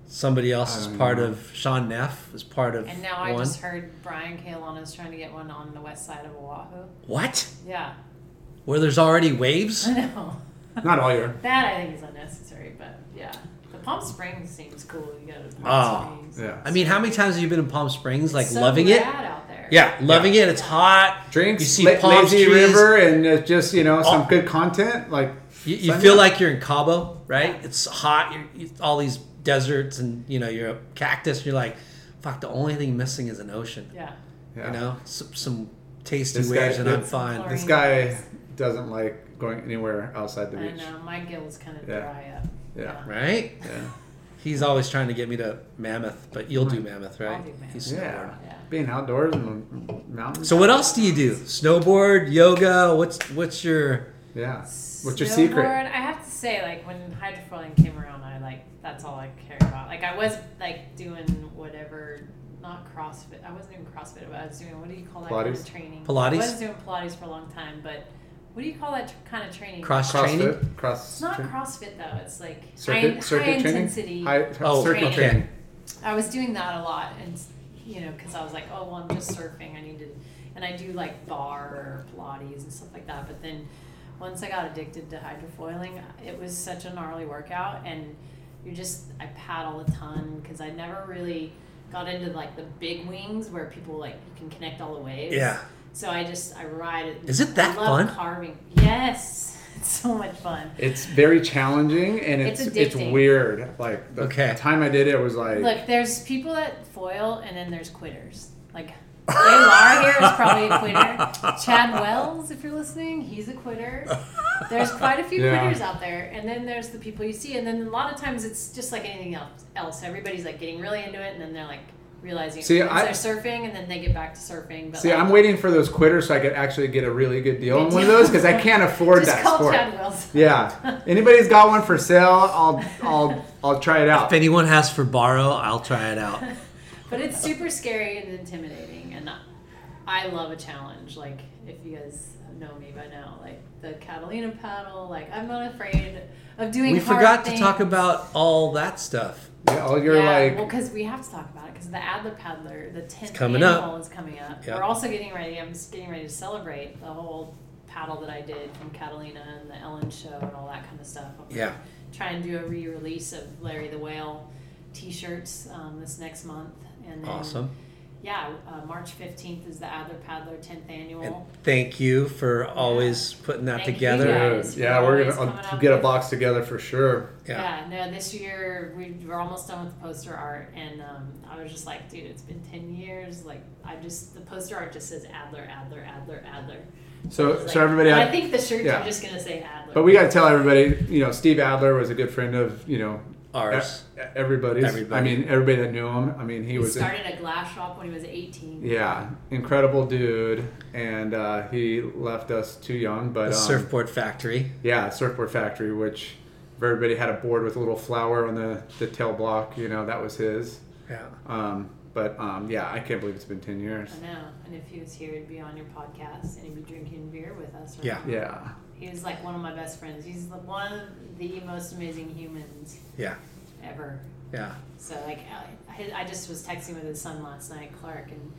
somebody else is
I don't
part
know.
of Sean Neff is part of
And now I
one.
just heard Brian Kalano's trying to get one on the west side of Oahu.
What?
Yeah, (laughs)
Where there's already waves?
I know.
not all year.
That I think is unnecessary, but yeah, the Palm Springs seems cool. You go to Palm
Oh,
Springs.
Ah, Yeah.
I mean, how many times have you been in Palm Springs, like
It's so
loving
rad
it?
out there.
Yeah, loving it. It's hot.
Drinks,
You see Oh.
la-
palm
lazy
trees.
river, and uh, just you know some good content. Like
You, you
Sun
feel
up.
like you're in Cabo, right? It's hot. You're, you, all these deserts, and you know you're a cactus. And you're like, fuck. The only thing missing is an ocean.
Yeah.
yeah.
You know, some, some tasty
This guy-
waves, and I'm
this-
fine.
Sorry.
this guy doesn't like going anywhere outside the
I
beach.
know my gills kind of
Yeah.
dry up.
Yeah.
Right?
Yeah.
He's always trying to get me to Mammoth, but you'll do Mammoth, right?
do Mammoth.
He's
Yeah.
snowboard.
Yeah.
Being outdoors and the mountains.
So what else do you do? Snowboard, yoga. What's what's your
yeah. What's your secret?
Snowboard, I have to say, like when hydrofoiling came around, I like that's all I cared about. Like I was like doing whatever, not CrossFit. I wasn't doing CrossFit, but I was doing what do you call that kind
Pilates?
of training?
Pilates?
I was doing Pilates for a long time, but what do you call that tr- kind of training?
cross training?
CrossFit. Cross.
It's not
train-
CrossFit though. It's like
circuit.
high,
circuit
high
training.
intensity.
High,
Oh,
circuit
okay.
training.
I was doing that a lot, and you know, because I was like, oh well, I'm just surfing. I need to, and I do like bar or Pilates and stuff like that. But then, once I got addicted to hydrofoiling, it was such a gnarly workout, and you just I paddle a ton because I never really got into like the big wings where people like you can connect all the waves.
Yeah.
So I just I ride it.
Is it that
I love
fun?
Carving. Yes, (laughs) it's so much fun.
It's very challenging and it's
It's
it's,
addicting.
weird. Like the
Okay.
time I did it was like
Look, there's people that foil, and then there's quitters. Like
(laughs)
Dave Lahr here is probably a quitter. Chad Wells, if you're listening, he's a quitter. There's quite a few
Yeah.
quitters out there, and then there's the people you see, and then a lot of times it's just like anything else. Else, everybody's like getting really into it, and then they're like realizing
See,
it's
I-
they're surfing, and then they get back to surfing. But
See,
like,
I'm waiting for those quitters so I could actually get a really good deal on
Good
one of
deal.
those because I can't afford
just
that
call
sport.
Chad Wells. (laughs)
Yeah. Anybody's got one for sale, I'll I'll I'll try it out.
(laughs) If anyone has for borrow, I'll try it
(laughs)
out.
But it's super scary and intimidating, and I love a challenge. Like if you guys know me by now, like the Catalina paddle. Like I'm not afraid of doing.
we
hard
forgot to
things.
talk about all that stuff.
Yeah, all your
yeah,
like
well, because we have to talk about it because the Adler Paddler, the tenth
coming up.
annual is coming up.
Yeah.
We're also getting ready. I'm just getting ready to celebrate the whole paddle that I did from Catalina and the Ellen show and all that kind of stuff. I'm
Yeah.
try and do a re-release of Larry the Whale T-shirts um, this next month, and then
Awesome.
Yeah, uh, March 15th is the Adler Paddler 10th
And
annual.
thank you for always putting that
Thank you,
together.
guys.
Dude,
it's
yeah, we're
always
gonna
coming
I'll
up
get a
with-
box together for sure.
Yeah.
Yeah. no, this year we were almost done with the poster art, and um, I was just like, dude, it's been 10 years. Like, I just, the poster art just says Adler, Adler, Adler, Adler.
So
It's
so
like-
everybody
and
had
I think the shirts
yeah.
are just going to say Adler.
But we got to tell everybody, you know, Steve Adler was a good friend of, you know,
Ours.
e- everybody's. I
Everybody.
mean, everybody that knew him. I mean, he,
he
was, in-
started a glass shop when he was 18.
yeah, incredible dude. And uh, he left us too young, but
The
um,
surfboard factory.
yeah, Surfboard Factory, which everybody had a board with a little flower on the, the tail block. You know, that was his.
Yeah.
Um, but um, yeah, I can't believe it's been 10 years.
I know. And if he was here, he'd be on your podcast and he'd be drinking beer with us. Right
Yeah.
now.
Yeah.
He was like one of my best friends. He's the, one of the most amazing humans
Yeah.
ever.
Yeah.
So like, I- I, I just was texting with his son last night, Clark, and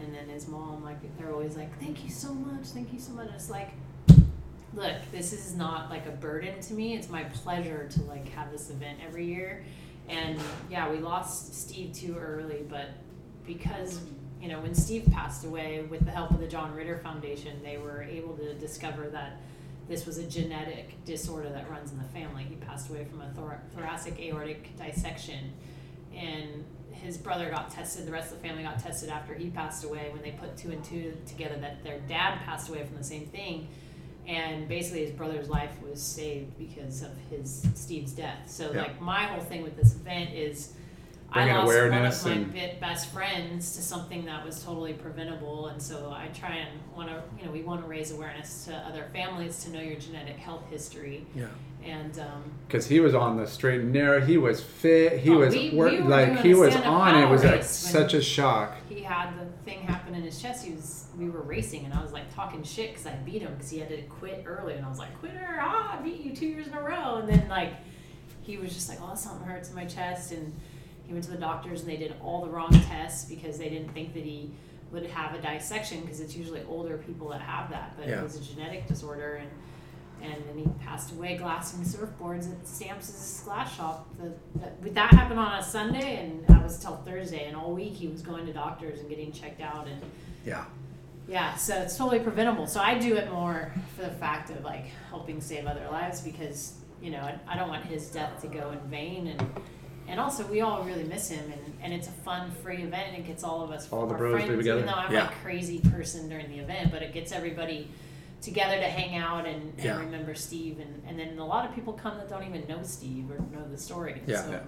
and then his mom. Like they're always like, "Thank you so much, thank you so much." It's like, look, this is not like a burden to me. It's my pleasure to like have this event every year. And yeah, we lost Steve too early, but because you know when Steve passed away, with the help of the John Ritter Foundation, they were able to discover that this was a genetic disorder that runs in the family. He passed away from a thor- thoracic aortic dissection, and his brother got tested. The rest of the family got tested after he passed away. When they put two and two together, that their dad passed away from the same thing, and basically his brother's life was saved because of his Steve's death. So
Yeah.
like my whole thing with this event is.
Bringing
I lost
awareness
one of my
and-
bit best friends to something that was totally preventable and so i try and want to you know we want to raise awareness to other families to know your genetic health history
Yeah.
and um,
Because he was on the straight and narrow. He was fit. He
Oh,
was
we-
work,
we were
like
doing
he
a
was
stand-up
on. It was
power
like
race when-
such a shock.
he had the thing happen in his chest he was we were racing and i was like talking shit because i beat him because he had to quit early and i was like quitter ah i beat you two years in a row and then like he was just like oh something hurts in my chest and he went to the doctors and they did all the wrong tests because they didn't think that he would have a dissection because it's usually older people that have that but
Yeah.
it was a genetic disorder and and then he passed away glassing surfboards at Stamps' glass shop. The, that, that happened on a Sunday, and that was till Thursday. And all week he was going to doctors and getting checked out. And
Yeah.
yeah, so it's totally preventable. So I do it more for the fact of like helping save other lives because you know I, I don't want his death to go in vain, and and also we all really miss him, and, and it's a fun, free event, and it gets all of us
All the
our
bros
friends,
together.
Even though I'm
Yeah.
a crazy person during the event, but it gets everybody together to hang out and, and
Yeah.
remember Steve, and and then a lot of people come that don't even know Steve or know the story,
Yeah.
so
Yeah.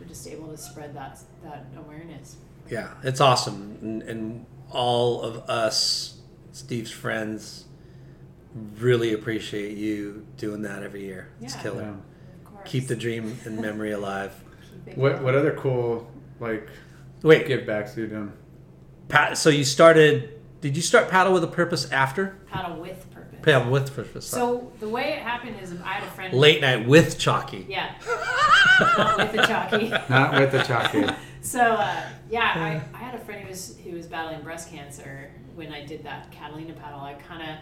we're just able to spread that that awareness.
Yeah, it's awesome, and, and all of us, Steve's friends, really appreciate you doing that every year. It's
Yeah.
killer.
Yeah.
Of course.
Keep the dream and memory alive.
Keep it
What
going.
what other cool like
Wait,
give backs you done?
Pat, so you started? Did you start paddle with a purpose after
paddle with purpose.
paddle with purpose? sorry.
So the way it happened is I had a friend.
late night with Chalky.
(laughs) Yeah. Not with the jockey.
Not with the
(laughs)
chalky.
So uh, yeah, I, I had a friend who was who was battling breast cancer when I did that Catalina paddle. I kind of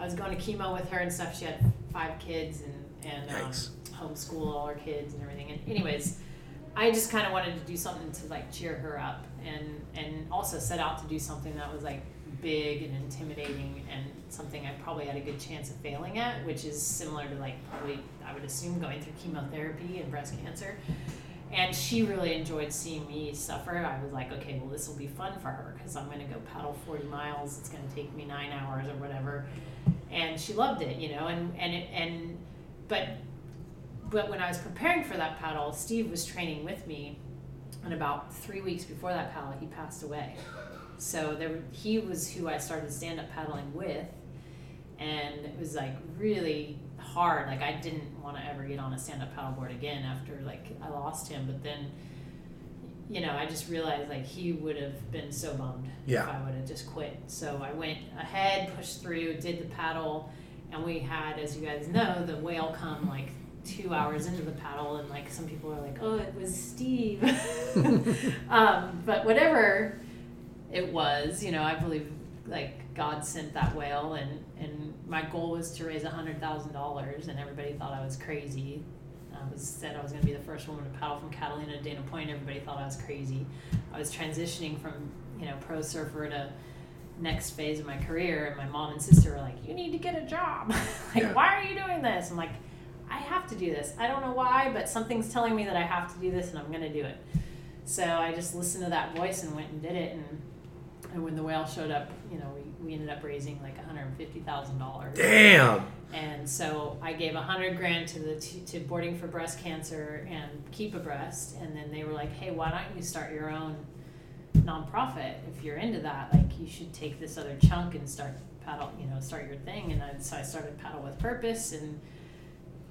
I was going to chemo with her and stuff. She had five kids and and um,
Yikes.
homeschool all her kids and everything. And anyways, I just kind of wanted to do something to like cheer her up and and also set out to do something that was like big and intimidating and something I probably had a good chance of failing at, which is similar to like probably I would assume going through chemotherapy and breast cancer. And she really enjoyed seeing me suffer. I was like, okay, well, this will be fun for her because I'm going to go paddle 40 miles. It's going to take me nine hours or whatever. And she loved it, you know. And and it, and but but when I was preparing for that paddle, Steve was training with me, and about three weeks before that paddle, he passed away. So there, he was who I started stand up paddling with, and it was like really hard. Like I didn't want to ever get on a stand up paddleboard again after like I lost him. But then, you know, I just realized like he would have been so bummed if
Yeah.
I would have just quit. So I went ahead, pushed through, did the paddle, and we had, as you guys know, the whale come like two hours into the paddle, and like some people are like, "Oh, it was Steve," (laughs) um, but whatever it was you know i believe like god sent that whale and and my goal was to raise $100000 and everybody thought i was crazy i was said i was going to be the first woman to paddle from catalina to dana point everybody thought i was crazy i was transitioning from you know pro surfer to next phase of my career and my mom and sister were like you need to get a job (laughs) like
Yeah.
why are you doing this i'm like i have to do this i don't know why but something's telling me that i have to do this and i'm going to do it so i just listened to that voice and went and did it and and when the whale showed up, you know, we, we ended up raising like $150,000.
Damn.
And so I gave 100 grand to the t- to boarding for breast cancer and keep abreast and then they were like, "Hey, why don't you start your own nonprofit if you're into that? Like you should take this other chunk and start paddle, you know, start your thing." And I, so I started paddle with purpose and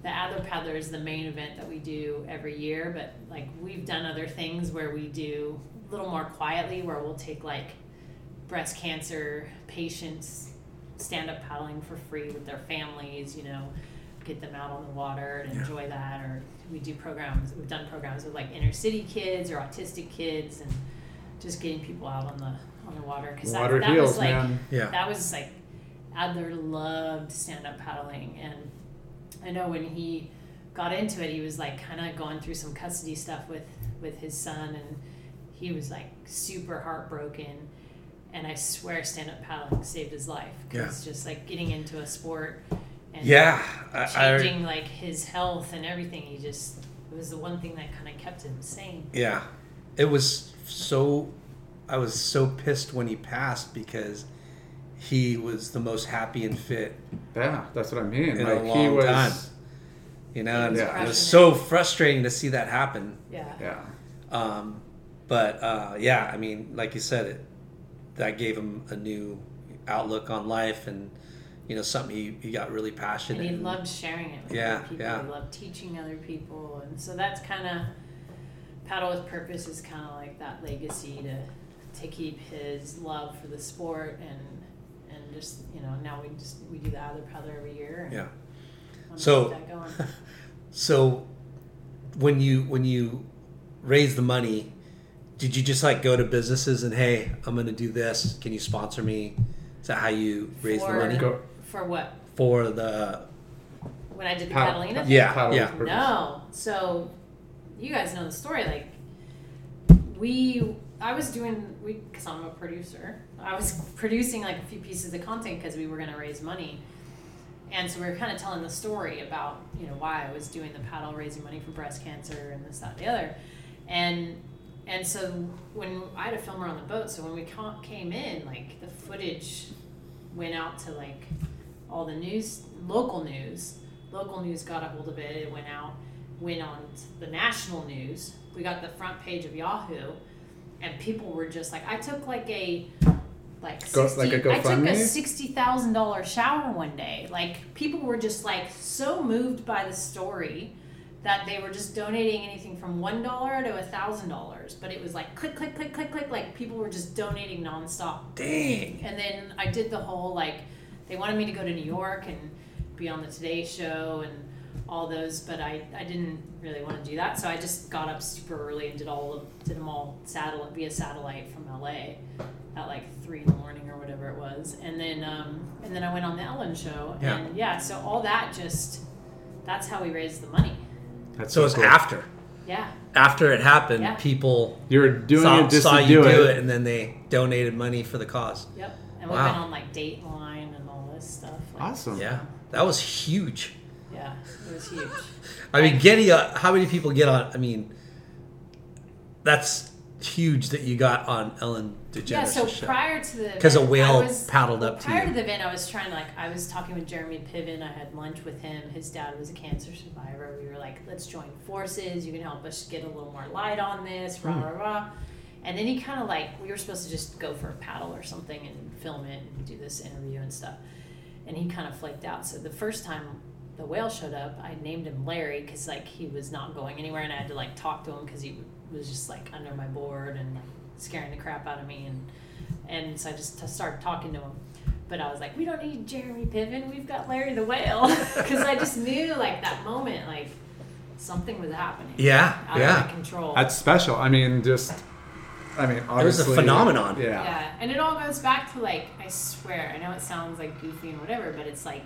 the Adler Paddler is the main event that we do every year, but like we've done other things where we do a little more quietly, where we'll take like breast cancer patients stand up paddling for free with their families, you know, get them out on the water and enjoy that. Or we do programs, we've done programs with like inner city kids or autistic kids and just getting people out on the on the water because that,
Water
that
heals,
was like
man.
Yeah.
that was like Adler loved stand up paddling and I know when he got into it he was like kind of going through some custody stuff with with his son and he was like super heartbroken and I swear stand up paddling saved his life because just like getting into a sport and
Yeah. I, I-
changing like his health and everything he just it was the one thing that kind of kept him sane
Yeah. It was so I was so pissed when he passed because he was the most happy and fit,
Yeah, that's what I mean.
In a
like he
long
was.
time. you know, and
Yeah.
it was so frustrating to see that happen.
yeah
Yeah.
Um, but uh, yeah, I mean, like you said, it that gave him a new outlook on life and you know something he, he got really passionate.
and he
in.
loved sharing it with
Yeah,
other people.
yeah.
He loved teaching other people, and so that's kind of paddle with purpose is kind of like that legacy to to keep his love for the sport and and just you know now we just we do the other paddle every year. And
Yeah.
wanna keep
So-
that going.
So when you when you raise the money, did you just like go to businesses and hey, I'm gonna do this. Can you sponsor me? Is that how you raise
for,
the money
Go-
for what
for the?
when I did the
Paddle-
Catalina?
Yeah,
paddle
yeah.
purpose.
No. So you guys know the story. Like we, I was doing we because I'm a producer. I was producing like a few pieces of content because we were gonna raise money, and so we were kind of telling the story about you know why I was doing the paddle, raising money for breast cancer and this that and the other, and. And so when I had a filmer on the boat, so when we ca- came in, like the footage went out to like all the news, local news. Local news got a hold of it. It went out, went on to the national news. We got the front page of Yahoo, and people were just like, I took like a like
Go-
sixty,
like a
I took
GoFundMe?
a sixty thousand dollar shower one day. Like people were just like so moved by the story that they were just donating anything from one dollar to a thousand dollars. But it was like click, click, click, click, click. Like people were just donating nonstop
Dang.
and then I did the whole like they wanted me to go to New York and be on the Today Show and all those, but I, I didn't really want to do that, so I just got up super early and did all of did them all satellite via satellite from LA at like three in the morning or whatever it was, and then um, and then I went on the Ellen Show
Yeah.
and yeah, so all that just that's how we raised the money.
That's
So it's after
Yeah,
after it happened,
Yeah.
people
You're doing
saw,
it just
saw
to
you
do it.
and then they donated money for the cause.
yep. And we
Wow.
went on like Dateline and all this stuff. Like,
Awesome.
Yeah, that was huge.
Yeah, it was huge.
I mean, getting a, how many people get on? I mean, that's huge that you got on Ellen DeGeneres'
Yeah, so
show.
prior to the
'Cause a
event,
whale
I was-
paddled up to
prior
you.
to the event, I was trying to like I was talking with Jeremy Piven. I had lunch with him. His dad was a cancer survivor. We were like, let's join forces. You can help us get a little more light on this.
Hmm.
Rah rah rah. And then he kind of like we were supposed to just go for a paddle or something and film it and do this interview and stuff. And he kind of flaked out. So the first time the whale showed up, I named him Larry because like he was not going anywhere, and I had to like talk to him because he was just like under my board and like scaring the crap out of me and and so I just t- started talking to him. But I was like, we don't need Jeremy Piven. We've got Larry the Whale. (laughs) Because I just knew, like, that moment, like, something was "Oh happening.
yeah,
Out of my
yeah,
control.
That's special. I mean, just. I mean, obviously.
it was a phenomenon.
Yeah.
yeah. And it all goes back to, like, I swear, I know it sounds, like, goofy and whatever, but it's like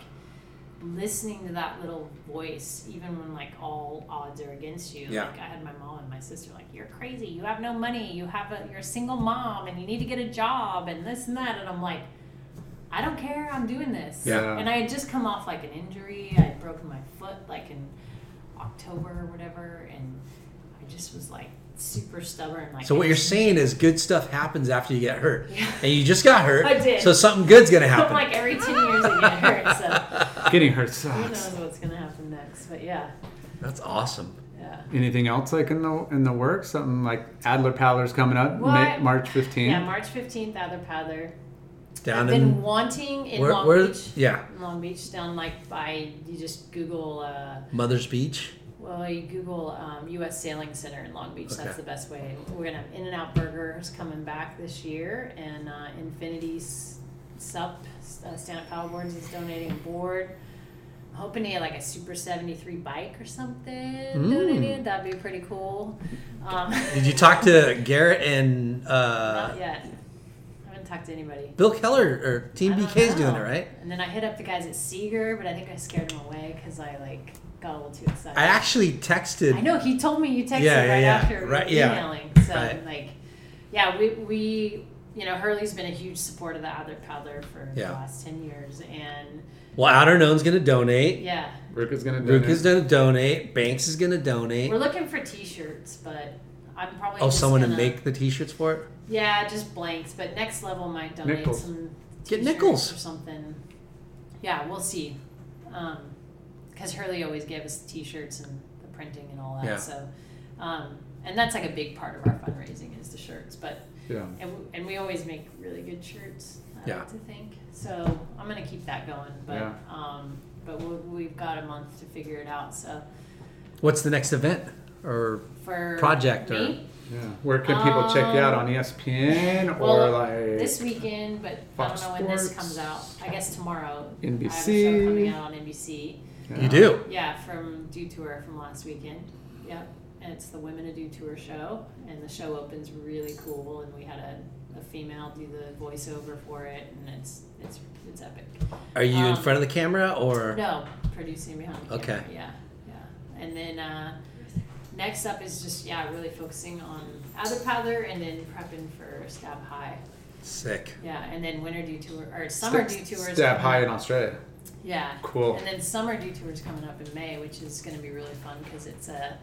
listening to that little voice, even when, like, all odds are against you.
Yeah.
Like, I had my mom and my sister, like, you're crazy. You have no money. You have a, you're a single mom and you need to get a job and this and that. And I'm like, I don't care. I'm doing this.
Yeah.
And I had just come off like an injury. I had broken my foot like in October or whatever, and I just was like super stubborn. Like
So what you're saying is good stuff happens after you get hurt,
(laughs) Yeah.
and you just got hurt.
I did.
So something good's gonna
(laughs) I'm
happen.
like every ten years I get hurt,
(laughs)
so
Getting hurt
who
sucks.
knows what's gonna happen next? But yeah,
That's awesome.
yeah.
Anything else like in the in the works? Something like Adler Paddler's coming up
Well, I-
March 15th.
Yeah, March 15th, Other Paddler.
down
I've been
in
wanting in
where,
Long
where-
Beach.
yeah,
Long Beach, down like by you just Google. Uh,
Mother's Beach.
well, you Google um, U.S. Sailing Center in Long Beach.
Okay.
That's the best way. We're gonna have In-N-Out Burgers coming back this year, and uh, Infinity S- Sup uh, Stand Up Paddleboards is donating a board. I'm hoping to get like a Super 73 bike or something donated. That'd be pretty cool. Um,
Mm. (laughs) Did you talk to Garrett and uh,
(laughs) Not yet. I haven't talked to anybody.
Bill Keller or Team
I don't
BK's doing it
know.
right?
And then I hit up the guys at Seeger, but I think I scared them away because I like got a little too excited.
I actually texted.
I know he told me you texted
Yeah,
right
yeah, yeah.
after we were
Right, yeah.
emailing. So
Right.
like, yeah, we we you know Hurley's been a huge supporter of the Other Paddler for
Yeah.
the last ten years, and
Well, Outer Known's gonna donate.
yeah,
Rook is gonna do
Luke
it.
is gonna donate. Banks is gonna donate.
we're looking for T-shirts, but I'm probably
Oh,
just
someone
gonna-
to make the T-shirts for it.
yeah just blanks, but next level might donate
Nickels.
some
Get
t-shirts
nickels.
or something. Yeah, we'll see, because Hurley always gave us T-shirts and the printing and all that.
Yeah.
So, um, and that's like a big part of our fundraising is the shirts, but.
Yeah.
And, w- and we always make really good shirts, I
Yeah.
like to think. So I'm gonna keep that going, but
Yeah.
um, but we we've got a month to figure it out. So
What's the next event? Or
for
Project or-
me,
Yeah. Where can people check you out
Um,
on E ESPN or
well,
like
this weekend, but
Fox
I don't know when this
Sports.
comes out. I guess tomorrow. I have a show
NBC?
coming out on NBC.
you
Uh,
do?
Yeah, from Do Tour from last weekend. Yep. And it's the Women of Do Tour show. And the show opens really cool. And we had a, a female do the voiceover for it. And it's, it's, it's epic.
Are you in
Um,
front of the camera or?
No, producing behind the
Okay.
camera. Yeah, yeah. And then uh, next up is just yeah, really focusing on other paddler and then prepping for stab high.
Sick.
Yeah, and then winter do tour or summer do tours.
Stab high in Australia.
Yeah.
Cool.
And then summer do tours coming up in May, which is going to be really fun because it's a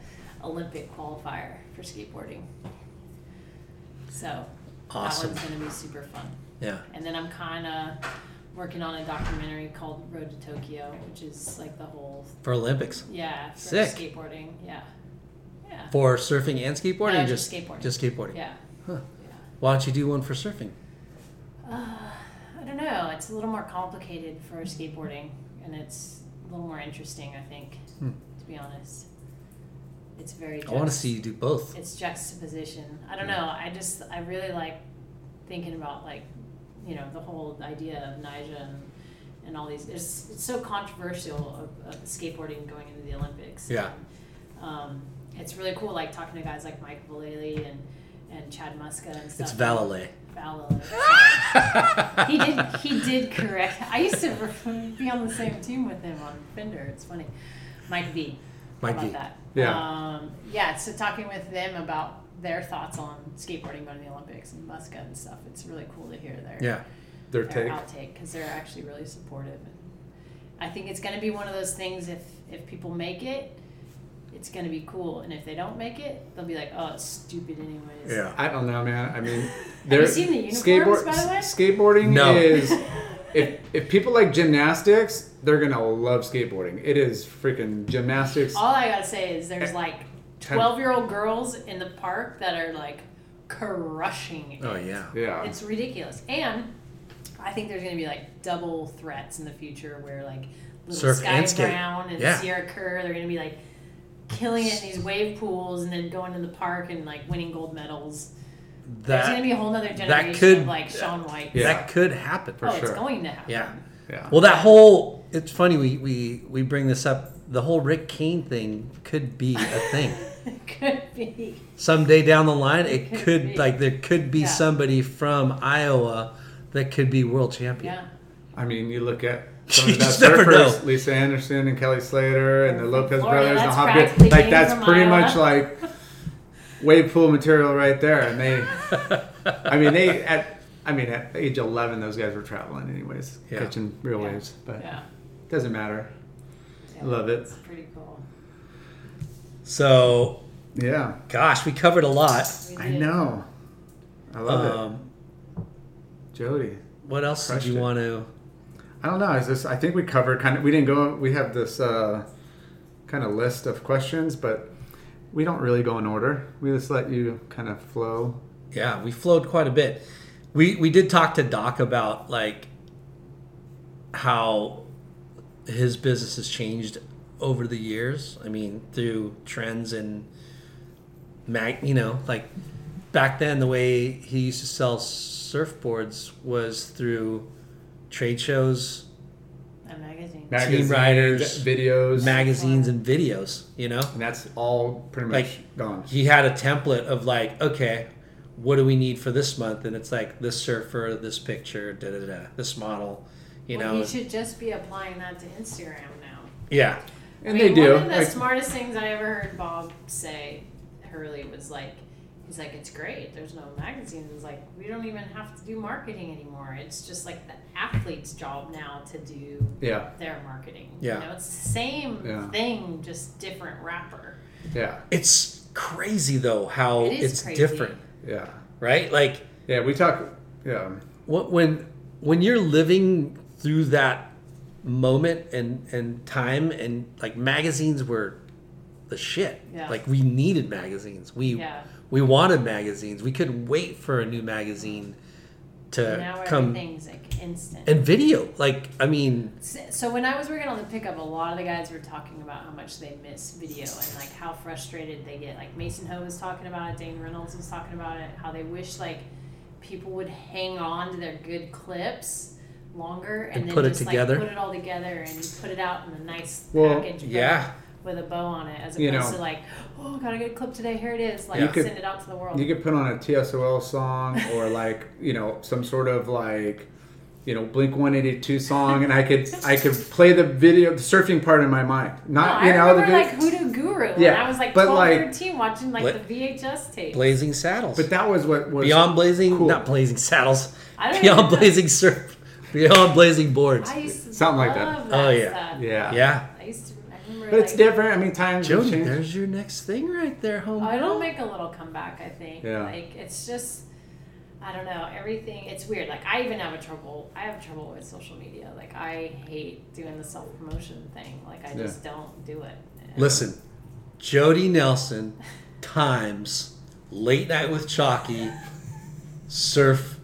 Olympic qualifier for skateboarding. So
Awesome.
that one's going to be super fun.
Yeah.
And then I'm kind of working on a documentary called Road to Tokyo, which is like the whole
For Olympics.
yeah, for
Sick.
skateboarding. Yeah, yeah,
For surfing and skateboarding?
No,
or
just
just
skateboarding.
Just skateboarding.
yeah.
Huh.
yeah.
Why don't you do one for surfing?
Uh, I don't know. It's a little more complicated for skateboarding, and it's a little more interesting. I think,
Hmm.
to be honest, it's very.
I want to
juxt-
see you do both.
It's juxtaposition. I don't know. I just I really like thinking about like you know the whole idea of Nija and. And all these, it's, it's so controversial of, of skateboarding going into the Olympics.
Yeah.
um, it's really cool like talking to guys like Mike Vallely and and Chad Muska and stuff.
It's Valile. (laughs)
Vallely. he did he did correct. I used to re- be on the same team with him on Fender. It's funny. Mike V.
Mike
How about
V.
that?
Yeah.
Um, yeah. So talking with them about their thoughts on skateboarding going to the Olympics and Muska and stuff. It's really cool to hear their
Yeah.
Their
their
take.
outtake because they're actually really supportive. And I think it's going to be one of those things. If if people make it, it's going to be cool, and if they don't make it, they'll be like, "Oh, it's stupid anyways."
I don't know, man. I mean,
(laughs) Have you
there-
seen the uniforms, by the way?
s- Skateboarding
No.
is
(laughs)
if if people like gymnastics, they're gonna love skateboarding. It is freaking gymnastics.
All I gotta say is there's like
Eh, Ten-
twelve year old girls in the park that are like crushing it.
Oh, yeah.
yeah,
It's ridiculous, and I think there's gonna be like double threats in the future where like little
Surf
Sky
and skate.
Brown and
Yeah.
Sierra Kerr, they're gonna be like killing it in these wave pools and then going to the park and like winning gold medals. there's gonna
That
be a whole other generation
could-
of like Sean White.
Yeah.
that could happen.
oh, it's
sure.
going to happen. (laughs)
Yeah.
yeah.
Well, that whole it's funny we we we bring this up. The whole Rick Kane thing could be a
(laughs)
thing.
could be.
Someday down the line, it
Could
could,
be.
like there could be
Yeah.
somebody from Iowa that could be world champion.
Yeah.
I mean, you look
(laughs)
at some of
You
the best
just never
surfers,
know.
Lisa Anderson and Kelly Slater and the Lopez
Florida,
brothers, and
that's
how good-
practically
like
came
that's
from
pretty
Iowa.
much
(laughs)
like wave pool material right there. And they, I mean,
(laughs)
they at I mean at age eleven, those guys were traveling anyways,
Yeah.
catching real
Yeah.
waves, but
Yeah.
doesn't matter.
Yeah.
Love it.
It's pretty cool.
So,
Yeah,
gosh, we covered a lot.
We
I
did.
know. I love it,
Um,
Jody.
what else did
Crushed
you
it.
want to?
I don't know. Is this? I think we covered kind of. We didn't go. We have this uh, kind of list of questions, but we don't really go in order. We just let you kind of flow.
Yeah, we flowed quite a bit. we we did talk to Doc about like how his business has changed over the years. I mean, through trends and mag, you know, like back then the way he used to sell surfboards was through trade shows,
A magazine.
Magazines,
riders,
videos,
magazines, and videos. You know,
and that's all pretty much
Like-
gone.
he had a template of like, okay, what do we need for this month? And it's like this surfer, this picture, da da da, this model, you
well,
know,
you should just be applying that to Instagram now.
yeah,
And
I mean,
they do.
One of the
like,
smartest things I ever heard Bob say, Hurley, was like, he's like, it's great. There's no magazines. Like, we don't even have to do marketing anymore. It's just like the athlete's job now to do
yeah,
their marketing.
Yeah.
You know, it's the same
Yeah.
thing, just different wrapper.
yeah,
it's crazy though how
It is
it's
crazy.
different,
yeah,
right? Like
yeah. We talk. Yeah,
what when when you're living through that moment and and time and like magazines were the shit.
Yeah.
Like we needed magazines. We
Yeah.
we wanted magazines. We couldn't wait for a new magazine to
now
come
everything's like instant.
and video like i mean
S- So when I was working on the pickup, a lot of the guys were talking about how much they miss video and like how frustrated they get. Like Mason Ho was talking about it, Dane Reynolds was talking about it, how they wish like people would hang on to their good clips longer and,
And
then
put it
just
together.
like put it all together and put it out in a nice
Well,
package with-
yeah
with a bow on it as opposed
You know.
to like, oh got a good clip today, here it is, like
You could-
send it out to the world.
you could put on a TSOL song or like you know some sort of like you know Blink One Eighty Two song, and I could I could play the video the surfing part in my mind. Not
I
you know the
remember
video,
like Hoodoo Guru when
Yeah,
I was like
but,
12
like-
13 watching like
Bla-
the VHS tape.
blazing saddles
but that was what was
beyond blazing
cool.
not blazing saddles
I don't
beyond
even know.
blazing surf beyond blazing boards
I used to
Something like
love
that.
Oh, yeah.
stuff.
Yeah,
yeah
I used to. I remember,
But it's
like,
different. I mean, times have
jody
changed.
there's your next thing right there home
Oh, it'll make a little comeback. I think.
Yeah.
Like it's just, I don't know. Everything. It's weird. Like I even have a trouble. I have trouble with social media. Like I hate doing the self promotion thing. Like I just don't do it.
listen jody nelson times late night with chalky surf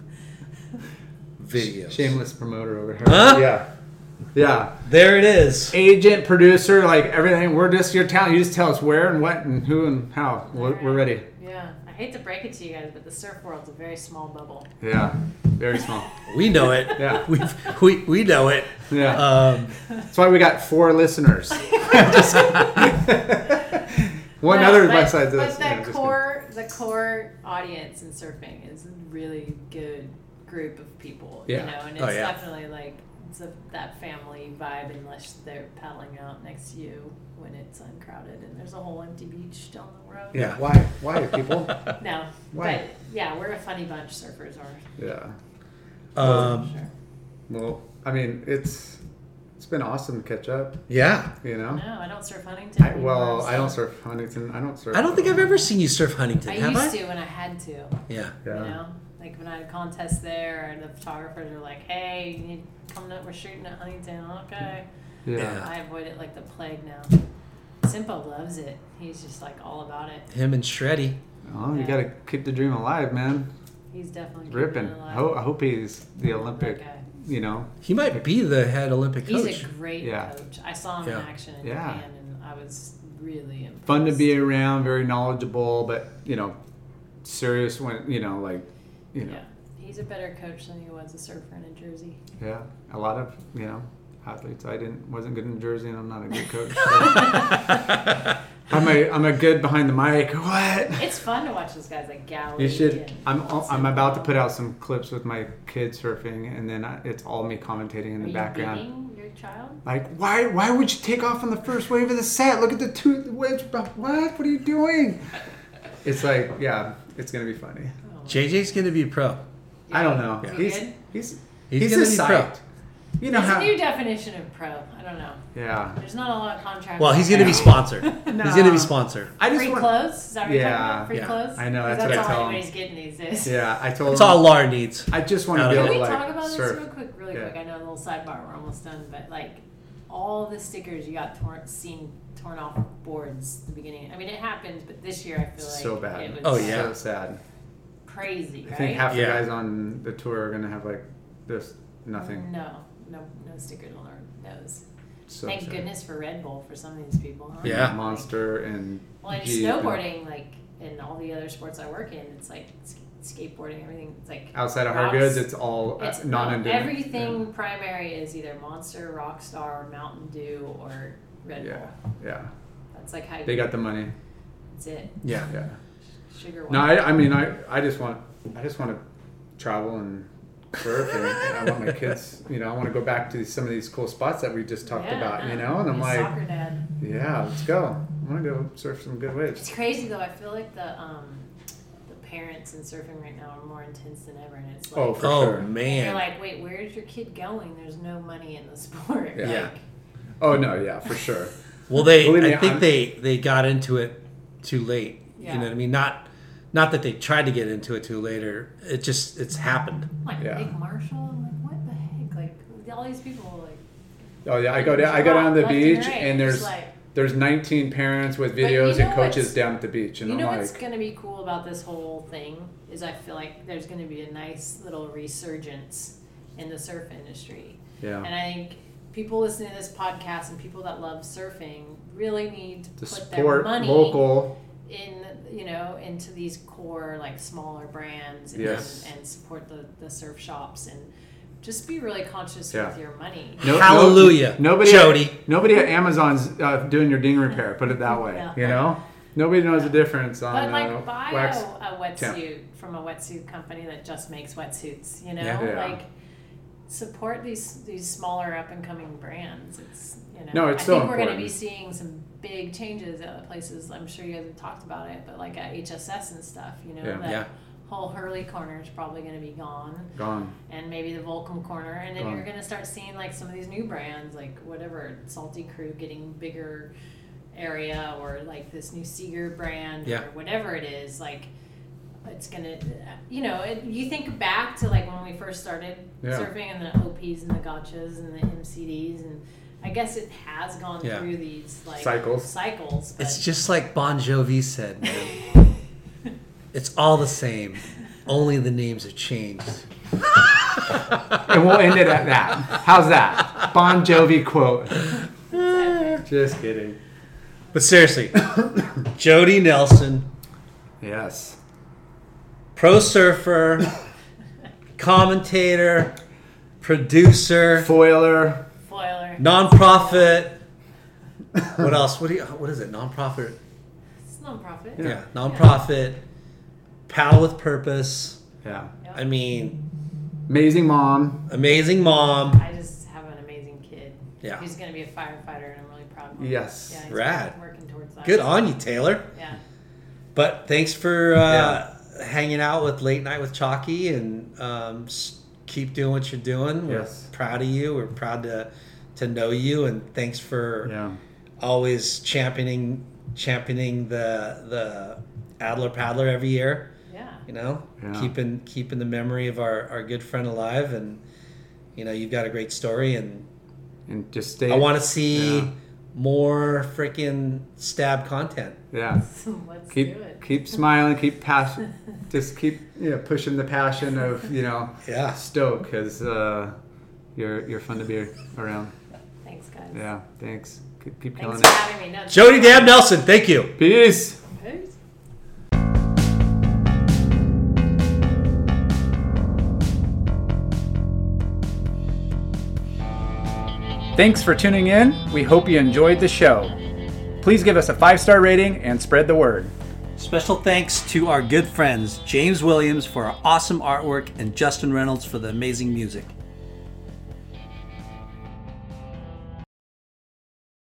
videos
Shameless promoter over here.
Huh?
Yeah. Yeah.
there it is
Agent, producer, like everything. We're just your talent. You just tell us where and what and who and how. We're, we're ready.
Yeah. I hate to break it to you guys, but the surf world's a very small bubble.
Yeah. Very small.
we know it
Yeah.
We've, we we know it
Yeah.
um
That's why we got four
(laughs)
listeners. Just- One
No,
other
but-
besides
but
this. No,
the
just
core, the core audience in surfing is a really good group of people.
Yeah.
You know, and it's
Oh, yeah.
definitely like it's a, that family vibe unless they're paddling out next to you when it's uncrowded and there's a whole empty beach down the road.
kidding.
Yeah.
Why? Why people?
No.
Why?
But yeah, we're a funny bunch. Surfers are.
(laughs) Yeah.
(laughs) um
Sure.
Well, I mean, it's it's been awesome to catch up.
yeah
You know.
No, I don't surf Huntington.
I, well,
anymore,
I don't
so-
surf Huntington. I don't surf.
I don't think I've ever seen you surf Huntington,
I
have
used
I?
to when I had to.
Yeah.
Yeah.
You know, like when I had a contest there, and the photographers were like, "Hey, you need to come up. We're shooting at Huntington." Okay.
Yeah.
Yeah.
I avoid it like the plague now. Simpo loves it. He's just like all about it.
Him and Shreddy.
Oh, you gotta keep the dream alive, man.
He's definitely keeping
Ripping.
it
I
alive.
hope, I hope he's the
That
Olympic.
guy.
You know.
He might be the head Olympic
He's
coach.
a great
Yeah.
coach. I saw him
Yeah.
in action in
Yeah.
Japan, and I was really impressed.
fun to be around, very knowledgeable, but you know, serious when you know, like, you know,
Yeah, he's a better coach than he was a surfer in New Jersey.
yeah, a lot of you know athletes. I didn't wasn't good in Jersey, and I'm not a good coach.
(laughs)
so. I'm a I'm a good behind the mic.
(laughs)
What?
It's fun to watch those guys like Galley.
You should.
and
I'm
Simpo.
I'm about to put out some clips with my kids surfing, and then I, it's all me commentating in
Are
the
you
background.
beating your child?
Like, why why would you take off on the first wave of the set? Look at the two waves. What? What are you doing? It's like, yeah, it's gonna be funny.
Oh.
JJ's going to be a pro.
I don't know.
Is he
He's,
good?
he's
He's
he's
gonna
a
be pro.
sight. You know
It's
how?
a new definition of pro. I don't know.
yeah.
There's not a lot of contracts.
Well, he's going to be
out
sponsored.
(laughs)
(laughs)
He's going to
No.
be sponsored.
I
there.
just
free
want.
clothes. Is that what you're talking
Yeah,
about? Free
yeah.
clothes.
I know,
'Cause
that's what I
all
tell him.
anybody's getting these days.
Yeah, I told
That's
him.
all Laura needs.
I just want to
Out
be
of
able
it.
(laughs) Can
to
we
like
talk about this
surf.
real quick? Really
Yeah.
quick. I know a little sidebar. We're almost done, but like all the stickers you got torn, seen torn off boards at the beginning. I mean, it happens, but this year I feel like
So bad.
It was
Oh, yeah.
So sad.
crazy,
I
right?
think half
Yeah.
the guys on the tour are gonna have like this nothing.
No, no, no stickers on their nose.
So
Thank
sorry.
goodness for Red Bull for some of these people. Huh?
Yeah.
Monster and
Well, like
Jeep and-
snowboarding, like and all the other sports I work in, it's like s- skateboarding, everything. It's like
Outside of hard
rocks.
goods, it's all uh,
It's
non-endemic.
everything primary is either Monster, Rockstar, Mountain Dew, or Red
Yeah,
Bull.
yeah.
That's like how
They got the money.
That's it.
Yeah.
Yeah.
Sugar.
No,
water.
I, I mean, I, I just want, I just want to travel and surf, and I want my kids, you know, I want to go back to some of these cool spots that we just talked
Yeah,
about, you
no,
know, and I'm
be a
like,
soccer dad.
yeah, let's go. I want to go surf some good waves.
It's crazy though. I feel like the um, the parents in surfing right now are more intense than ever, and it's like
Oh, for
oh
sure.
you're
man.
like, wait, where is your kid going? There's no money in the (laughs) sport.
Yeah.
Yeah.
Like,
Oh no, yeah, for sure.
Well, they.
Believe me,
I think
I'm-
they they got into it too late.
Yeah.
You know what I mean? Not not that they tried to get into it too later. It just it's happened.
I'm like
Yeah.
Nick Marshall. I'm like, what the heck? Like all these people. Like
Oh yeah, I go down, I go down to the
Left and
beach,
right,
and
it's
there's
like-
there's 19 parents with
you
videos
know
and coaches
what's-
down at the beach, and
you know
I'm
what's
like,
gonna be cool about this whole thing is I feel like there's gonna be a nice little resurgence in the surf industry.
yeah,
And I think people listening to this podcast and people that love surfing really need to,
to
put their
support
money
local.
in, you know, into these core like smaller brands and,
Yes.
and support the, the surf shops and just be really conscious
Yeah.
with your money.
No- no-
Hallelujah,
nobody,
Jody.
nobody at Amazon's uh, doing your ding repair. Put it that way.
Yeah.
You know, nobody knows the difference on
But
uh,
like buy
wax.
a, a wetsuit from a wetsuit company that just makes wetsuits, you know?
Yeah.
Yeah.
Like support these these smaller up and coming brands. It's you know
No, it's
I
so
think we're gonna
important.
be seeing some big changes at other places. I'm sure you guys have talked about it, but like at HSS and stuff, you know,
Yeah.
that
Yeah.
whole Hurley corner is probably gonna be gone.
Gone.
And maybe the Volcom corner and then
Gone.
you're gonna start seeing like some of these new brands, like whatever, Salty Crew getting bigger area or like this new Seeger brand
Yeah.
or whatever it is, like it's gonna, you know, it, you think back to like when we first started
Yeah.
surfing and the OPs and the gotchas and the MCDs and I guess it has gone
Yeah.
through these like
Cycles.
Cycles. But
It's just like Bon Jovi said, man.
(laughs)
it's all the same. Only the names have changed.
and we'll end it at that. How's that? Bon Jovi quote. Just kidding.
But seriously, Jody Nelson,
Yes.
pro surfer, commentator, producer, (laughs)
Foiler.
spoiler.
nonprofit. What else? What do you? What is it? Nonprofit.
It's nonprofit.
Yeah, nonprofit. Pal with purpose.
Yeah.
I mean,
Amazing mom.
amazing mom.
I just have an amazing kid.
Yeah.
He's gonna be a firefighter and I'm really proud of him.
Yes.
Yeah, he's
Rad.
working towards that.
Good on you, Taylor.
Yeah.
But thanks for uh, hanging out with Late Night with Chalky and um, s- keep doing what you're doing. We're
Yes.
proud of you. We're proud to to know you and thanks for
Yeah.
always championing championing the the Adler Paddler every year.
Yeah. (laughs)
You know,
Yeah.
keeping keeping the memory of our our good friend alive and. You know, you've got a great story, and
And just stay.
I want to see
Yeah.
more freaking stab content.
Yeah.
Let's
Keep
do it.
keep smiling. Keep
(laughs)
passion. just keep you know, pushing the passion of you know
Yeah.
Stoke because uh, you're you're fun to be around.
Thanks, guys.
Yeah. Thanks. Keep, keep
Thanks
killing
for
it.
having me. No,
Jody Dab Nelson, thank you.
Peace.
Peace.
Thanks for tuning in. We hope you enjoyed the show. Please give us a five star rating and spread the word.
Special thanks to our good friends James Williams for our awesome artwork and Justin Reynolds for the amazing music.